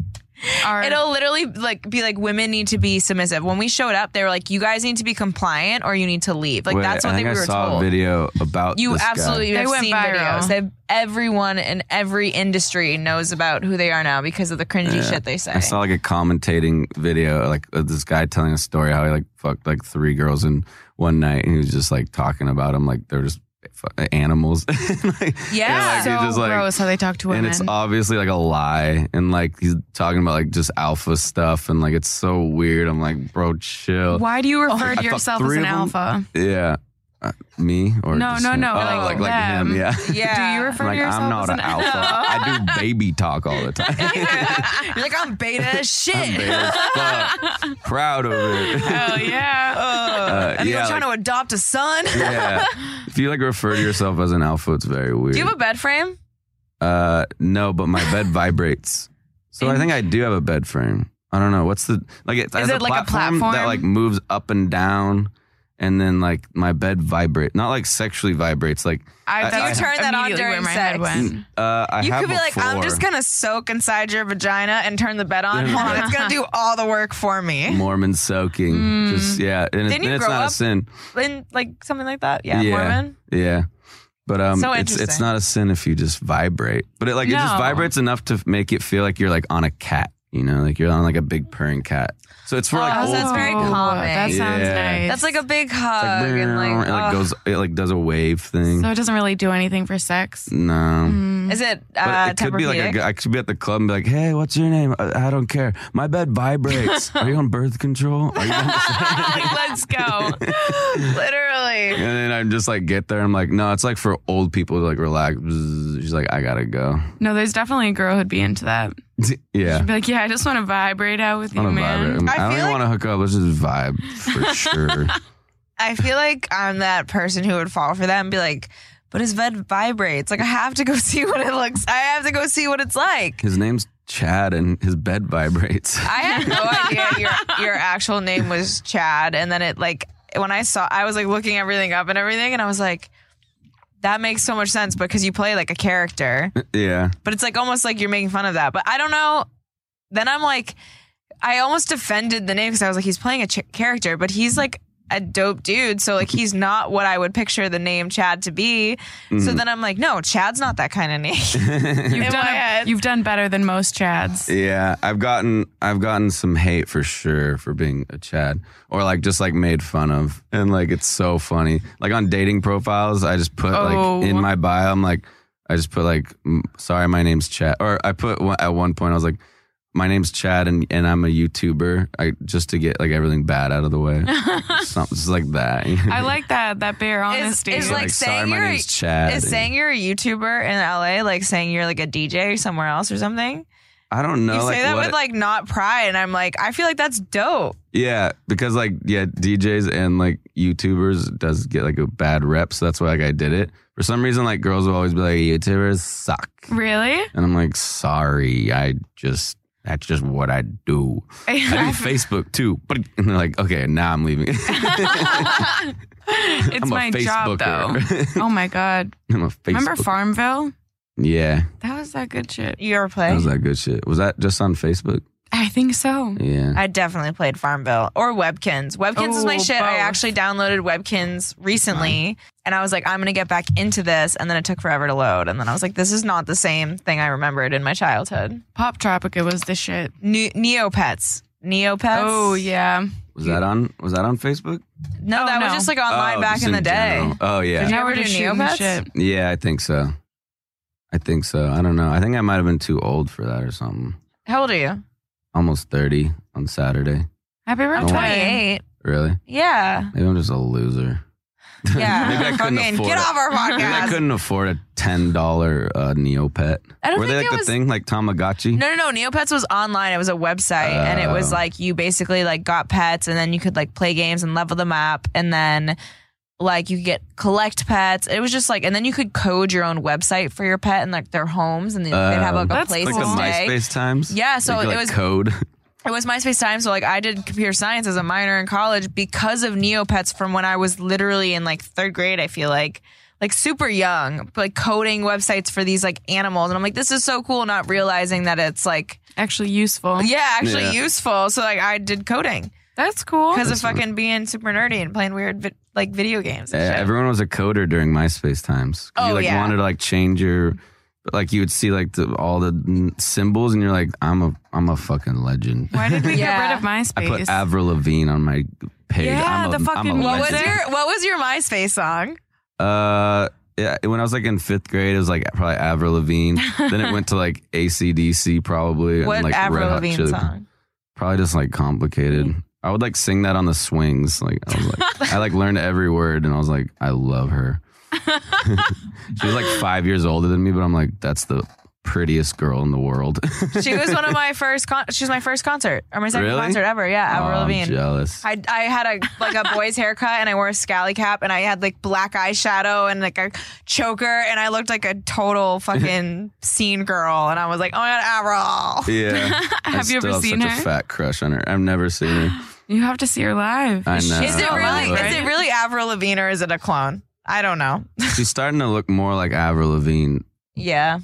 [SPEAKER 4] Our-
[SPEAKER 5] It'll literally like be like women need to be submissive. When we showed up, they were like, "You guys need to be compliant, or you need to leave." Like
[SPEAKER 3] Wait,
[SPEAKER 5] that's
[SPEAKER 3] I
[SPEAKER 5] what they
[SPEAKER 3] think
[SPEAKER 5] we
[SPEAKER 3] I
[SPEAKER 5] were
[SPEAKER 3] saw
[SPEAKER 5] told.
[SPEAKER 3] a video about
[SPEAKER 5] You
[SPEAKER 3] this guy.
[SPEAKER 5] absolutely
[SPEAKER 4] They
[SPEAKER 5] have
[SPEAKER 4] went
[SPEAKER 5] seen
[SPEAKER 4] viral.
[SPEAKER 5] videos. They've, everyone in every industry knows about who they are now because of the cringy
[SPEAKER 3] Yeah.
[SPEAKER 5] shit they say.
[SPEAKER 3] I saw like a commentating video, like of this guy telling a story how he like fucked like three girls in one night, and he was just like talking about them like they're just fu- animals. Like,
[SPEAKER 5] Yeah.
[SPEAKER 3] and, like, he just,
[SPEAKER 4] so
[SPEAKER 3] like-
[SPEAKER 4] gross how they talk to women.
[SPEAKER 3] and it's obviously like a lie, and like he's talking about like just alpha stuff, and like it's so weird. I'm like, bro, chill.
[SPEAKER 4] Why do you refer
[SPEAKER 3] I
[SPEAKER 4] to
[SPEAKER 3] thought
[SPEAKER 4] yourself as
[SPEAKER 3] three
[SPEAKER 4] an
[SPEAKER 3] of
[SPEAKER 4] alpha?
[SPEAKER 3] Yeah, Uh, me or
[SPEAKER 4] No,
[SPEAKER 3] just
[SPEAKER 4] no,
[SPEAKER 3] him?
[SPEAKER 4] no,
[SPEAKER 3] Oh,
[SPEAKER 4] like
[SPEAKER 3] like like him,
[SPEAKER 4] them.
[SPEAKER 3] yeah.
[SPEAKER 5] yeah.
[SPEAKER 4] Do you refer
[SPEAKER 3] Like
[SPEAKER 4] to yourself
[SPEAKER 3] I'm
[SPEAKER 4] as
[SPEAKER 3] not an alpha. I do baby talk all the time.
[SPEAKER 5] You're like I'm beta as shit.
[SPEAKER 3] I'm baby as fuck. Proud of it.
[SPEAKER 4] Hell Oh, yeah.
[SPEAKER 5] Ugh. and
[SPEAKER 3] Uh, yeah,
[SPEAKER 5] you're trying
[SPEAKER 3] like-
[SPEAKER 5] to adopt a son.
[SPEAKER 3] yeah. If you like refer to yourself as an alpha, it's very weird.
[SPEAKER 5] Do you have a bed frame?
[SPEAKER 3] uh, no, but my bed vibrates. So I think I do have a bed frame. I don't know. What's the like? It, has
[SPEAKER 5] it like a
[SPEAKER 3] that
[SPEAKER 5] platform?
[SPEAKER 3] like moves up and down, and then like my bed vibrate, not like sexually vibrates. Like
[SPEAKER 4] I,
[SPEAKER 3] Do you
[SPEAKER 4] that's
[SPEAKER 5] turn that on
[SPEAKER 4] immediately
[SPEAKER 5] during
[SPEAKER 4] where my
[SPEAKER 5] sex?
[SPEAKER 4] head went.
[SPEAKER 3] uh, I
[SPEAKER 5] Mm. you
[SPEAKER 3] have
[SPEAKER 5] could be like, I'm
[SPEAKER 3] before.
[SPEAKER 5] just gonna soak inside your vagina and turn the bed on.
[SPEAKER 3] Turn the bed.
[SPEAKER 5] it's gonna do all the work for me.
[SPEAKER 3] Mormon soaking. Just yeah, and, it,
[SPEAKER 5] Mm. Didn't you
[SPEAKER 3] and it's
[SPEAKER 5] grow
[SPEAKER 3] not
[SPEAKER 5] up-
[SPEAKER 3] a sin.
[SPEAKER 5] And like something like that. Yeah,
[SPEAKER 3] Yeah.
[SPEAKER 5] Mormon.
[SPEAKER 3] Yeah. But um,
[SPEAKER 5] So
[SPEAKER 3] it's it's
[SPEAKER 5] interesting.
[SPEAKER 3] not a sin if you just vibrate. But it like it just
[SPEAKER 4] No.
[SPEAKER 3] vibrates enough to make it feel like you're like on a cat, you know, like you're on like a big purring cat. So it's for like
[SPEAKER 5] Oh,
[SPEAKER 3] old
[SPEAKER 5] that's very
[SPEAKER 3] people.
[SPEAKER 5] calm.
[SPEAKER 4] Oh, That sounds
[SPEAKER 3] Yeah.
[SPEAKER 4] nice.
[SPEAKER 5] That's like a big
[SPEAKER 3] It's
[SPEAKER 5] hug
[SPEAKER 3] Like,
[SPEAKER 5] and like,
[SPEAKER 3] it like
[SPEAKER 5] ugh.
[SPEAKER 3] goes, it like does a wave thing.
[SPEAKER 4] so it doesn't really do anything for sex.
[SPEAKER 3] no,
[SPEAKER 5] Is it?
[SPEAKER 3] but
[SPEAKER 5] Uh,
[SPEAKER 3] it could be like a
[SPEAKER 5] temperpedic?
[SPEAKER 3] g- I could be at the club and be like, "Hey, what's your name? I, I don't care. My bed vibrates. Are you on birth control? Are you on-"
[SPEAKER 4] Like, let's go.
[SPEAKER 5] Literally.
[SPEAKER 3] and then I'm just like get there. I'm like, no, it's like for old people to like relax. Bzzz. She's like, I gotta go.
[SPEAKER 4] No, there's definitely a girl who'd be into that.
[SPEAKER 3] yeah.
[SPEAKER 4] She'd be like, yeah, I just want to vibrate out with
[SPEAKER 3] I
[SPEAKER 4] you,
[SPEAKER 3] don't
[SPEAKER 4] man.
[SPEAKER 3] vibe. I,
[SPEAKER 5] I
[SPEAKER 3] don't
[SPEAKER 5] feel
[SPEAKER 3] even
[SPEAKER 5] like-
[SPEAKER 3] want to hook up. Let's just vibe for sure.
[SPEAKER 5] I feel like I'm that person who would fall for that and be like, but his bed vibrates. Like I have to go see what it looks. I have to go see what it's like.
[SPEAKER 3] His name's Chad, and his bed vibrates.
[SPEAKER 5] I had no idea your your actual name was Chad, and then it like when I saw, I was like looking everything up and everything, and I was like. That makes so much sense because you play like a character,
[SPEAKER 3] yeah,
[SPEAKER 5] but it's like almost like you're making fun of that. But I don't know. Then I'm like, I almost defended the name because I was like, he's playing a ch- character, but he's like a dope dude. So like, he's not what I would picture the name Chad to be.
[SPEAKER 3] Mm.
[SPEAKER 5] So then I'm like, no, Chad's not that kind of name.
[SPEAKER 4] You've
[SPEAKER 5] In
[SPEAKER 4] done,
[SPEAKER 5] my
[SPEAKER 4] a,
[SPEAKER 5] head.
[SPEAKER 4] you've done better than most Chads.
[SPEAKER 3] yeah. I've gotten I've gotten some hate for sure for being a Chad, or like just like made fun of, and like it's so funny. Like on dating profiles, I just put
[SPEAKER 4] Oh.
[SPEAKER 3] like in my bio, I'm like, I just put like, "Mm, sorry, my name's Chad, or I put one- at one point I was like. My name's Chad, and, and I'm a YouTuber. I just to get like everything bad out of the way, something just like that.
[SPEAKER 4] I like that, that bare honesty.
[SPEAKER 5] is, like, saying
[SPEAKER 3] sorry, my
[SPEAKER 5] you're a-
[SPEAKER 3] name's Chad.
[SPEAKER 5] Is
[SPEAKER 3] and-
[SPEAKER 5] saying you're a YouTuber in LA like saying you're like a DJ somewhere else or something?
[SPEAKER 3] I don't know.
[SPEAKER 5] you
[SPEAKER 3] like,
[SPEAKER 5] say that
[SPEAKER 3] what
[SPEAKER 5] with
[SPEAKER 3] it-
[SPEAKER 5] like not pride, and I'm like, I feel like that's dope.
[SPEAKER 3] yeah, because like yeah, DJs and like YouTubers does get like a bad rep, so that's why like I did it. For some reason, like girls will always be like, YouTubers suck,
[SPEAKER 4] really?
[SPEAKER 3] and I'm like, sorry, I just that's just what I do. I do Facebook too, but and they're like, okay, now I'm leaving.
[SPEAKER 4] it's
[SPEAKER 3] I'm a
[SPEAKER 4] my job, though.
[SPEAKER 3] Facebooker.
[SPEAKER 4] Oh my God.
[SPEAKER 3] I'm a Facebook.
[SPEAKER 4] Remember Farmville?
[SPEAKER 3] yeah,
[SPEAKER 4] That was that good shit.
[SPEAKER 5] You ever play?
[SPEAKER 3] that was that good shit. Was that just on Facebook?
[SPEAKER 4] I think so.
[SPEAKER 3] Yeah.
[SPEAKER 5] I definitely played Farmville or Webkins. Webkins is my
[SPEAKER 4] Oh,
[SPEAKER 5] shit. I
[SPEAKER 4] both.
[SPEAKER 5] actually downloaded Webkins recently and I was like, I'm going to get back into this. And then it took forever to load. And then I was like, this is not the same thing I remembered in my childhood.
[SPEAKER 4] Pop Tropica was the shit.
[SPEAKER 5] Ne- Neopets. Neopets.
[SPEAKER 4] Oh, yeah.
[SPEAKER 3] was that on? Was that on Facebook?
[SPEAKER 5] No,
[SPEAKER 4] Oh,
[SPEAKER 5] that was
[SPEAKER 4] no.
[SPEAKER 5] just like online
[SPEAKER 3] Oh,
[SPEAKER 5] back
[SPEAKER 3] just
[SPEAKER 5] in, the
[SPEAKER 3] general.
[SPEAKER 5] day.
[SPEAKER 3] Oh
[SPEAKER 5] Did
[SPEAKER 3] yeah,
[SPEAKER 5] you ever do Neopets?
[SPEAKER 3] yeah. I think so. I think so. I don't know. I think I might have been too old for that or something.
[SPEAKER 5] How old are you?
[SPEAKER 3] Almost thirty on Saturday.
[SPEAKER 4] Happy
[SPEAKER 3] I'm
[SPEAKER 5] I'm
[SPEAKER 4] birthday.
[SPEAKER 5] 28.
[SPEAKER 3] Really?
[SPEAKER 5] Yeah.
[SPEAKER 3] Maybe I'm just a loser. Maybe I
[SPEAKER 5] Yeah.
[SPEAKER 3] couldn't
[SPEAKER 5] Fucking
[SPEAKER 3] afford
[SPEAKER 5] get
[SPEAKER 3] it.
[SPEAKER 5] off our
[SPEAKER 3] Maybe I
[SPEAKER 5] podcast.
[SPEAKER 3] couldn't afford a ten dollar uh, Neopet.
[SPEAKER 5] I don't
[SPEAKER 3] Were they
[SPEAKER 5] think
[SPEAKER 3] like
[SPEAKER 5] it
[SPEAKER 3] the
[SPEAKER 5] was
[SPEAKER 3] thing, like Tamagotchi?
[SPEAKER 5] No, no, no. Neopets was online. It was a website, and it was
[SPEAKER 3] Oh.
[SPEAKER 5] like you basically like got pets, and then you could like play games and level them up, and then like you could get collect pets. It was just like, and then you could code your own website for your pet and like their homes, and then they'd have like a
[SPEAKER 4] That's
[SPEAKER 5] place
[SPEAKER 3] Oh. like the
[SPEAKER 5] to stay.
[SPEAKER 3] MySpace times.
[SPEAKER 5] Yeah, so
[SPEAKER 3] Like,
[SPEAKER 5] it
[SPEAKER 3] like,
[SPEAKER 5] was-
[SPEAKER 3] code.
[SPEAKER 5] It was MySpace time, so like I did computer science as a minor in college because of Neopets from when I was literally in like third grade. I feel like like super young, like coding websites for these like animals, and I'm like, this is so cool, not realizing that it's like.
[SPEAKER 4] Actually useful.
[SPEAKER 5] Yeah, actually
[SPEAKER 3] Yeah.
[SPEAKER 5] useful. So like I did coding
[SPEAKER 4] That's cool.
[SPEAKER 5] because of fucking being super nerdy and playing weird vi- like video games. And
[SPEAKER 3] Yeah,
[SPEAKER 5] shit.
[SPEAKER 3] Uh, everyone was a coder during MySpace times. 'Cause
[SPEAKER 5] Oh,
[SPEAKER 3] you like
[SPEAKER 5] yeah.
[SPEAKER 3] wanted to like change your, but, like you would see like the, all the n- symbols, and you're like, I'm a I'm a fucking legend.
[SPEAKER 4] Why did we
[SPEAKER 5] Yeah.
[SPEAKER 4] get rid of
[SPEAKER 3] I
[SPEAKER 4] MySpace?
[SPEAKER 3] put Avril Lavigne on my page.
[SPEAKER 4] Yeah,
[SPEAKER 3] I'm a,
[SPEAKER 4] the fucking-
[SPEAKER 3] I'm a
[SPEAKER 5] what was
[SPEAKER 3] legend.
[SPEAKER 5] your What was your MySpace song?
[SPEAKER 3] Uh, yeah, when I was like in fifth grade, it was like probably Avril Lavigne. then it went to like ACDC probably.
[SPEAKER 5] What
[SPEAKER 3] and, like
[SPEAKER 5] Avril
[SPEAKER 3] Red Hot
[SPEAKER 5] Lavigne
[SPEAKER 3] Chili-
[SPEAKER 5] song?
[SPEAKER 3] Probably just like complicated.
[SPEAKER 4] Mm-hmm.
[SPEAKER 3] I would like sing that on the swings. Like I was like, I like learned every word, and I was like, I love her. she was like five years older than me, but I'm like, that's the prettiest girl in the world.
[SPEAKER 5] She was one of my first. Con- she was my first concert or my second
[SPEAKER 3] Really?
[SPEAKER 5] concert ever. Yeah, Avril
[SPEAKER 3] Oh, I'm
[SPEAKER 5] Lavigne.
[SPEAKER 3] jealous.
[SPEAKER 5] I, I had a like a boy's haircut and I wore a scally cap and I had like black eyeshadow and like a choker and I looked like a total fucking scene girl and I was like, oh my god, Avril.
[SPEAKER 3] yeah. I
[SPEAKER 4] Have you
[SPEAKER 3] still
[SPEAKER 4] ever
[SPEAKER 3] have
[SPEAKER 4] seen
[SPEAKER 3] such
[SPEAKER 4] her?
[SPEAKER 3] a fat crush on her. I've never seen her.
[SPEAKER 4] you have to see her live.
[SPEAKER 3] I know.
[SPEAKER 5] Is it
[SPEAKER 3] I
[SPEAKER 5] really?
[SPEAKER 3] love her.
[SPEAKER 5] Is it really Avril Lavigne or is it a clone? I don't know.
[SPEAKER 3] She's starting to look more like Avril Lavigne.
[SPEAKER 5] Yeah,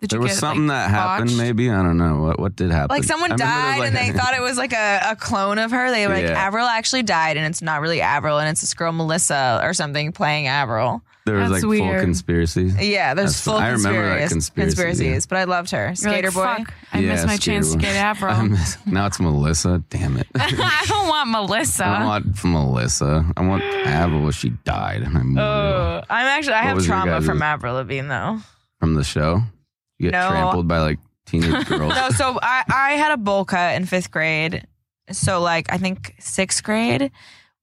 [SPEAKER 4] Did you
[SPEAKER 3] There was
[SPEAKER 4] get,
[SPEAKER 3] something
[SPEAKER 4] like,
[SPEAKER 3] that happened,
[SPEAKER 4] botched?
[SPEAKER 3] maybe. I don't know. What what did happen?
[SPEAKER 5] like someone
[SPEAKER 3] I remember there
[SPEAKER 5] died
[SPEAKER 3] was,
[SPEAKER 5] and
[SPEAKER 3] like-
[SPEAKER 5] they thought it was like a, a clone of her. They were like
[SPEAKER 3] Yeah.
[SPEAKER 5] Avril actually died and it's not really Avril and it's this girl Melissa or something playing Avril.
[SPEAKER 3] there was
[SPEAKER 4] That's
[SPEAKER 3] like full
[SPEAKER 4] weird.
[SPEAKER 3] conspiracy.
[SPEAKER 5] Yeah, there's
[SPEAKER 3] That's-
[SPEAKER 5] full
[SPEAKER 3] I remember that
[SPEAKER 5] conspiracies-
[SPEAKER 3] conspiracy,
[SPEAKER 5] conspiracies, but I loved her.
[SPEAKER 4] You're
[SPEAKER 5] Skater
[SPEAKER 4] like,
[SPEAKER 5] boy.
[SPEAKER 4] Fuck, I
[SPEAKER 3] Yeah,
[SPEAKER 4] missed my
[SPEAKER 3] Skater
[SPEAKER 4] chance
[SPEAKER 3] Boy.
[SPEAKER 4] to get Avril.
[SPEAKER 3] I miss- now it's Melissa. Damn it.
[SPEAKER 4] I don't want Melissa.
[SPEAKER 3] I don't want Melissa. I want Avril. She died. And I moved
[SPEAKER 5] Oh, I'm actually I
[SPEAKER 3] What
[SPEAKER 5] have
[SPEAKER 3] was your
[SPEAKER 5] trauma
[SPEAKER 3] guys'
[SPEAKER 5] from Avril Lavigne though.
[SPEAKER 3] from the show. You get
[SPEAKER 5] No.
[SPEAKER 3] trampled by like teenage girls.
[SPEAKER 5] No, so I I had a bowl cut in fifth grade. So like I think sixth grade,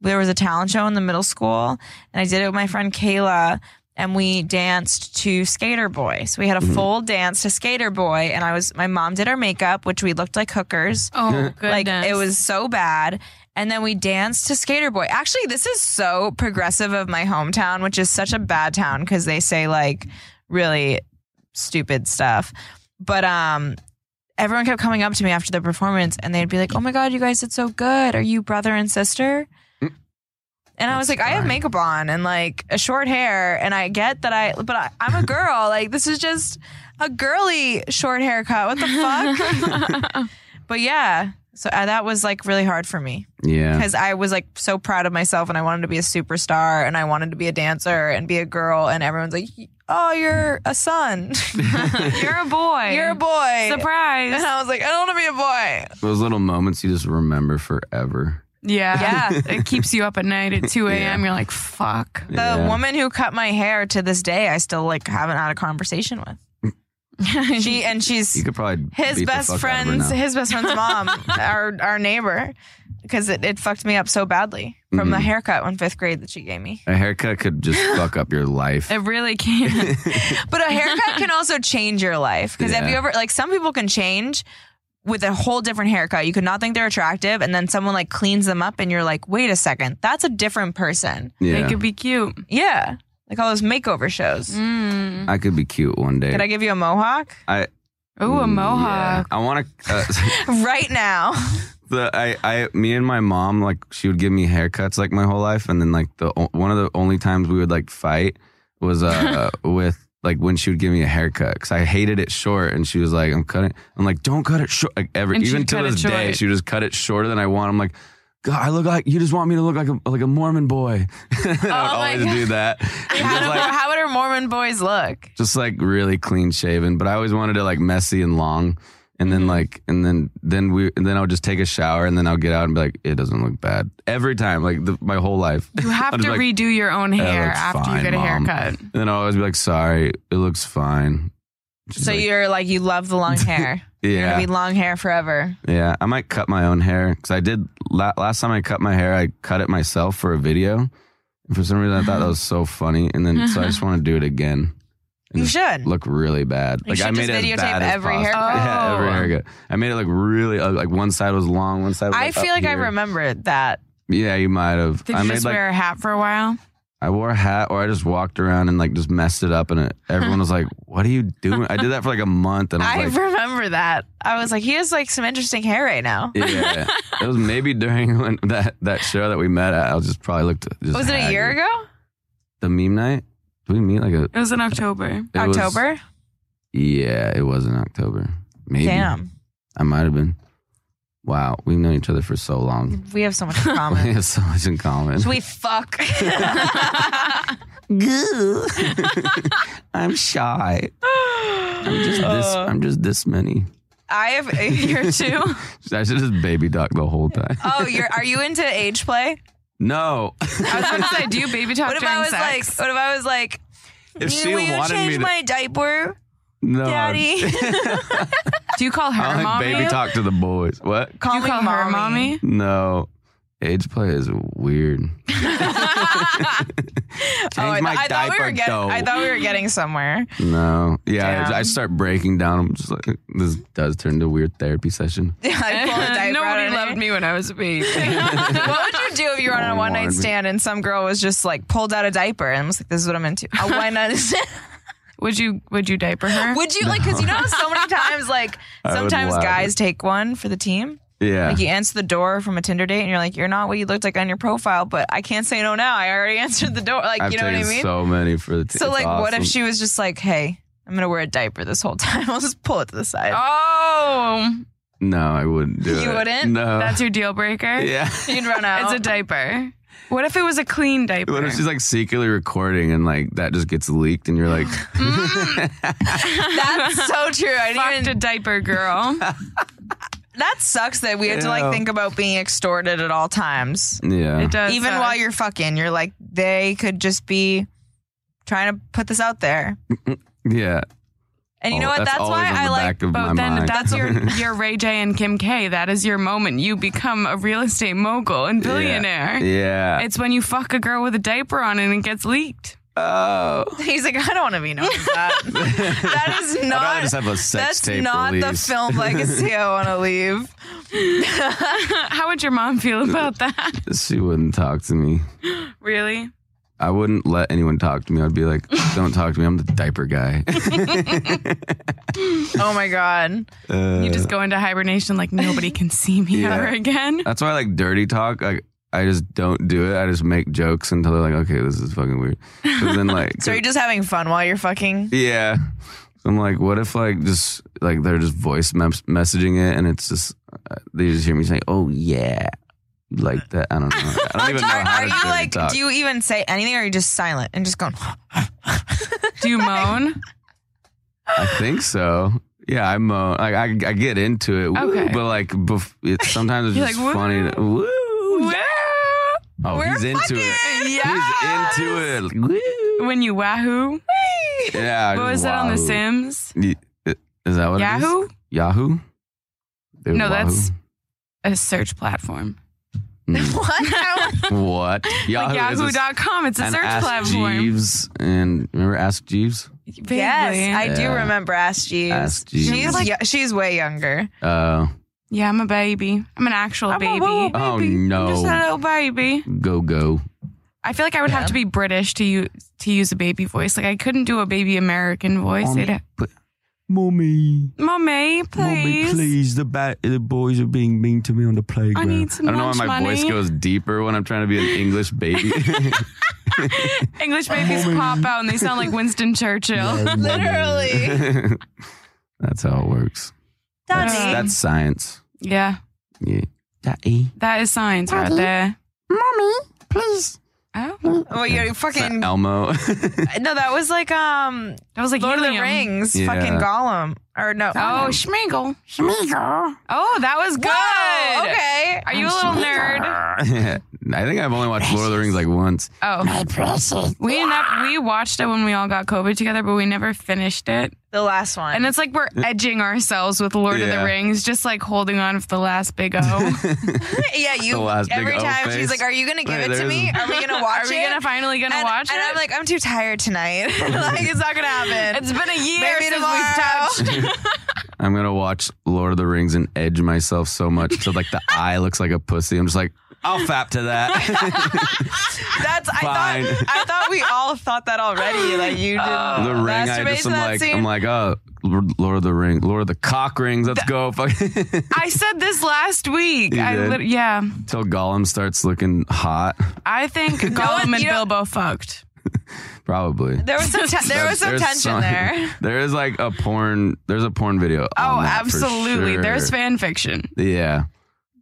[SPEAKER 5] there was a talent show in the middle school, and I did it with my friend Kayla, and we danced to Skater Boy. So we had a full dance to Skater Boy, and I was my mom did our makeup, which we looked like hookers.
[SPEAKER 4] Oh goodness!
[SPEAKER 5] Like it was so bad. And then we danced to Skater Boy. Actually, this is so progressive of my hometown, which is such a bad town because they say like really stupid stuff. But um everyone kept coming up to me after the performance and they'd be like, Oh my god, you guys did so good. Are you brother and sister? And I was like,
[SPEAKER 3] Mm. That's
[SPEAKER 5] I have
[SPEAKER 3] fine.
[SPEAKER 5] makeup on and like a short hair, and I get that I, but I, I'm a girl. like this is just a girly short haircut. What the fuck? But yeah, so uh, that was like really hard for me
[SPEAKER 3] yeah.
[SPEAKER 5] because I was like so proud of myself and I wanted to be a superstar and I wanted to be a dancer and be a girl and everyone's like, "Oh, you're a son.
[SPEAKER 4] You're a boy.
[SPEAKER 5] you're a boy." And
[SPEAKER 4] Surprise.
[SPEAKER 5] I was like, "I don't want to be a boy."
[SPEAKER 3] Those little moments you just remember forever.
[SPEAKER 4] Yeah.
[SPEAKER 5] Yeah.
[SPEAKER 4] it keeps you up at night at 2 a.m. You're like, fuck.
[SPEAKER 5] The
[SPEAKER 3] Yeah.
[SPEAKER 5] woman who cut my hair to this day, I still like haven't had a conversation with. she and she's
[SPEAKER 3] You could probably
[SPEAKER 5] his
[SPEAKER 3] beat the
[SPEAKER 5] best
[SPEAKER 3] fuck out of her
[SPEAKER 5] friend's
[SPEAKER 3] now.
[SPEAKER 5] his best friend's mom, our our neighbor, because it, it fucked me up so badly from the haircut in fifth grade that she gave me.
[SPEAKER 3] A haircut could just fuck up your life.
[SPEAKER 4] It really can.
[SPEAKER 5] But a haircut can also change your life. Because have
[SPEAKER 3] Yeah.
[SPEAKER 5] you ever like some people can change with a whole different haircut. You could not think they're attractive, and then someone like cleans them up, and you're like, wait a second, that's a different person.
[SPEAKER 4] It
[SPEAKER 3] yeah.
[SPEAKER 4] could be cute.
[SPEAKER 5] Yeah, like all those makeover shows.
[SPEAKER 4] Mm.
[SPEAKER 3] I could be cute one day.
[SPEAKER 5] Could I give you a mohawk
[SPEAKER 3] I
[SPEAKER 4] Ooh,
[SPEAKER 3] Yeah.
[SPEAKER 4] a mohawk.
[SPEAKER 3] I uh, want to.
[SPEAKER 5] right now?
[SPEAKER 3] the I, I me and my mom like she would give me haircuts like my whole life and then like the o- one of the only times we would like fight was uh with like when she would give me a haircut because I hated it short and she was like I'm cutting I'm like don't cut it short like ever
[SPEAKER 4] And she'd
[SPEAKER 3] even
[SPEAKER 4] cut
[SPEAKER 3] to
[SPEAKER 4] it
[SPEAKER 3] this day
[SPEAKER 4] short.
[SPEAKER 3] she would just cut it shorter than I want I'm like God I look like you just want me to look like a like a Mormon boy I
[SPEAKER 4] Oh
[SPEAKER 3] would
[SPEAKER 5] my
[SPEAKER 3] always
[SPEAKER 5] God.
[SPEAKER 3] do that And
[SPEAKER 5] How,
[SPEAKER 3] just,
[SPEAKER 5] do,
[SPEAKER 3] like,
[SPEAKER 5] how would her Mormon boys look?
[SPEAKER 3] just like really clean shaven but I always wanted it like messy and long And
[SPEAKER 5] Mm-hmm.
[SPEAKER 3] then like, and then then we, and then I'll just take a shower, and then I'll get out and be like, it doesn't look bad every time, like the, my whole life.
[SPEAKER 4] You have
[SPEAKER 3] I'll
[SPEAKER 4] to
[SPEAKER 3] just be like,
[SPEAKER 4] redo your own
[SPEAKER 3] "That
[SPEAKER 4] hair
[SPEAKER 3] looks
[SPEAKER 4] after you
[SPEAKER 3] fine,
[SPEAKER 4] get a
[SPEAKER 3] Mom."
[SPEAKER 4] haircut.
[SPEAKER 3] And then I'll always be like, sorry, it looks fine. She's
[SPEAKER 5] So
[SPEAKER 3] like,
[SPEAKER 5] you're like you love the long hair. You're
[SPEAKER 3] yeah,
[SPEAKER 5] gonna be long hair forever.
[SPEAKER 3] yeah. I might cut my own hair because I did la- last time I cut my hair, I cut it myself for a video. And for some reason, I thought that was so funny, and then so I just want to do it again. And
[SPEAKER 5] You
[SPEAKER 3] just
[SPEAKER 5] should.
[SPEAKER 3] look really bad.
[SPEAKER 5] You
[SPEAKER 3] like I
[SPEAKER 5] should
[SPEAKER 3] made it
[SPEAKER 5] just videotape
[SPEAKER 3] as bad as
[SPEAKER 5] every
[SPEAKER 3] possible.
[SPEAKER 5] haircut.
[SPEAKER 3] Yeah, every
[SPEAKER 4] Oh.
[SPEAKER 3] haircut. I made it look really ugly. like one side was long, one side. Was,
[SPEAKER 5] I
[SPEAKER 3] like,
[SPEAKER 5] feel
[SPEAKER 3] up
[SPEAKER 5] like I
[SPEAKER 3] here.
[SPEAKER 5] remember that.
[SPEAKER 3] Yeah, you might have.
[SPEAKER 4] Did
[SPEAKER 3] I
[SPEAKER 4] you
[SPEAKER 3] made
[SPEAKER 4] just
[SPEAKER 3] like
[SPEAKER 4] wear a hat for a while?
[SPEAKER 3] I wore a hat, or I just walked around and like just messed it up, and it, everyone was like, "What are you doing?" I did that for like a month, and I
[SPEAKER 5] I
[SPEAKER 3] was like,
[SPEAKER 5] remember that. I was like, he has like some interesting hair right now.
[SPEAKER 3] "Yeah." It was maybe during when that that show that we met at. I was just probably looked. Just
[SPEAKER 5] Was it a year
[SPEAKER 3] haggard.
[SPEAKER 5] ago?
[SPEAKER 3] The meme night. Did we meet like a?
[SPEAKER 4] It was in October.
[SPEAKER 3] it was-
[SPEAKER 5] October?
[SPEAKER 3] yeah, it was in October. Maybe.
[SPEAKER 5] Damn.
[SPEAKER 3] I might have been. Wow, we've known each other for so long.
[SPEAKER 5] We have so much in
[SPEAKER 3] We
[SPEAKER 5] common.
[SPEAKER 3] have so much in common.
[SPEAKER 5] we fuck.
[SPEAKER 3] I'm shy. I'm just this.
[SPEAKER 5] Uh,
[SPEAKER 3] I'm just this many.
[SPEAKER 5] I have you're two.
[SPEAKER 3] I should just baby duck the whole time.
[SPEAKER 5] Oh, you're are you into age play?
[SPEAKER 3] No,
[SPEAKER 4] I was going to say, do you baby talk
[SPEAKER 5] What if
[SPEAKER 4] during
[SPEAKER 5] I was
[SPEAKER 4] sex?
[SPEAKER 5] like what if I was like
[SPEAKER 3] if she
[SPEAKER 5] will you
[SPEAKER 3] wanted
[SPEAKER 5] change
[SPEAKER 3] me to, Um,
[SPEAKER 5] my diaper,
[SPEAKER 3] no,
[SPEAKER 5] daddy?
[SPEAKER 4] do you call her
[SPEAKER 3] I don't like
[SPEAKER 4] mommy?
[SPEAKER 3] baby talk to the boys. What?
[SPEAKER 4] Do you call her mommy?
[SPEAKER 3] No, age play is weird. change
[SPEAKER 5] Oh, I,
[SPEAKER 3] my
[SPEAKER 5] I thought
[SPEAKER 3] diaper,
[SPEAKER 5] we were getting
[SPEAKER 3] though.
[SPEAKER 5] I thought we were getting somewhere.
[SPEAKER 3] no, yeah,
[SPEAKER 5] Damn.
[SPEAKER 3] I, I start breaking down. I'm just like, this does turn into a weird therapy session.
[SPEAKER 5] I pulled a diaper out
[SPEAKER 4] Nobody
[SPEAKER 5] of
[SPEAKER 4] loved
[SPEAKER 5] there.
[SPEAKER 4] me when I was a baby.
[SPEAKER 5] What would you do if you were on
[SPEAKER 3] No
[SPEAKER 5] a
[SPEAKER 3] one
[SPEAKER 5] one night
[SPEAKER 3] wanted me.
[SPEAKER 5] stand and some girl was just like pulled out a diaper and was like, "This is what I'm into." A one night stand.
[SPEAKER 4] would you Would you diaper her?
[SPEAKER 5] Would you like? Because you know, how so many times, like
[SPEAKER 3] I would
[SPEAKER 5] sometimes
[SPEAKER 3] love
[SPEAKER 5] guys take one for the team.
[SPEAKER 3] Yeah,
[SPEAKER 5] Like you answer the door from a Tinder date, and you're like, "You're not what you looked like on your profile," but I can't say no now. I already answered the door. Like
[SPEAKER 3] I've
[SPEAKER 5] you know what I
[SPEAKER 3] taken
[SPEAKER 5] mean? So,
[SPEAKER 3] so many for the. T- it's
[SPEAKER 5] like, what if
[SPEAKER 3] awesome.
[SPEAKER 5] she was just like, "Hey, I'm gonna wear a diaper this whole time. I'll just pull it to the side."
[SPEAKER 4] oh,
[SPEAKER 3] No, I wouldn't do it.
[SPEAKER 5] You wouldn't?
[SPEAKER 3] No.
[SPEAKER 4] that's your deal breaker?
[SPEAKER 3] yeah.
[SPEAKER 5] You'd run out.
[SPEAKER 4] It's a diaper. What if it was a clean diaper?
[SPEAKER 3] What if she's like secretly recording and like that just gets leaked and you're like,
[SPEAKER 5] That's so true. I didn't even
[SPEAKER 4] Fucked a diaper girl.
[SPEAKER 5] That sucks that we have to
[SPEAKER 3] Yeah.
[SPEAKER 5] like think about being extorted at all times.
[SPEAKER 3] yeah.
[SPEAKER 4] It does.
[SPEAKER 5] Even
[SPEAKER 4] suck.
[SPEAKER 5] while you're fucking, you're like, they could just be trying to put this out there.
[SPEAKER 3] Yeah.
[SPEAKER 5] And you
[SPEAKER 3] Oh,
[SPEAKER 5] know what? That's,
[SPEAKER 3] always
[SPEAKER 5] why
[SPEAKER 3] on the
[SPEAKER 5] I like
[SPEAKER 3] back of my
[SPEAKER 4] But then
[SPEAKER 3] mind.
[SPEAKER 4] that's your your Ray J and Kim K. That is your moment. You become a real estate mogul and
[SPEAKER 3] Yeah.
[SPEAKER 4] billionaire.
[SPEAKER 3] Yeah.
[SPEAKER 4] It's when you fuck a girl with a diaper on and it gets leaked.
[SPEAKER 3] oh.
[SPEAKER 5] He's like, I don't want to be known as that. that is
[SPEAKER 3] I'd rather
[SPEAKER 5] not.
[SPEAKER 3] just have a sex
[SPEAKER 5] That's
[SPEAKER 3] tape
[SPEAKER 5] not the
[SPEAKER 3] release.
[SPEAKER 5] film legacy I want to leave.
[SPEAKER 4] How would your mom feel about that?
[SPEAKER 3] She wouldn't talk to me.
[SPEAKER 4] really?
[SPEAKER 3] I wouldn't let anyone talk to me. I'd be like, don't talk to me. I'm the diaper guy.
[SPEAKER 5] Oh my god!
[SPEAKER 3] Uh,
[SPEAKER 4] You just go into hibernation like nobody can see me
[SPEAKER 3] Yeah.
[SPEAKER 4] ever again.
[SPEAKER 3] that's why I like dirty talk. Like, I just don't do it. I just make jokes until they're like, okay, this is fucking weird. But then like,
[SPEAKER 5] So you're just having fun while you're fucking.
[SPEAKER 3] Yeah. So I'm like, what if like just like they're just voice mes- messaging it and it's just uh, they just hear me saying, "Oh yeah." You Like that, I don't know. I don't even know
[SPEAKER 5] Are,
[SPEAKER 3] how
[SPEAKER 5] are
[SPEAKER 3] to
[SPEAKER 5] you
[SPEAKER 3] dirty
[SPEAKER 5] like?
[SPEAKER 3] talk.
[SPEAKER 5] Do you even say anything, or are you just silent and just going?
[SPEAKER 4] Do you moan?
[SPEAKER 3] I think so. Yeah, I'm. Uh, like, I I get into it, woo,
[SPEAKER 4] Okay.
[SPEAKER 3] but like bef- it, sometimes it's
[SPEAKER 4] You're
[SPEAKER 3] just
[SPEAKER 4] like,
[SPEAKER 3] funny. To, woo, oh,
[SPEAKER 5] we're
[SPEAKER 3] he's into it.
[SPEAKER 4] Yes!
[SPEAKER 3] He's into it. Woo.
[SPEAKER 4] When you wahoo?
[SPEAKER 3] Yeah.
[SPEAKER 4] What
[SPEAKER 3] just
[SPEAKER 4] was that on The
[SPEAKER 3] wahoo.
[SPEAKER 4] Sims?
[SPEAKER 3] Y- Is that what It is?
[SPEAKER 4] Yahoo?
[SPEAKER 3] Yahoo. They
[SPEAKER 4] No,
[SPEAKER 3] wahoo.
[SPEAKER 4] that's- A search platform.
[SPEAKER 5] What?
[SPEAKER 3] Mm. what Yahoo.
[SPEAKER 4] Like
[SPEAKER 3] is a-
[SPEAKER 4] Yahoo.com. It's a
[SPEAKER 3] and
[SPEAKER 4] search
[SPEAKER 3] Ask
[SPEAKER 4] platform.
[SPEAKER 3] Jeeves and remember Ask Jeeves?
[SPEAKER 4] Vaguely.
[SPEAKER 5] Yes, I do
[SPEAKER 3] Yeah.
[SPEAKER 5] remember Ask Jeeves.
[SPEAKER 3] Ask Jeeves.
[SPEAKER 5] She's
[SPEAKER 3] Like-
[SPEAKER 5] yo- she's way younger.
[SPEAKER 3] Uh,
[SPEAKER 4] Yeah, I'm a baby. I'm an actual
[SPEAKER 5] I'm a
[SPEAKER 4] baby.
[SPEAKER 5] little
[SPEAKER 3] Oh,
[SPEAKER 4] baby. I'm
[SPEAKER 3] no.
[SPEAKER 4] just a little baby.
[SPEAKER 3] go go.
[SPEAKER 4] I feel like I would have to be British to use to use a baby voice. Like I couldn't do a baby American voice. Mommy,
[SPEAKER 6] Mommy,
[SPEAKER 4] Mommy please.
[SPEAKER 6] mommy, please. The bat, the boys are being mean to me on the
[SPEAKER 4] I
[SPEAKER 6] playground.
[SPEAKER 4] need
[SPEAKER 3] I
[SPEAKER 4] some
[SPEAKER 3] don't know why
[SPEAKER 4] lunch
[SPEAKER 3] my voice
[SPEAKER 4] money.
[SPEAKER 3] goes deeper when I'm trying to be an English baby.
[SPEAKER 4] English babies pop out and they sound like Winston Churchill.
[SPEAKER 5] Literally.
[SPEAKER 3] that's how it works. That's,
[SPEAKER 5] Daddy.
[SPEAKER 3] that's science.
[SPEAKER 4] yeah,
[SPEAKER 3] Yeah. Daddy.
[SPEAKER 4] that is science right there. Mommy, please. Oh,
[SPEAKER 5] well, you're fucking.
[SPEAKER 3] Uh, Elmo.
[SPEAKER 5] No, that was like um
[SPEAKER 4] that was like
[SPEAKER 5] Lord of the
[SPEAKER 4] helium.
[SPEAKER 5] Rings.
[SPEAKER 3] Yeah.
[SPEAKER 5] Fucking Gollum. Or no.
[SPEAKER 4] Oh, Schmeagle. Schmeagle. Oh, that was good.
[SPEAKER 5] Whoa, okay.
[SPEAKER 4] Are you a little nerd?
[SPEAKER 3] I think I've only watched Lord of the Rings like once.
[SPEAKER 4] Oh. We ended up, we watched it when we all got COVID together, but we never finished it.
[SPEAKER 5] The last one.
[SPEAKER 4] And it's like we're edging ourselves with Lord of
[SPEAKER 3] Yeah.
[SPEAKER 4] the Rings, just like holding on for the last big O.
[SPEAKER 5] yeah, you
[SPEAKER 3] The last big
[SPEAKER 5] every
[SPEAKER 3] O
[SPEAKER 5] time
[SPEAKER 3] face.
[SPEAKER 5] she's like, Are you gonna give
[SPEAKER 3] Wait,
[SPEAKER 5] it to
[SPEAKER 3] there's-
[SPEAKER 5] me? Are we gonna watch
[SPEAKER 4] Are we
[SPEAKER 5] it?
[SPEAKER 4] gonna finally gonna
[SPEAKER 5] and,
[SPEAKER 4] watch
[SPEAKER 5] and
[SPEAKER 4] it?
[SPEAKER 5] I'm like, I'm too tired tonight. like it's not gonna happen.
[SPEAKER 4] it's been a year
[SPEAKER 5] Maybe
[SPEAKER 4] since
[SPEAKER 5] tomorrow.
[SPEAKER 4] we've touched.
[SPEAKER 3] I'm gonna watch Lord of the Rings and edge myself so much till like the eye looks like a pussy. I'm just like, I'll fap to that.
[SPEAKER 5] That's I
[SPEAKER 3] Fine.
[SPEAKER 5] thought I thought we all thought that already. Like you didn't
[SPEAKER 4] Oh.
[SPEAKER 3] the ring, I
[SPEAKER 5] masturbate
[SPEAKER 3] just
[SPEAKER 5] to
[SPEAKER 3] am
[SPEAKER 5] Uh, that
[SPEAKER 3] like,
[SPEAKER 5] scene.
[SPEAKER 3] I'm like, oh, Lord of the Ring, Lord of the Cock Rings. Let's go. Fuck.
[SPEAKER 4] I said this last week.
[SPEAKER 3] You
[SPEAKER 4] I
[SPEAKER 3] did?
[SPEAKER 4] lit- yeah.
[SPEAKER 3] till Gollum starts looking hot.
[SPEAKER 4] I think Gollum and
[SPEAKER 5] you know-
[SPEAKER 4] Bilbo fucked.
[SPEAKER 3] Probably.
[SPEAKER 5] there was some te- there was some
[SPEAKER 3] There's
[SPEAKER 5] tension
[SPEAKER 3] some-
[SPEAKER 5] there.
[SPEAKER 3] There is like a porn. There's a porn video.
[SPEAKER 4] Oh,
[SPEAKER 3] on that for
[SPEAKER 4] absolutely.
[SPEAKER 3] sure.
[SPEAKER 4] There's fan fiction.
[SPEAKER 3] Yeah,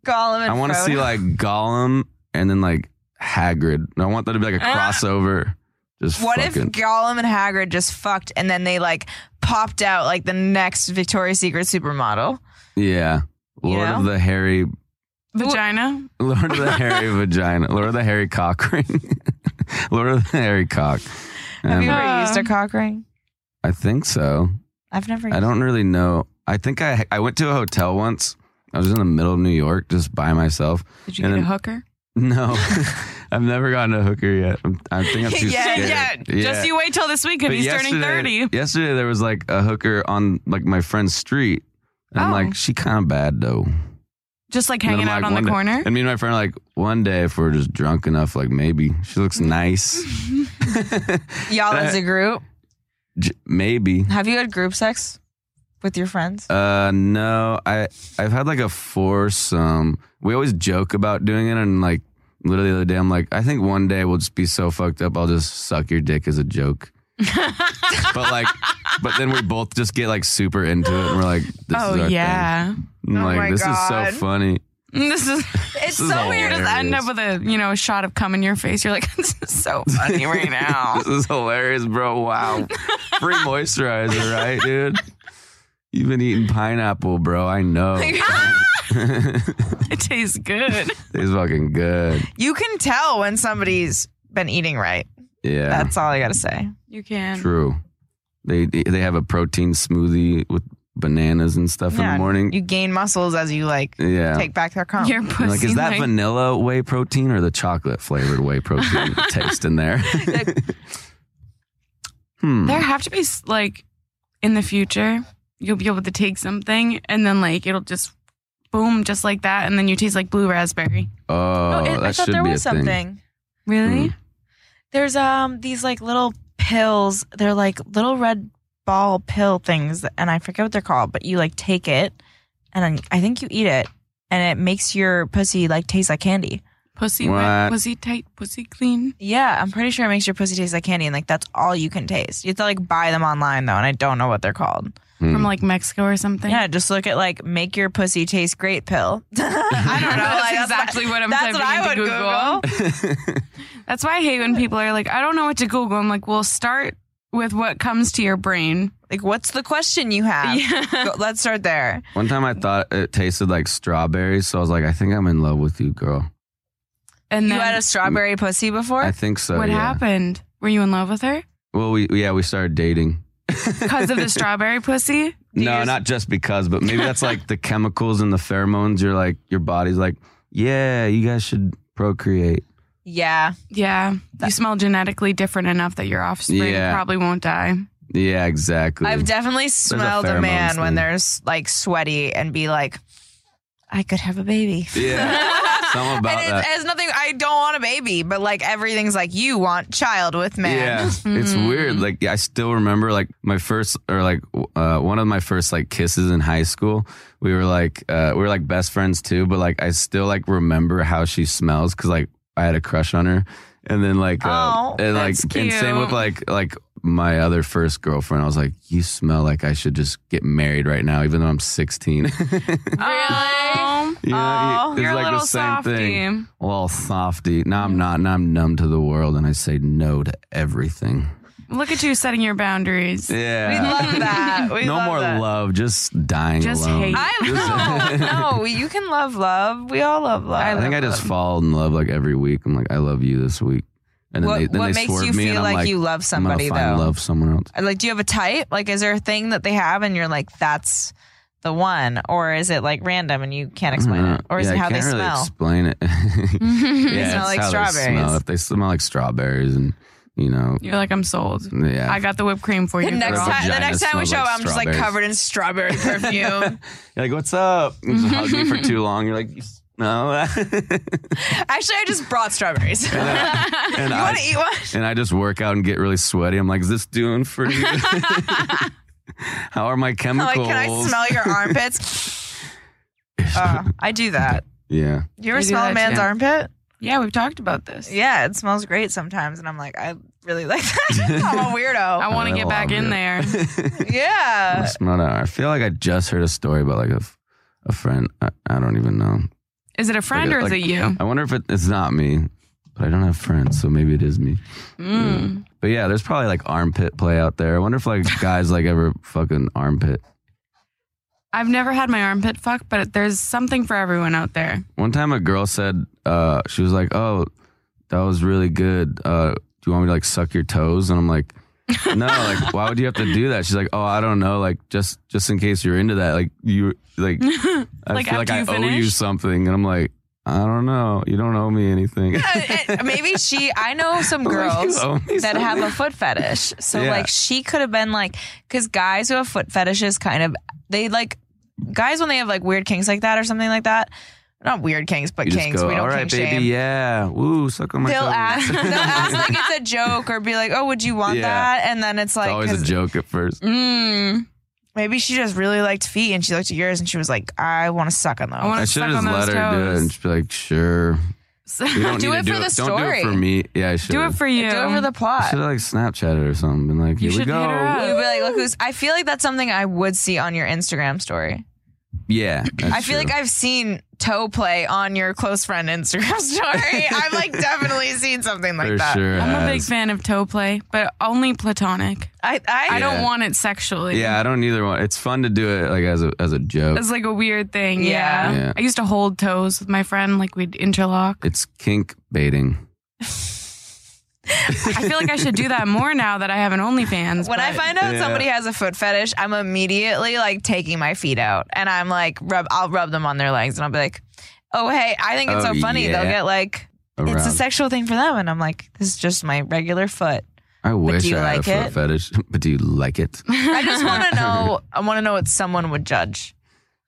[SPEAKER 5] Gollum and
[SPEAKER 3] I want to
[SPEAKER 5] Frodo.
[SPEAKER 3] see like Gollum and then like Hagrid. I want that to be like a crossover. Just
[SPEAKER 5] Ah. What if
[SPEAKER 3] fucking.
[SPEAKER 5] Gollum and Hagrid just fucked and then they like popped out like the next Victoria's Secret supermodel?
[SPEAKER 3] yeah, Lord
[SPEAKER 5] know?
[SPEAKER 3] of the hairy,
[SPEAKER 4] Vagina.
[SPEAKER 3] Lord of the hairy vagina, Lord of the hairy cock ring, Lord of the hairy cock.
[SPEAKER 5] Have
[SPEAKER 3] Um,
[SPEAKER 5] you ever
[SPEAKER 4] Yeah.
[SPEAKER 5] used a cock ring?
[SPEAKER 3] I think so.
[SPEAKER 5] I've never.
[SPEAKER 3] I
[SPEAKER 5] used
[SPEAKER 3] don't really know. I think I I went to a hotel once. I was in the middle of New York, just by myself.
[SPEAKER 4] Did you
[SPEAKER 3] And
[SPEAKER 4] get a
[SPEAKER 3] then-
[SPEAKER 4] hooker?
[SPEAKER 3] No, I've never gotten a hooker yet. I'm, I think I'm too
[SPEAKER 5] Yeah,
[SPEAKER 3] scared.
[SPEAKER 4] Just you wait till this weekend. He's turning 30.
[SPEAKER 3] Yesterday there was like a hooker on like my friend's street. And I'm
[SPEAKER 4] Oh.
[SPEAKER 3] like, she kind of bad though.
[SPEAKER 4] Just like
[SPEAKER 3] And
[SPEAKER 4] hanging
[SPEAKER 3] I'm
[SPEAKER 4] out
[SPEAKER 3] like,
[SPEAKER 4] on
[SPEAKER 3] one
[SPEAKER 4] the
[SPEAKER 3] day-
[SPEAKER 4] corner.
[SPEAKER 3] and me and my friend are like, one day if we're just drunk enough, like maybe she looks nice.
[SPEAKER 5] Y'all as a group.
[SPEAKER 3] J- maybe.
[SPEAKER 5] Have you had group sex with your friends?
[SPEAKER 3] Uh, no, I I've had like a foursome. We always joke about doing it, and like literally the other day, I'm like, I think one day we'll just be so fucked up, I'll just suck your dick as a joke. but like, but then we both just get like super into it, and we're like, this is
[SPEAKER 4] Oh,
[SPEAKER 3] our
[SPEAKER 4] yeah.
[SPEAKER 3] thing. I'm
[SPEAKER 5] Oh
[SPEAKER 3] like,
[SPEAKER 5] my
[SPEAKER 3] this
[SPEAKER 5] God.
[SPEAKER 3] is so funny.
[SPEAKER 4] This is
[SPEAKER 5] It's
[SPEAKER 3] is
[SPEAKER 5] so weird.
[SPEAKER 4] you just end up with a you know shot of cum in your face. You're like, this is so funny right now.
[SPEAKER 3] This is hilarious, bro. Wow, free moisturizer, right, dude? You've been eating pineapple, bro. I know.
[SPEAKER 4] it tastes good.
[SPEAKER 3] It's fucking good.
[SPEAKER 5] You can tell when somebody's been eating right.
[SPEAKER 3] Yeah.
[SPEAKER 5] That's all I gotta say.
[SPEAKER 4] You can.
[SPEAKER 3] True. They they have a protein smoothie with bananas and stuff in
[SPEAKER 5] Yeah,
[SPEAKER 3] the morning.
[SPEAKER 5] You gain muscles as you like
[SPEAKER 3] yeah.
[SPEAKER 5] take back their cum.
[SPEAKER 4] Your
[SPEAKER 3] And
[SPEAKER 4] pussy.
[SPEAKER 3] like, is that
[SPEAKER 4] like-
[SPEAKER 3] vanilla whey protein or the chocolate flavored whey protein taste in there? hmm.
[SPEAKER 4] there have to be s- like in the future you'll be able to take something and then like it'll just boom just like that and then you taste like blue raspberry.
[SPEAKER 3] Oh,
[SPEAKER 5] it-
[SPEAKER 3] that
[SPEAKER 5] I thought
[SPEAKER 3] should
[SPEAKER 5] there
[SPEAKER 3] be
[SPEAKER 5] was
[SPEAKER 3] a
[SPEAKER 5] something.
[SPEAKER 3] thing. Hmm.
[SPEAKER 4] Really?
[SPEAKER 5] There's um these like little pills. They're like little red ball pill things, and I forget what they're called. But you like take it, and then I think you eat it, and it makes your pussy like taste like candy.
[SPEAKER 4] Pussy
[SPEAKER 3] What?
[SPEAKER 4] wet, pussy tight, pussy clean.
[SPEAKER 5] Yeah, I'm pretty sure it makes your pussy taste like candy, and like that's all you can taste. You have to like buy them online though, and I don't know what they're called.
[SPEAKER 3] Hmm.
[SPEAKER 4] From like Mexico or something.
[SPEAKER 5] Yeah, just look at like make your pussy taste great pill. I don't know.
[SPEAKER 4] That's
[SPEAKER 5] like,
[SPEAKER 4] exactly what I'm
[SPEAKER 5] that's
[SPEAKER 4] typing
[SPEAKER 5] what I
[SPEAKER 4] into
[SPEAKER 5] would
[SPEAKER 4] Google.
[SPEAKER 5] Google.
[SPEAKER 4] That's why I hate when people are like, I don't know what to Google. I'm like, well, start with what comes to your brain.
[SPEAKER 5] Like, what's the question you have? Go, let's start there.
[SPEAKER 3] One time I thought it tasted like strawberries, so I was like, I think I'm in love with you, girl.
[SPEAKER 4] And
[SPEAKER 5] You
[SPEAKER 4] then
[SPEAKER 5] had a strawberry pussy before?
[SPEAKER 3] I think so.
[SPEAKER 4] what
[SPEAKER 3] yeah.
[SPEAKER 4] happened? Were you in love with her?
[SPEAKER 3] Well, we yeah we started dating.
[SPEAKER 4] Because of the strawberry pussy?
[SPEAKER 3] No,
[SPEAKER 4] you-
[SPEAKER 3] not just because, but maybe that's like the chemicals and the pheromones. You're like your body's like, yeah, you guys should procreate.
[SPEAKER 5] yeah.
[SPEAKER 4] Yeah. You smell genetically different enough that your offspring
[SPEAKER 3] Yeah.
[SPEAKER 4] probably won't die.
[SPEAKER 3] Yeah, exactly.
[SPEAKER 5] I've definitely
[SPEAKER 3] a
[SPEAKER 5] smelled a,
[SPEAKER 3] pheromones
[SPEAKER 5] man when
[SPEAKER 3] thing.
[SPEAKER 5] there's like sweaty and be like, I could have a baby.
[SPEAKER 3] yeah, something about
[SPEAKER 5] and it's,
[SPEAKER 3] that.
[SPEAKER 5] it's nothing, I don't want a baby, but like everything's like, you want child with man. Mm-hmm.
[SPEAKER 3] Yeah, it's weird. Like I still remember like my first or like w- uh, one of my first like kisses in high school. We were like uh, we were like best friends too, but like I still like remember how she smells because like I had a crush on her, and then like uh,
[SPEAKER 5] Oh,
[SPEAKER 3] and like
[SPEAKER 4] that's
[SPEAKER 3] and same with
[SPEAKER 4] cute.
[SPEAKER 3] like like my other first girlfriend. I was like, you smell like I should just get married right now, even though I'm 16.
[SPEAKER 5] Uh,
[SPEAKER 4] Really?
[SPEAKER 3] Yeah,
[SPEAKER 5] Oh,
[SPEAKER 3] it's
[SPEAKER 4] Um, You're a
[SPEAKER 3] like
[SPEAKER 4] little
[SPEAKER 3] the same
[SPEAKER 4] softy.
[SPEAKER 3] thing. Well, softy. Now I'm not. Now I'm numb to the world, and I say no to everything.
[SPEAKER 4] Look at you setting your boundaries.
[SPEAKER 5] We
[SPEAKER 3] Yeah.
[SPEAKER 5] love that. We
[SPEAKER 3] no
[SPEAKER 5] love
[SPEAKER 3] more
[SPEAKER 5] that.
[SPEAKER 3] love, just dying
[SPEAKER 4] Just
[SPEAKER 3] alone.
[SPEAKER 4] hate.
[SPEAKER 5] I know. no, you can love love. We all love love.
[SPEAKER 3] I think I just fall in love like every week. I'm like, I love you this week, and then
[SPEAKER 5] What-
[SPEAKER 3] they then
[SPEAKER 5] what
[SPEAKER 3] they
[SPEAKER 5] makes
[SPEAKER 3] swerve
[SPEAKER 5] you
[SPEAKER 3] me,
[SPEAKER 5] feel
[SPEAKER 3] and I'm
[SPEAKER 5] like
[SPEAKER 3] like,
[SPEAKER 5] you love somebody,
[SPEAKER 3] I'm gonna find
[SPEAKER 5] though? Uh,
[SPEAKER 3] love somewhere else.
[SPEAKER 5] like do you have a type? Like is there a thing that they have and you're like that's the one or is it like random and you can't explain
[SPEAKER 3] Uh,
[SPEAKER 5] it or is
[SPEAKER 3] yeah,
[SPEAKER 5] it how
[SPEAKER 3] I
[SPEAKER 5] they
[SPEAKER 3] can't really
[SPEAKER 5] smell?
[SPEAKER 3] Explain it. yeah,
[SPEAKER 5] They smell
[SPEAKER 3] it's
[SPEAKER 5] like
[SPEAKER 3] how They
[SPEAKER 5] strawberries.
[SPEAKER 3] smell. If they smell like strawberries, and you know,
[SPEAKER 4] You're like, I'm sold.
[SPEAKER 3] yeah,
[SPEAKER 4] I got the whipped cream for you.
[SPEAKER 5] The next,
[SPEAKER 4] girl.
[SPEAKER 3] Or a
[SPEAKER 5] time, the
[SPEAKER 3] vagina
[SPEAKER 5] next time we
[SPEAKER 3] smells
[SPEAKER 5] show up,
[SPEAKER 3] like
[SPEAKER 5] I'm just like
[SPEAKER 3] strawberries.
[SPEAKER 5] covered in strawberry perfume.
[SPEAKER 3] You're like what's up? You just hug me for too long. You're like, "You s- no.
[SPEAKER 5] Actually, I just brought strawberries. you
[SPEAKER 3] and
[SPEAKER 5] want to
[SPEAKER 3] I
[SPEAKER 5] eat one?
[SPEAKER 3] and I just work out and get really sweaty. I'm like, is this doing for you? How are my
[SPEAKER 5] I'm like,
[SPEAKER 3] chemicals?
[SPEAKER 5] can I smell your armpits? Uh, I do that.
[SPEAKER 3] yeah.
[SPEAKER 5] You ever
[SPEAKER 4] You do
[SPEAKER 5] smell a
[SPEAKER 4] that
[SPEAKER 5] man's
[SPEAKER 4] too.
[SPEAKER 5] armpit?
[SPEAKER 4] Yeah, we've talked about this.
[SPEAKER 5] Yeah, it smells great sometimes, and I'm like, I really like that. I'm a
[SPEAKER 4] I
[SPEAKER 5] weirdo.
[SPEAKER 4] want
[SPEAKER 3] I
[SPEAKER 4] to get
[SPEAKER 3] love
[SPEAKER 4] back in
[SPEAKER 3] it.
[SPEAKER 4] there.
[SPEAKER 5] Yeah.
[SPEAKER 3] That's not a- I feel like I just heard a story about like a, f- a friend. I, I don't even know.
[SPEAKER 4] Is it a friend
[SPEAKER 3] Like a-
[SPEAKER 4] or is
[SPEAKER 3] like-
[SPEAKER 4] it you?
[SPEAKER 3] I wonder if it, it's not me, but I don't have friends, so maybe it is me.
[SPEAKER 4] Mm.
[SPEAKER 3] But yeah, there's probably like armpit play out there. I wonder if like guys like ever fucking armpit.
[SPEAKER 4] I've never had my armpit fuck, but there's something for everyone out there.
[SPEAKER 3] One time a girl said, uh, she was like, oh, that was really good. Uh, do you want me to like suck your toes? And I'm like, no, like why would you have to do that? She's like, oh, I don't know, like just just in case you're into that, like you like I
[SPEAKER 4] Like,
[SPEAKER 3] feel like I
[SPEAKER 4] after you
[SPEAKER 3] owe you
[SPEAKER 4] finish?
[SPEAKER 3] something, and I'm like, I don't know, you don't owe me anything.
[SPEAKER 5] Uh, maybe she I know some
[SPEAKER 3] Like,
[SPEAKER 5] girls
[SPEAKER 3] you Oh, owe me
[SPEAKER 5] that have a
[SPEAKER 3] something.
[SPEAKER 5] foot fetish. So
[SPEAKER 3] Yeah.
[SPEAKER 5] like she could have been like cuz guys who have foot fetishes kind of they like guys when they have like weird kinks like that or something like that. Not weird kinks, but
[SPEAKER 3] You just
[SPEAKER 5] kinks.
[SPEAKER 3] go,
[SPEAKER 5] we don't
[SPEAKER 3] all right,
[SPEAKER 5] kink
[SPEAKER 3] baby,
[SPEAKER 5] shame.
[SPEAKER 3] yeah, woo, suck on my
[SPEAKER 5] They'll
[SPEAKER 3] toes.
[SPEAKER 5] ask, they'll ask like it's a joke or be like, "Oh, would you want
[SPEAKER 3] Yeah.
[SPEAKER 5] that?" And then it's
[SPEAKER 3] it's
[SPEAKER 5] like,
[SPEAKER 3] always a
[SPEAKER 5] 'cause
[SPEAKER 3] joke at first.
[SPEAKER 4] Mm.
[SPEAKER 5] maybe she just really liked feet, and she looked at yours, and she was like, "I want to suck on those."
[SPEAKER 4] I want
[SPEAKER 3] I
[SPEAKER 4] to
[SPEAKER 3] should
[SPEAKER 4] suck
[SPEAKER 3] have
[SPEAKER 4] on
[SPEAKER 3] just
[SPEAKER 4] those
[SPEAKER 3] let her do it and
[SPEAKER 4] toes.
[SPEAKER 3] just be like, sure. We don't
[SPEAKER 5] Do
[SPEAKER 3] need to
[SPEAKER 5] it for
[SPEAKER 3] do
[SPEAKER 5] the
[SPEAKER 3] it. Don't do it for
[SPEAKER 5] story.
[SPEAKER 3] me. Yeah, I should.
[SPEAKER 4] do it for you.
[SPEAKER 5] Do it for the plot.
[SPEAKER 3] Should have like Snapchatted or something. Been like,
[SPEAKER 4] You
[SPEAKER 3] here we
[SPEAKER 4] should hit her
[SPEAKER 3] go.
[SPEAKER 4] up.
[SPEAKER 5] You'd be like, "Look who's." I feel like that's something I would see on your Instagram story.
[SPEAKER 3] Yeah,
[SPEAKER 5] I feel like I've seen toe play on your close friend Instagram story. I've like definitely seen something like
[SPEAKER 3] for
[SPEAKER 5] that.
[SPEAKER 3] sure.
[SPEAKER 4] I'm a big
[SPEAKER 3] has.
[SPEAKER 4] fan of toe play, but only platonic.
[SPEAKER 5] I,
[SPEAKER 4] I
[SPEAKER 5] I
[SPEAKER 4] don't
[SPEAKER 3] Yeah.
[SPEAKER 4] want it sexually.
[SPEAKER 3] Yeah, I don't either one. It's fun to do it like as a as a joke.
[SPEAKER 4] It's like a weird thing.
[SPEAKER 5] Yeah.
[SPEAKER 4] Yeah.
[SPEAKER 3] Yeah.
[SPEAKER 4] I used to hold toes with my friend, like we'd interlock.
[SPEAKER 3] it's kink baiting.
[SPEAKER 4] I feel like I should do that more now that I have an OnlyFans.
[SPEAKER 5] when I
[SPEAKER 4] but-
[SPEAKER 5] find out
[SPEAKER 3] Yeah.
[SPEAKER 5] somebody has a foot fetish, I'm immediately like taking my feet out and I'm like rub. I'll rub them on their legs and I'll be like, "Oh hey, I think it's
[SPEAKER 3] Oh,
[SPEAKER 5] so funny."
[SPEAKER 3] yeah.
[SPEAKER 5] They'll get like,
[SPEAKER 3] Around.
[SPEAKER 5] "It's a sexual thing for them," and I'm like, "This is just my regular foot."
[SPEAKER 3] I wish
[SPEAKER 5] do you
[SPEAKER 3] I had
[SPEAKER 5] like
[SPEAKER 3] a foot
[SPEAKER 5] it?
[SPEAKER 3] fetish. But do you like it,
[SPEAKER 5] I just want to know. I want to know what someone would judge.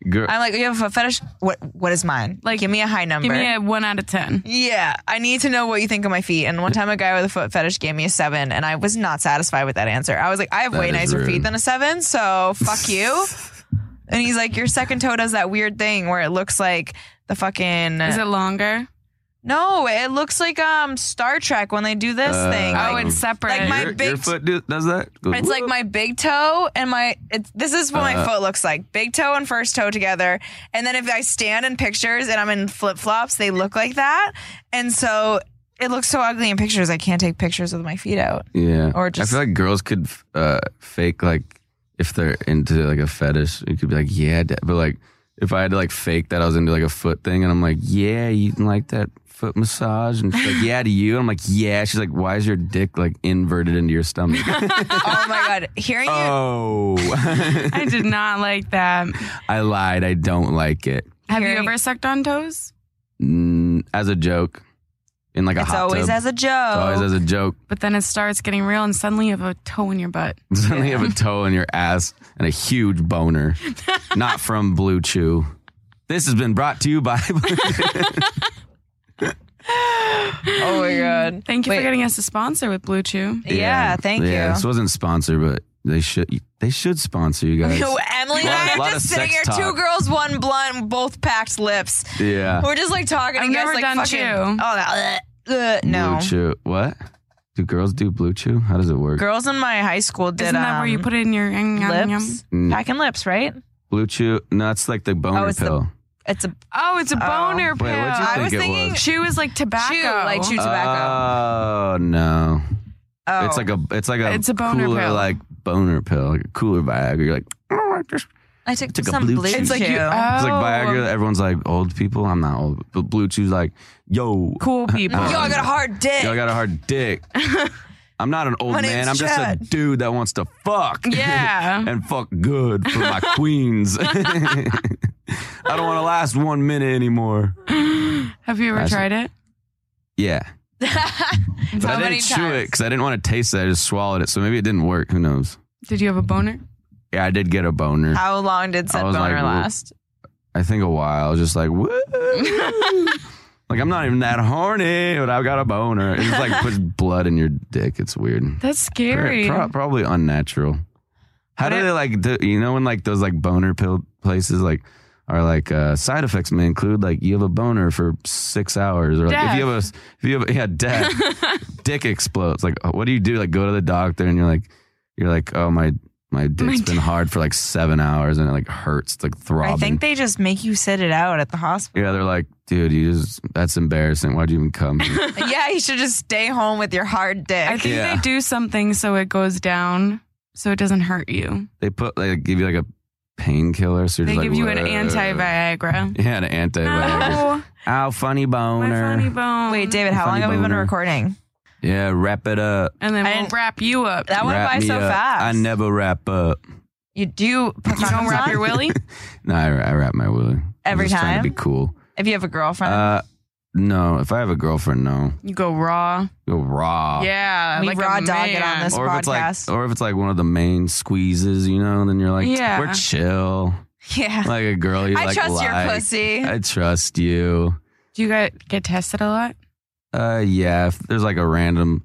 [SPEAKER 3] girl?
[SPEAKER 5] I'm like, "You have a foot fetish? What? What is mine? Like,
[SPEAKER 4] Like,
[SPEAKER 5] give me a high number.
[SPEAKER 4] Give me a one out of 10.
[SPEAKER 5] Yeah, I need to know what you think of my feet. And one time, a guy with a foot fetish gave me a seven, and I was not satisfied with that answer. I was like, I have
[SPEAKER 3] That
[SPEAKER 5] way
[SPEAKER 3] is
[SPEAKER 5] nicer
[SPEAKER 3] rude.
[SPEAKER 5] feet than a seven, so fuck you. and he's like, Your second toe does that weird thing where it looks like the fucking.
[SPEAKER 4] Is it longer?
[SPEAKER 5] no, it looks like um Star Trek when they do this
[SPEAKER 3] Uh,
[SPEAKER 5] thing.
[SPEAKER 3] Oh,
[SPEAKER 5] Like,
[SPEAKER 4] Oh, it's separate.
[SPEAKER 5] Like my
[SPEAKER 3] your,
[SPEAKER 5] big-
[SPEAKER 3] your foot do, does that? Goes,
[SPEAKER 5] it's like my big toe and my it's, this is what my
[SPEAKER 3] Uh.
[SPEAKER 5] foot looks like big toe and first toe together and then if i stand in pictures and i'm in flip-flops they look like that and so it looks so ugly in pictures i can't take pictures with my feet out
[SPEAKER 3] Yeah.
[SPEAKER 5] Or
[SPEAKER 3] I
[SPEAKER 5] just-
[SPEAKER 3] feel like girls could uh, fake like if they're into like a fetish, it could be like, yeah, dad. but like if I had to like fake that I was into like a foot thing, and I'm like, yeah, you can like that foot massage, and she's like, yeah, to you, and I'm like, yeah. She's like, why is your dick like inverted into your stomach?
[SPEAKER 5] oh my god hearing you
[SPEAKER 3] oh,
[SPEAKER 4] I did not like that.
[SPEAKER 3] I lied. I don't like it
[SPEAKER 4] Have you
[SPEAKER 5] Hearing-
[SPEAKER 4] ever sucked on toes?
[SPEAKER 3] mm, as a joke in like a
[SPEAKER 5] it's
[SPEAKER 3] hot
[SPEAKER 5] always
[SPEAKER 3] tub.
[SPEAKER 5] as a joke
[SPEAKER 3] It's always as a joke.
[SPEAKER 4] But then it starts getting real, and suddenly you have a toe in your butt.
[SPEAKER 3] Suddenly you have a toe in your ass and a huge boner. Not from Blue Chew. This has been brought to you by.
[SPEAKER 5] oh my god
[SPEAKER 4] Thank you
[SPEAKER 5] Wait.
[SPEAKER 4] for getting us a sponsor with Blue Chew.
[SPEAKER 5] yeah, thank
[SPEAKER 3] Yeah, this
[SPEAKER 5] you
[SPEAKER 3] wasn't sponsored, but they should they should sponsor you guys.
[SPEAKER 5] No, Emily and
[SPEAKER 3] Lot-
[SPEAKER 5] I are
[SPEAKER 3] lot
[SPEAKER 5] just
[SPEAKER 3] of
[SPEAKER 5] sitting here,
[SPEAKER 3] sex
[SPEAKER 5] two
[SPEAKER 3] talk.
[SPEAKER 5] girls, one blunt, both packed lips.
[SPEAKER 3] yeah,
[SPEAKER 5] We're just like talking.
[SPEAKER 4] I've
[SPEAKER 5] and you guys,
[SPEAKER 4] never
[SPEAKER 5] like,
[SPEAKER 4] done
[SPEAKER 5] fucking,
[SPEAKER 4] chew.
[SPEAKER 5] Oh, that, uh, uh, no.
[SPEAKER 3] Blue Chew. What do girls do? Blue Chew? How does it work?
[SPEAKER 5] Girls in my high school did
[SPEAKER 4] Isn't that where you
[SPEAKER 5] um,
[SPEAKER 4] put it in your yum, yum, yum?
[SPEAKER 5] lips,
[SPEAKER 3] Mm.
[SPEAKER 5] packing lips, right?
[SPEAKER 3] Blue Chew? No, it's like the boner
[SPEAKER 5] Oh, it's the
[SPEAKER 3] pill.
[SPEAKER 5] It's a
[SPEAKER 4] Oh, it's a boner pill.
[SPEAKER 3] Wait, what'd you
[SPEAKER 5] I
[SPEAKER 3] think
[SPEAKER 5] was
[SPEAKER 3] it
[SPEAKER 5] thinking
[SPEAKER 3] was?
[SPEAKER 4] Chew is like tobacco.
[SPEAKER 5] chew, like chew tobacco.
[SPEAKER 3] Oh no,
[SPEAKER 5] Oh,
[SPEAKER 3] It's like a it's like a
[SPEAKER 4] It's a boner
[SPEAKER 3] cooler
[SPEAKER 4] pill.
[SPEAKER 3] like boner pill, like a cooler Viagra. You're like, oh, I just
[SPEAKER 5] I took
[SPEAKER 3] took a
[SPEAKER 5] some
[SPEAKER 3] blue
[SPEAKER 5] blue.
[SPEAKER 3] cheese. It's
[SPEAKER 4] like you-
[SPEAKER 5] too.
[SPEAKER 4] uh,
[SPEAKER 3] It's like
[SPEAKER 4] Oh.
[SPEAKER 3] Viagra. Everyone's like old people. I'm not old, but Blue Chew's like, yo,
[SPEAKER 4] Cool people.
[SPEAKER 3] Oh.
[SPEAKER 5] Yo, I got a hard dick.
[SPEAKER 3] yo, I got a hard dick. I'm not an old
[SPEAKER 5] My
[SPEAKER 3] man. I'm
[SPEAKER 5] name's
[SPEAKER 3] just a
[SPEAKER 5] Chad.
[SPEAKER 3] dude that wants to fuck.
[SPEAKER 4] Yeah.
[SPEAKER 3] and fuck good for my queens. I don't want to last one minute anymore.
[SPEAKER 4] Have you ever
[SPEAKER 3] That's-
[SPEAKER 4] tried it?
[SPEAKER 3] Yeah, but
[SPEAKER 1] How
[SPEAKER 3] I
[SPEAKER 1] many
[SPEAKER 3] didn't chew it
[SPEAKER 1] times?
[SPEAKER 3] because I didn't want to taste it. I just swallowed it, so maybe it didn't work. Who knows?
[SPEAKER 4] Did you have a boner?
[SPEAKER 3] Yeah, I did get a boner.
[SPEAKER 5] How long did said
[SPEAKER 3] I was
[SPEAKER 5] boner
[SPEAKER 3] like, whoop.
[SPEAKER 5] last?
[SPEAKER 3] I think a while. Just like woo. Like I'm not even that horny, but I've got a boner. It's like puts blood in your dick. It's weird.
[SPEAKER 4] That's
[SPEAKER 3] Pro-
[SPEAKER 4] scary.
[SPEAKER 3] pro- probably unnatural. How
[SPEAKER 4] But
[SPEAKER 3] do
[SPEAKER 4] it-
[SPEAKER 3] they like? Do, you know when like those like boner pill places like are like uh, side effects may include like you have a boner for six hours or like if you have a if you have a, yeah death dick explodes like what do you do like go to the doctor and you're like you're like oh my my dick's been hard for like seven hours and it like hurts it's, like throbbing.
[SPEAKER 5] I think they just make you sit it out at the hospital.
[SPEAKER 3] yeah, they're like, dude, you just that's embarrassing. Why'd you even come? here?"
[SPEAKER 5] yeah, you should just stay home with your hard dick.
[SPEAKER 4] I think
[SPEAKER 3] Yeah.
[SPEAKER 4] they do something so it goes down, so it doesn't hurt you.
[SPEAKER 3] they put they give you like a painkiller, so you're
[SPEAKER 4] They
[SPEAKER 3] just
[SPEAKER 4] give
[SPEAKER 3] like,
[SPEAKER 4] you an
[SPEAKER 3] "Whoa."
[SPEAKER 4] anti Viagra.
[SPEAKER 3] Yeah, an anti.
[SPEAKER 4] Oh,
[SPEAKER 3] Ow, funny
[SPEAKER 4] my
[SPEAKER 3] boner.
[SPEAKER 4] funny bone.
[SPEAKER 5] Wait, David,
[SPEAKER 3] Mm,
[SPEAKER 5] how
[SPEAKER 3] Funny
[SPEAKER 5] long have we been
[SPEAKER 3] boner.
[SPEAKER 5] recording?
[SPEAKER 3] Yeah, wrap it up.
[SPEAKER 4] and then
[SPEAKER 5] I
[SPEAKER 4] we'll
[SPEAKER 5] didn't-
[SPEAKER 4] wrap you up.
[SPEAKER 5] That went
[SPEAKER 3] Wrap
[SPEAKER 5] by
[SPEAKER 3] me
[SPEAKER 5] so
[SPEAKER 3] up.
[SPEAKER 5] fast.
[SPEAKER 3] I never wrap up.
[SPEAKER 5] You do. You
[SPEAKER 4] you don't wrap your willy.
[SPEAKER 3] No, I, I wrap my willy.
[SPEAKER 5] Every
[SPEAKER 3] I'm just Trying
[SPEAKER 5] time?
[SPEAKER 3] to be cool.
[SPEAKER 5] If you have a girlfriend,
[SPEAKER 3] Uh, no, if I have a girlfriend, no.
[SPEAKER 4] You go raw.
[SPEAKER 3] Go raw.
[SPEAKER 4] Yeah,
[SPEAKER 5] We
[SPEAKER 4] like a
[SPEAKER 5] raw dog it on
[SPEAKER 4] man.
[SPEAKER 5] this
[SPEAKER 3] Or if it's
[SPEAKER 5] podcast.
[SPEAKER 3] like, or if it's like one of the main squeezes, you know, then you're like,
[SPEAKER 4] Yeah.
[SPEAKER 3] we're chill.
[SPEAKER 5] yeah.
[SPEAKER 3] Like a girl, you
[SPEAKER 5] I
[SPEAKER 3] like
[SPEAKER 5] trust
[SPEAKER 3] like.
[SPEAKER 5] your pussy.
[SPEAKER 3] I trust you.
[SPEAKER 4] Do you guys get tested a lot?
[SPEAKER 3] Uh, yeah. If there's like a random,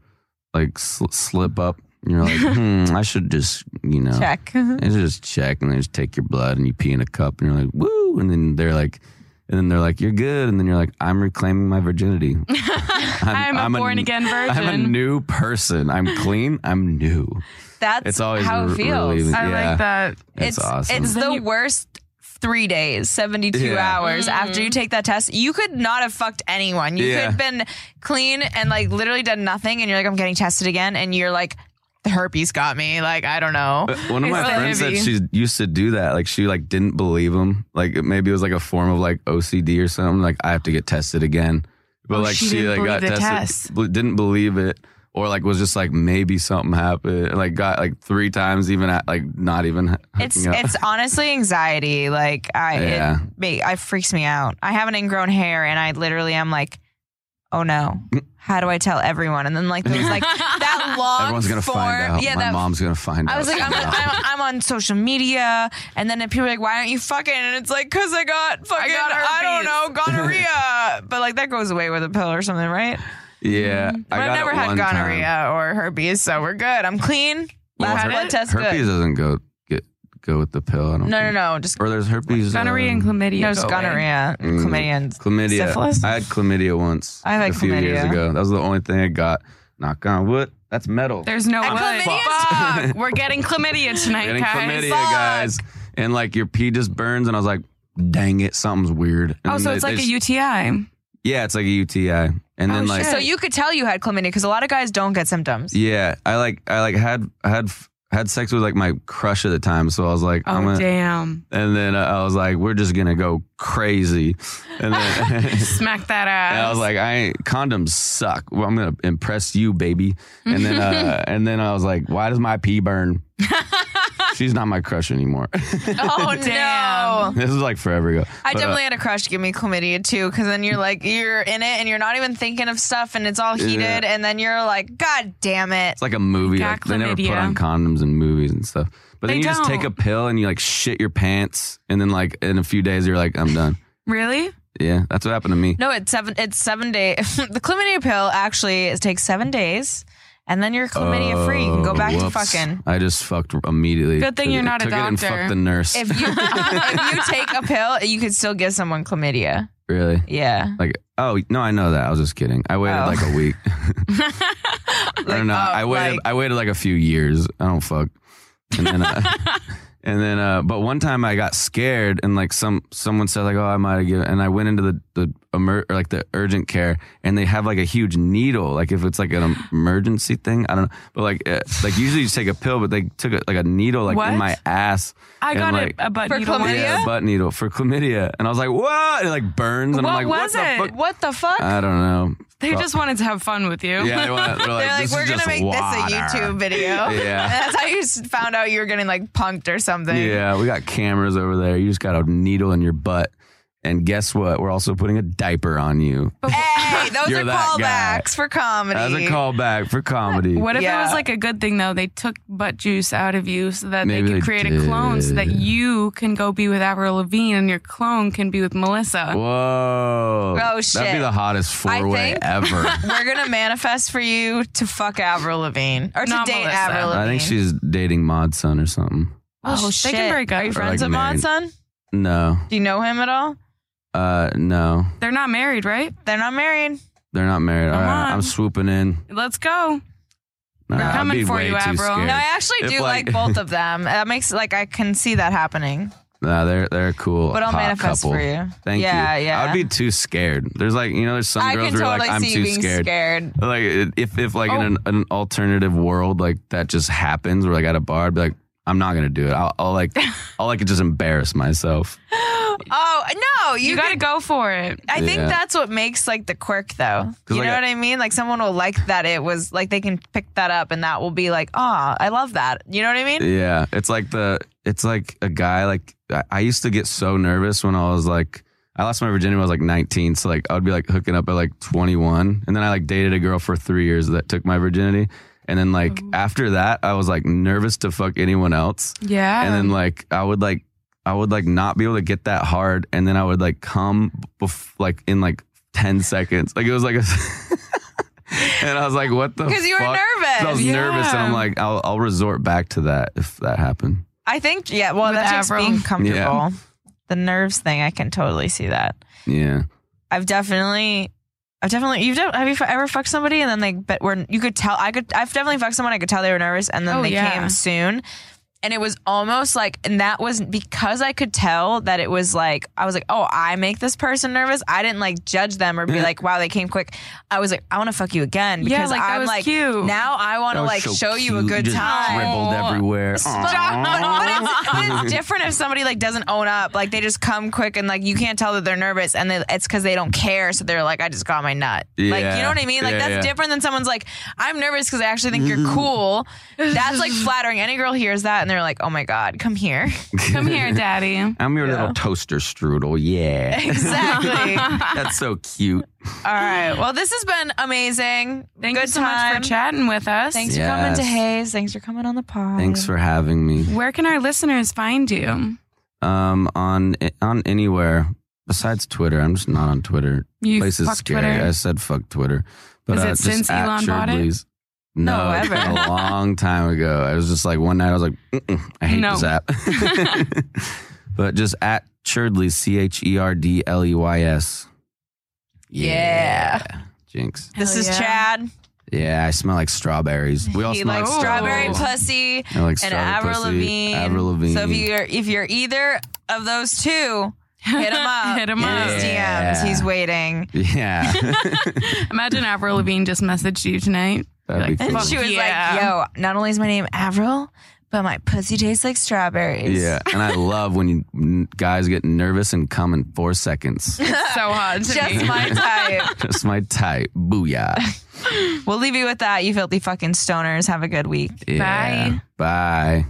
[SPEAKER 3] like sl- slip up, you're like, hmm, I should just, you know,
[SPEAKER 5] Check.
[SPEAKER 3] And they just check and they just take your blood and you pee in a cup and you're like, woo. And then they're like, and then they're like, you're good. And then you're like, I'm reclaiming my virginity.
[SPEAKER 4] I'm,
[SPEAKER 3] I'm
[SPEAKER 4] a
[SPEAKER 3] a-
[SPEAKER 4] born again virgin.
[SPEAKER 3] I'm a new person. I'm clean. I'm new.
[SPEAKER 5] That's
[SPEAKER 3] It's always
[SPEAKER 5] how
[SPEAKER 3] re-
[SPEAKER 5] it feels.
[SPEAKER 3] relieving.
[SPEAKER 4] I
[SPEAKER 3] yeah.
[SPEAKER 4] like that.
[SPEAKER 3] It's, awesome.
[SPEAKER 5] It's the worst three days, 72
[SPEAKER 3] Yeah.
[SPEAKER 5] hours after you take that test. You could not have fucked anyone. You
[SPEAKER 3] Yeah.
[SPEAKER 5] could have been clean and like literally done nothing. And you're like, I'm getting tested again. And you're like, the herpes got me. Like, I don't know.
[SPEAKER 3] Uh, One of my
[SPEAKER 4] It's
[SPEAKER 3] friends said
[SPEAKER 4] heavy.
[SPEAKER 3] she used to do that. Like she like didn't believe him. Like it- maybe it was like a form of like OCD or something. Like I have to get tested again. But
[SPEAKER 4] Oh,
[SPEAKER 3] like
[SPEAKER 4] she
[SPEAKER 3] she,
[SPEAKER 4] didn't
[SPEAKER 3] like got
[SPEAKER 4] believe the
[SPEAKER 3] tested,
[SPEAKER 4] test.
[SPEAKER 3] bl- didn't believe it, or like was just like maybe something happened. Like got like three times even at like not even. h-
[SPEAKER 5] It's
[SPEAKER 3] hooking up.
[SPEAKER 5] it's honestly anxiety. Like I
[SPEAKER 3] Yeah.
[SPEAKER 5] it, me, I freaks me out. I have an ingrown hair, and I literally am like, oh no,
[SPEAKER 3] Mm.
[SPEAKER 5] how do I tell everyone? And then like there was like that long
[SPEAKER 3] Everyone's gonna
[SPEAKER 5] form.
[SPEAKER 3] find out.
[SPEAKER 5] Yeah,
[SPEAKER 3] My
[SPEAKER 5] that.
[SPEAKER 3] mom's gonna find out.
[SPEAKER 5] I was like, I'm,
[SPEAKER 3] somehow.
[SPEAKER 5] I'm, I'm on social media, and then people are like, "Why aren't you fucking?" And it's like, "Cause I got fucking, I,
[SPEAKER 4] got
[SPEAKER 5] don't know, gonorrhea." but like that goes away with a pill or something, right?
[SPEAKER 3] yeah, I
[SPEAKER 5] But
[SPEAKER 3] got
[SPEAKER 5] mm, I've never
[SPEAKER 3] it
[SPEAKER 5] had
[SPEAKER 3] one
[SPEAKER 5] gonorrhea
[SPEAKER 3] Time.
[SPEAKER 5] or herpes, so we're good. I'm clean. Last
[SPEAKER 4] had
[SPEAKER 5] blood
[SPEAKER 4] it?
[SPEAKER 5] test,
[SPEAKER 3] Herpes
[SPEAKER 5] good.
[SPEAKER 3] doesn't go get go with the pill. I don't.
[SPEAKER 5] No, no,
[SPEAKER 3] think.
[SPEAKER 5] no, just
[SPEAKER 3] Or there's herpes.
[SPEAKER 4] Gonorrhea
[SPEAKER 3] um,
[SPEAKER 4] and chlamydia.
[SPEAKER 5] no,
[SPEAKER 4] go
[SPEAKER 5] just
[SPEAKER 4] away.
[SPEAKER 5] gonorrhea,
[SPEAKER 3] Mm.
[SPEAKER 5] chlamydia, and
[SPEAKER 3] Chlamydia.
[SPEAKER 5] Syphilis?
[SPEAKER 3] I had chlamydia once.
[SPEAKER 5] I've had
[SPEAKER 3] a few years
[SPEAKER 5] chlamydia.
[SPEAKER 3] ago. That was the only thing I got. Knock on wood. That's metal.
[SPEAKER 4] There's no
[SPEAKER 5] And
[SPEAKER 4] way.
[SPEAKER 5] chlamydia?
[SPEAKER 4] Fuck, We're getting chlamydia tonight,
[SPEAKER 3] Getting
[SPEAKER 4] guys.
[SPEAKER 3] chlamydia, guys. And like your pee just burns, and I was like, dang it, something's weird. And
[SPEAKER 4] Oh, so
[SPEAKER 3] they-
[SPEAKER 4] it's like
[SPEAKER 3] they
[SPEAKER 4] a Oh,
[SPEAKER 3] s-
[SPEAKER 4] UTI.
[SPEAKER 3] Yeah, it's like a UTI. And then like
[SPEAKER 5] So you could tell you had chlamydia because a lot of guys don't get symptoms.
[SPEAKER 3] yeah, I like I like had had had sex with like my crush at the time, so I was like,
[SPEAKER 4] Oh
[SPEAKER 3] I'm gonna,
[SPEAKER 4] damn!
[SPEAKER 3] and then uh, I was like, we're just gonna go crazy, and then.
[SPEAKER 4] Smack that ass.
[SPEAKER 3] And I was like, I ain't- condoms suck. Well, I'm gonna impress you, baby. And then, uh, and then I was like, why does my pee burn? She's not my crush anymore. this
[SPEAKER 5] Oh
[SPEAKER 4] Damn.
[SPEAKER 5] no.
[SPEAKER 3] is like forever ago.
[SPEAKER 5] I
[SPEAKER 3] But, uh,
[SPEAKER 5] definitely had a crush give me chlamydia too, because then you're like you're in it and you're not even thinking of stuff and it's all heated, and then you're like, God damn it!
[SPEAKER 3] it's like a movie.
[SPEAKER 4] Got
[SPEAKER 3] Like, they never put
[SPEAKER 4] chlamydia.
[SPEAKER 3] on condoms in movies and stuff. But then
[SPEAKER 4] They
[SPEAKER 3] you just take a
[SPEAKER 4] don't.
[SPEAKER 3] pill and you like shit your pants, and then like in a few days you're like, I'm done.
[SPEAKER 4] really?
[SPEAKER 3] Yeah, that's what happened to me.
[SPEAKER 5] No, it's seven. It's seven day. the chlamydia pill actually it takes seven days, and then you're chlamydia free. You can go
[SPEAKER 3] Oh,
[SPEAKER 5] back to
[SPEAKER 3] whoops.
[SPEAKER 5] fucking.
[SPEAKER 3] I just fucked immediately.
[SPEAKER 4] Good thing you're not a
[SPEAKER 3] Took It and
[SPEAKER 4] doctor.
[SPEAKER 3] fucked the nurse.
[SPEAKER 5] If you if you take a pill, you could still give someone chlamydia.
[SPEAKER 3] really?
[SPEAKER 5] Yeah.
[SPEAKER 3] Like, oh no, I know that. I was just kidding. I waited
[SPEAKER 5] Oh.
[SPEAKER 3] like a week. I don't know.
[SPEAKER 5] uh,
[SPEAKER 3] I waited.
[SPEAKER 5] like-
[SPEAKER 3] I waited like a few years. I don't fuck. And then, uh, And then, uh, but one time I got scared and like some, someone said like, oh, I might have given, and I went into the, the, emer- or, like the urgent care and they have like a huge needle. Like if it's like an emergency thing, I don't know. But like, uh, like usually you take a pill, but they took a, like a needle like
[SPEAKER 4] What?
[SPEAKER 3] in my ass.
[SPEAKER 4] I
[SPEAKER 3] and,
[SPEAKER 4] got
[SPEAKER 3] like,
[SPEAKER 4] a, a butt
[SPEAKER 1] For
[SPEAKER 4] needle. once.
[SPEAKER 1] chlamydia?
[SPEAKER 3] Yeah, a butt needle for chlamydia. And I was like, what? It like burns. And
[SPEAKER 4] What
[SPEAKER 3] I'm like,
[SPEAKER 4] was
[SPEAKER 3] what the
[SPEAKER 4] it?
[SPEAKER 3] fuck?
[SPEAKER 5] What the fuck?
[SPEAKER 3] I don't know.
[SPEAKER 4] They just wanted to have fun with you.
[SPEAKER 3] Yeah, they want- they're like,
[SPEAKER 5] They're like,
[SPEAKER 3] "This is
[SPEAKER 5] we're gonna
[SPEAKER 3] just
[SPEAKER 5] make this
[SPEAKER 3] water."
[SPEAKER 5] a YouTube video.
[SPEAKER 3] Yeah.
[SPEAKER 5] That's how you s- found out you were getting like punked or something.
[SPEAKER 3] Yeah, we got cameras over there. You just got a needle in your butt. And guess what? We're also putting a diaper on you.
[SPEAKER 5] Hey, those
[SPEAKER 3] You're
[SPEAKER 5] are
[SPEAKER 3] that guy.
[SPEAKER 5] callbacks for comedy.
[SPEAKER 3] As a callback for comedy.
[SPEAKER 4] What if it
[SPEAKER 5] Yeah.
[SPEAKER 4] was like a good thing though? They took butt juice out of you so that
[SPEAKER 3] Maybe
[SPEAKER 4] they
[SPEAKER 3] they
[SPEAKER 4] could create a clone so that
[SPEAKER 3] did.
[SPEAKER 4] you can go be with Avril Lavigne and your clone can be with Melissa.
[SPEAKER 3] Whoa.
[SPEAKER 5] Oh,
[SPEAKER 3] That'd be
[SPEAKER 5] shit.
[SPEAKER 3] the hottest
[SPEAKER 5] I
[SPEAKER 3] four way
[SPEAKER 5] think-
[SPEAKER 3] ever.
[SPEAKER 5] We're gonna manifest for you to fuck Avril Lavigne or to
[SPEAKER 4] Not
[SPEAKER 5] date
[SPEAKER 4] Melissa.
[SPEAKER 5] Avril Lavigne.
[SPEAKER 3] I think she's dating Mod Son or something.
[SPEAKER 5] Oh,
[SPEAKER 4] sh- They
[SPEAKER 5] shit.
[SPEAKER 4] can break up.
[SPEAKER 5] Are you
[SPEAKER 4] Or,
[SPEAKER 5] friends
[SPEAKER 3] like,
[SPEAKER 5] with
[SPEAKER 3] married.
[SPEAKER 5] Monson?
[SPEAKER 3] No.
[SPEAKER 5] Do you know him at all?
[SPEAKER 3] Uh no.
[SPEAKER 4] They're not married, right?
[SPEAKER 5] They're not married.
[SPEAKER 3] They're not married. All
[SPEAKER 4] Come
[SPEAKER 3] right.
[SPEAKER 4] on.
[SPEAKER 3] I'm swooping in.
[SPEAKER 4] Let's go.
[SPEAKER 3] Nah,
[SPEAKER 4] We're
[SPEAKER 3] I'd
[SPEAKER 4] coming
[SPEAKER 3] be
[SPEAKER 4] for
[SPEAKER 3] way
[SPEAKER 4] you,
[SPEAKER 3] too
[SPEAKER 4] Avril.
[SPEAKER 3] scared.
[SPEAKER 5] No, I actually
[SPEAKER 3] If,
[SPEAKER 5] do
[SPEAKER 3] like-
[SPEAKER 5] like, both of them. That makes like I can see that happening.
[SPEAKER 3] Nah, they're they're cool.
[SPEAKER 5] But I'll
[SPEAKER 3] hot
[SPEAKER 5] manifest
[SPEAKER 3] couple.
[SPEAKER 5] for you.
[SPEAKER 3] Thank
[SPEAKER 5] Yeah,
[SPEAKER 3] you.
[SPEAKER 5] yeah.
[SPEAKER 3] I'd be too scared. There's like you know, there's some
[SPEAKER 5] I
[SPEAKER 3] girls
[SPEAKER 5] can
[SPEAKER 3] who are
[SPEAKER 5] totally
[SPEAKER 3] like, I'm
[SPEAKER 5] see
[SPEAKER 3] too
[SPEAKER 5] you being
[SPEAKER 3] scared.
[SPEAKER 5] scared. Oh.
[SPEAKER 3] Like if if like in an, an alternative world like that just happens where like at a bar I'd be like I'm not gonna do it I'll, I'll like I'll like just embarrass myself
[SPEAKER 5] Oh no, you,
[SPEAKER 4] You,
[SPEAKER 5] got
[SPEAKER 4] gotta go for it.
[SPEAKER 5] I think
[SPEAKER 3] Yeah.
[SPEAKER 5] that's what makes like the quirk though. You
[SPEAKER 3] like,
[SPEAKER 5] know
[SPEAKER 3] I-
[SPEAKER 5] what I mean? Like someone will like that it was like they can pick that up and that will be like, "Ah, I love that." You know what I mean?
[SPEAKER 3] yeah it's like the it's like a guy like I, I used to get so nervous when I was like I lost my virginity when I was like 19 so like I would be like hooking up at like 21 and then I like dated a girl for three years that took my virginity and then like
[SPEAKER 5] Oh.
[SPEAKER 3] after that I was like nervous to fuck anyone else
[SPEAKER 4] Yeah.
[SPEAKER 5] Um,
[SPEAKER 3] and then like I would like I would like not be able to get that hard, and then I would like come bef- like in like ten seconds. Like it was like a. and I was like, "What the?"
[SPEAKER 5] 'Cause you were
[SPEAKER 3] fuck? 'Cause I was
[SPEAKER 5] nervous.
[SPEAKER 3] nervous, and I'm
[SPEAKER 4] Yeah.
[SPEAKER 3] like, "I'll I'll resort back to that if that happened."
[SPEAKER 5] I think yeah, well,
[SPEAKER 4] With
[SPEAKER 5] that takes
[SPEAKER 4] Avril.
[SPEAKER 5] being comfortable.
[SPEAKER 3] Yeah.
[SPEAKER 5] The nerves thing, I can totally see that.
[SPEAKER 3] Yeah,
[SPEAKER 5] I've definitely I've definitely you've def- have you ever fucked somebody and then they but were you could tell I could I've definitely fucked someone I could tell they were nervous and then
[SPEAKER 4] Oh,
[SPEAKER 5] they
[SPEAKER 4] yeah.
[SPEAKER 5] came soon and it was almost like and that was because I could tell that it was like I was like oh I make this person nervous I didn't like judge them or be
[SPEAKER 3] Yeah.
[SPEAKER 5] like wow they came quick I was like I want to fuck you again
[SPEAKER 4] Yeah,
[SPEAKER 5] because
[SPEAKER 4] like, that
[SPEAKER 5] I'm
[SPEAKER 4] was
[SPEAKER 5] like
[SPEAKER 4] cute.
[SPEAKER 5] now I want to like show you a good time
[SPEAKER 3] Dribbled everywhere.
[SPEAKER 5] but it's, but it's different if somebody like doesn't own up. Like they just come quick and like you can't tell that they're nervous and they, it's because they don't care. So they're like, I just got my nut. Like
[SPEAKER 3] Yeah.
[SPEAKER 5] you know what I mean? Like
[SPEAKER 3] Yeah,
[SPEAKER 5] that's
[SPEAKER 3] yeah.
[SPEAKER 5] different than someone's like, I'm nervous because I actually think you're cool. That's like flattering. Any girl hears that and they're like, Oh my god, come here.
[SPEAKER 4] Come here, daddy.
[SPEAKER 3] I'm your little toaster strudel. Yeah,
[SPEAKER 5] exactly. All
[SPEAKER 3] that's so cute.
[SPEAKER 5] right. Well, this has been amazing.
[SPEAKER 4] Thank
[SPEAKER 5] Good
[SPEAKER 4] you so
[SPEAKER 5] time.
[SPEAKER 4] much for chatting with us.
[SPEAKER 5] Thanks
[SPEAKER 3] Yes.
[SPEAKER 5] for coming to Hayes. Thanks for coming on the pod.
[SPEAKER 3] Thanks for having me.
[SPEAKER 4] Where can our listeners find you?
[SPEAKER 3] Um, on on anywhere besides Twitter, I'm just not on Twitter.
[SPEAKER 4] You
[SPEAKER 3] place is
[SPEAKER 4] fuck
[SPEAKER 3] scary. I
[SPEAKER 4] Twitter.
[SPEAKER 3] said fuck Twitter. But
[SPEAKER 4] Was
[SPEAKER 3] uh,
[SPEAKER 4] it
[SPEAKER 3] just
[SPEAKER 4] since
[SPEAKER 3] at
[SPEAKER 4] Elon bought it?
[SPEAKER 3] Shribley's. No,
[SPEAKER 5] No,
[SPEAKER 3] it's
[SPEAKER 5] ever.
[SPEAKER 3] been a long time ago. I was just like one night I was like, Mm-mm, I hate
[SPEAKER 4] No.
[SPEAKER 3] this app. but just at Cherdleys, C H E R D L E Y S.
[SPEAKER 5] Yeah.
[SPEAKER 3] Jinx.
[SPEAKER 5] This
[SPEAKER 4] Hell
[SPEAKER 5] is
[SPEAKER 4] yeah.
[SPEAKER 5] Chad.
[SPEAKER 3] Yeah, I smell like strawberries. We all
[SPEAKER 5] He
[SPEAKER 3] smell
[SPEAKER 5] likes
[SPEAKER 3] like
[SPEAKER 5] strawberry
[SPEAKER 3] strawberries.
[SPEAKER 5] pussy.
[SPEAKER 3] I like
[SPEAKER 5] and
[SPEAKER 3] strawberry
[SPEAKER 5] Avril
[SPEAKER 3] pussy,
[SPEAKER 5] Lavigne.
[SPEAKER 3] Avril Lavigne.
[SPEAKER 5] So if you're if you're either of those two, hit him up.
[SPEAKER 4] Hit him
[SPEAKER 5] In
[SPEAKER 4] up.
[SPEAKER 5] his
[SPEAKER 3] Yeah.
[SPEAKER 5] DMs. He's waiting.
[SPEAKER 3] yeah.
[SPEAKER 4] Imagine Avril Lavigne just messaged you tonight.
[SPEAKER 3] That'd be
[SPEAKER 5] And
[SPEAKER 3] cool.
[SPEAKER 5] she was
[SPEAKER 4] Yeah.
[SPEAKER 5] like, "Yo, not only is my name Avril, but my pussy tastes like strawberries."
[SPEAKER 3] Yeah, and I love when you n- guys get nervous and come in four seconds.
[SPEAKER 4] So hot. To
[SPEAKER 5] Just
[SPEAKER 4] me.
[SPEAKER 5] my type.
[SPEAKER 3] That's my type. Booyah.
[SPEAKER 5] we'll leave you with that, you filthy fucking stoners. Have a good week.
[SPEAKER 3] Yeah. Bye.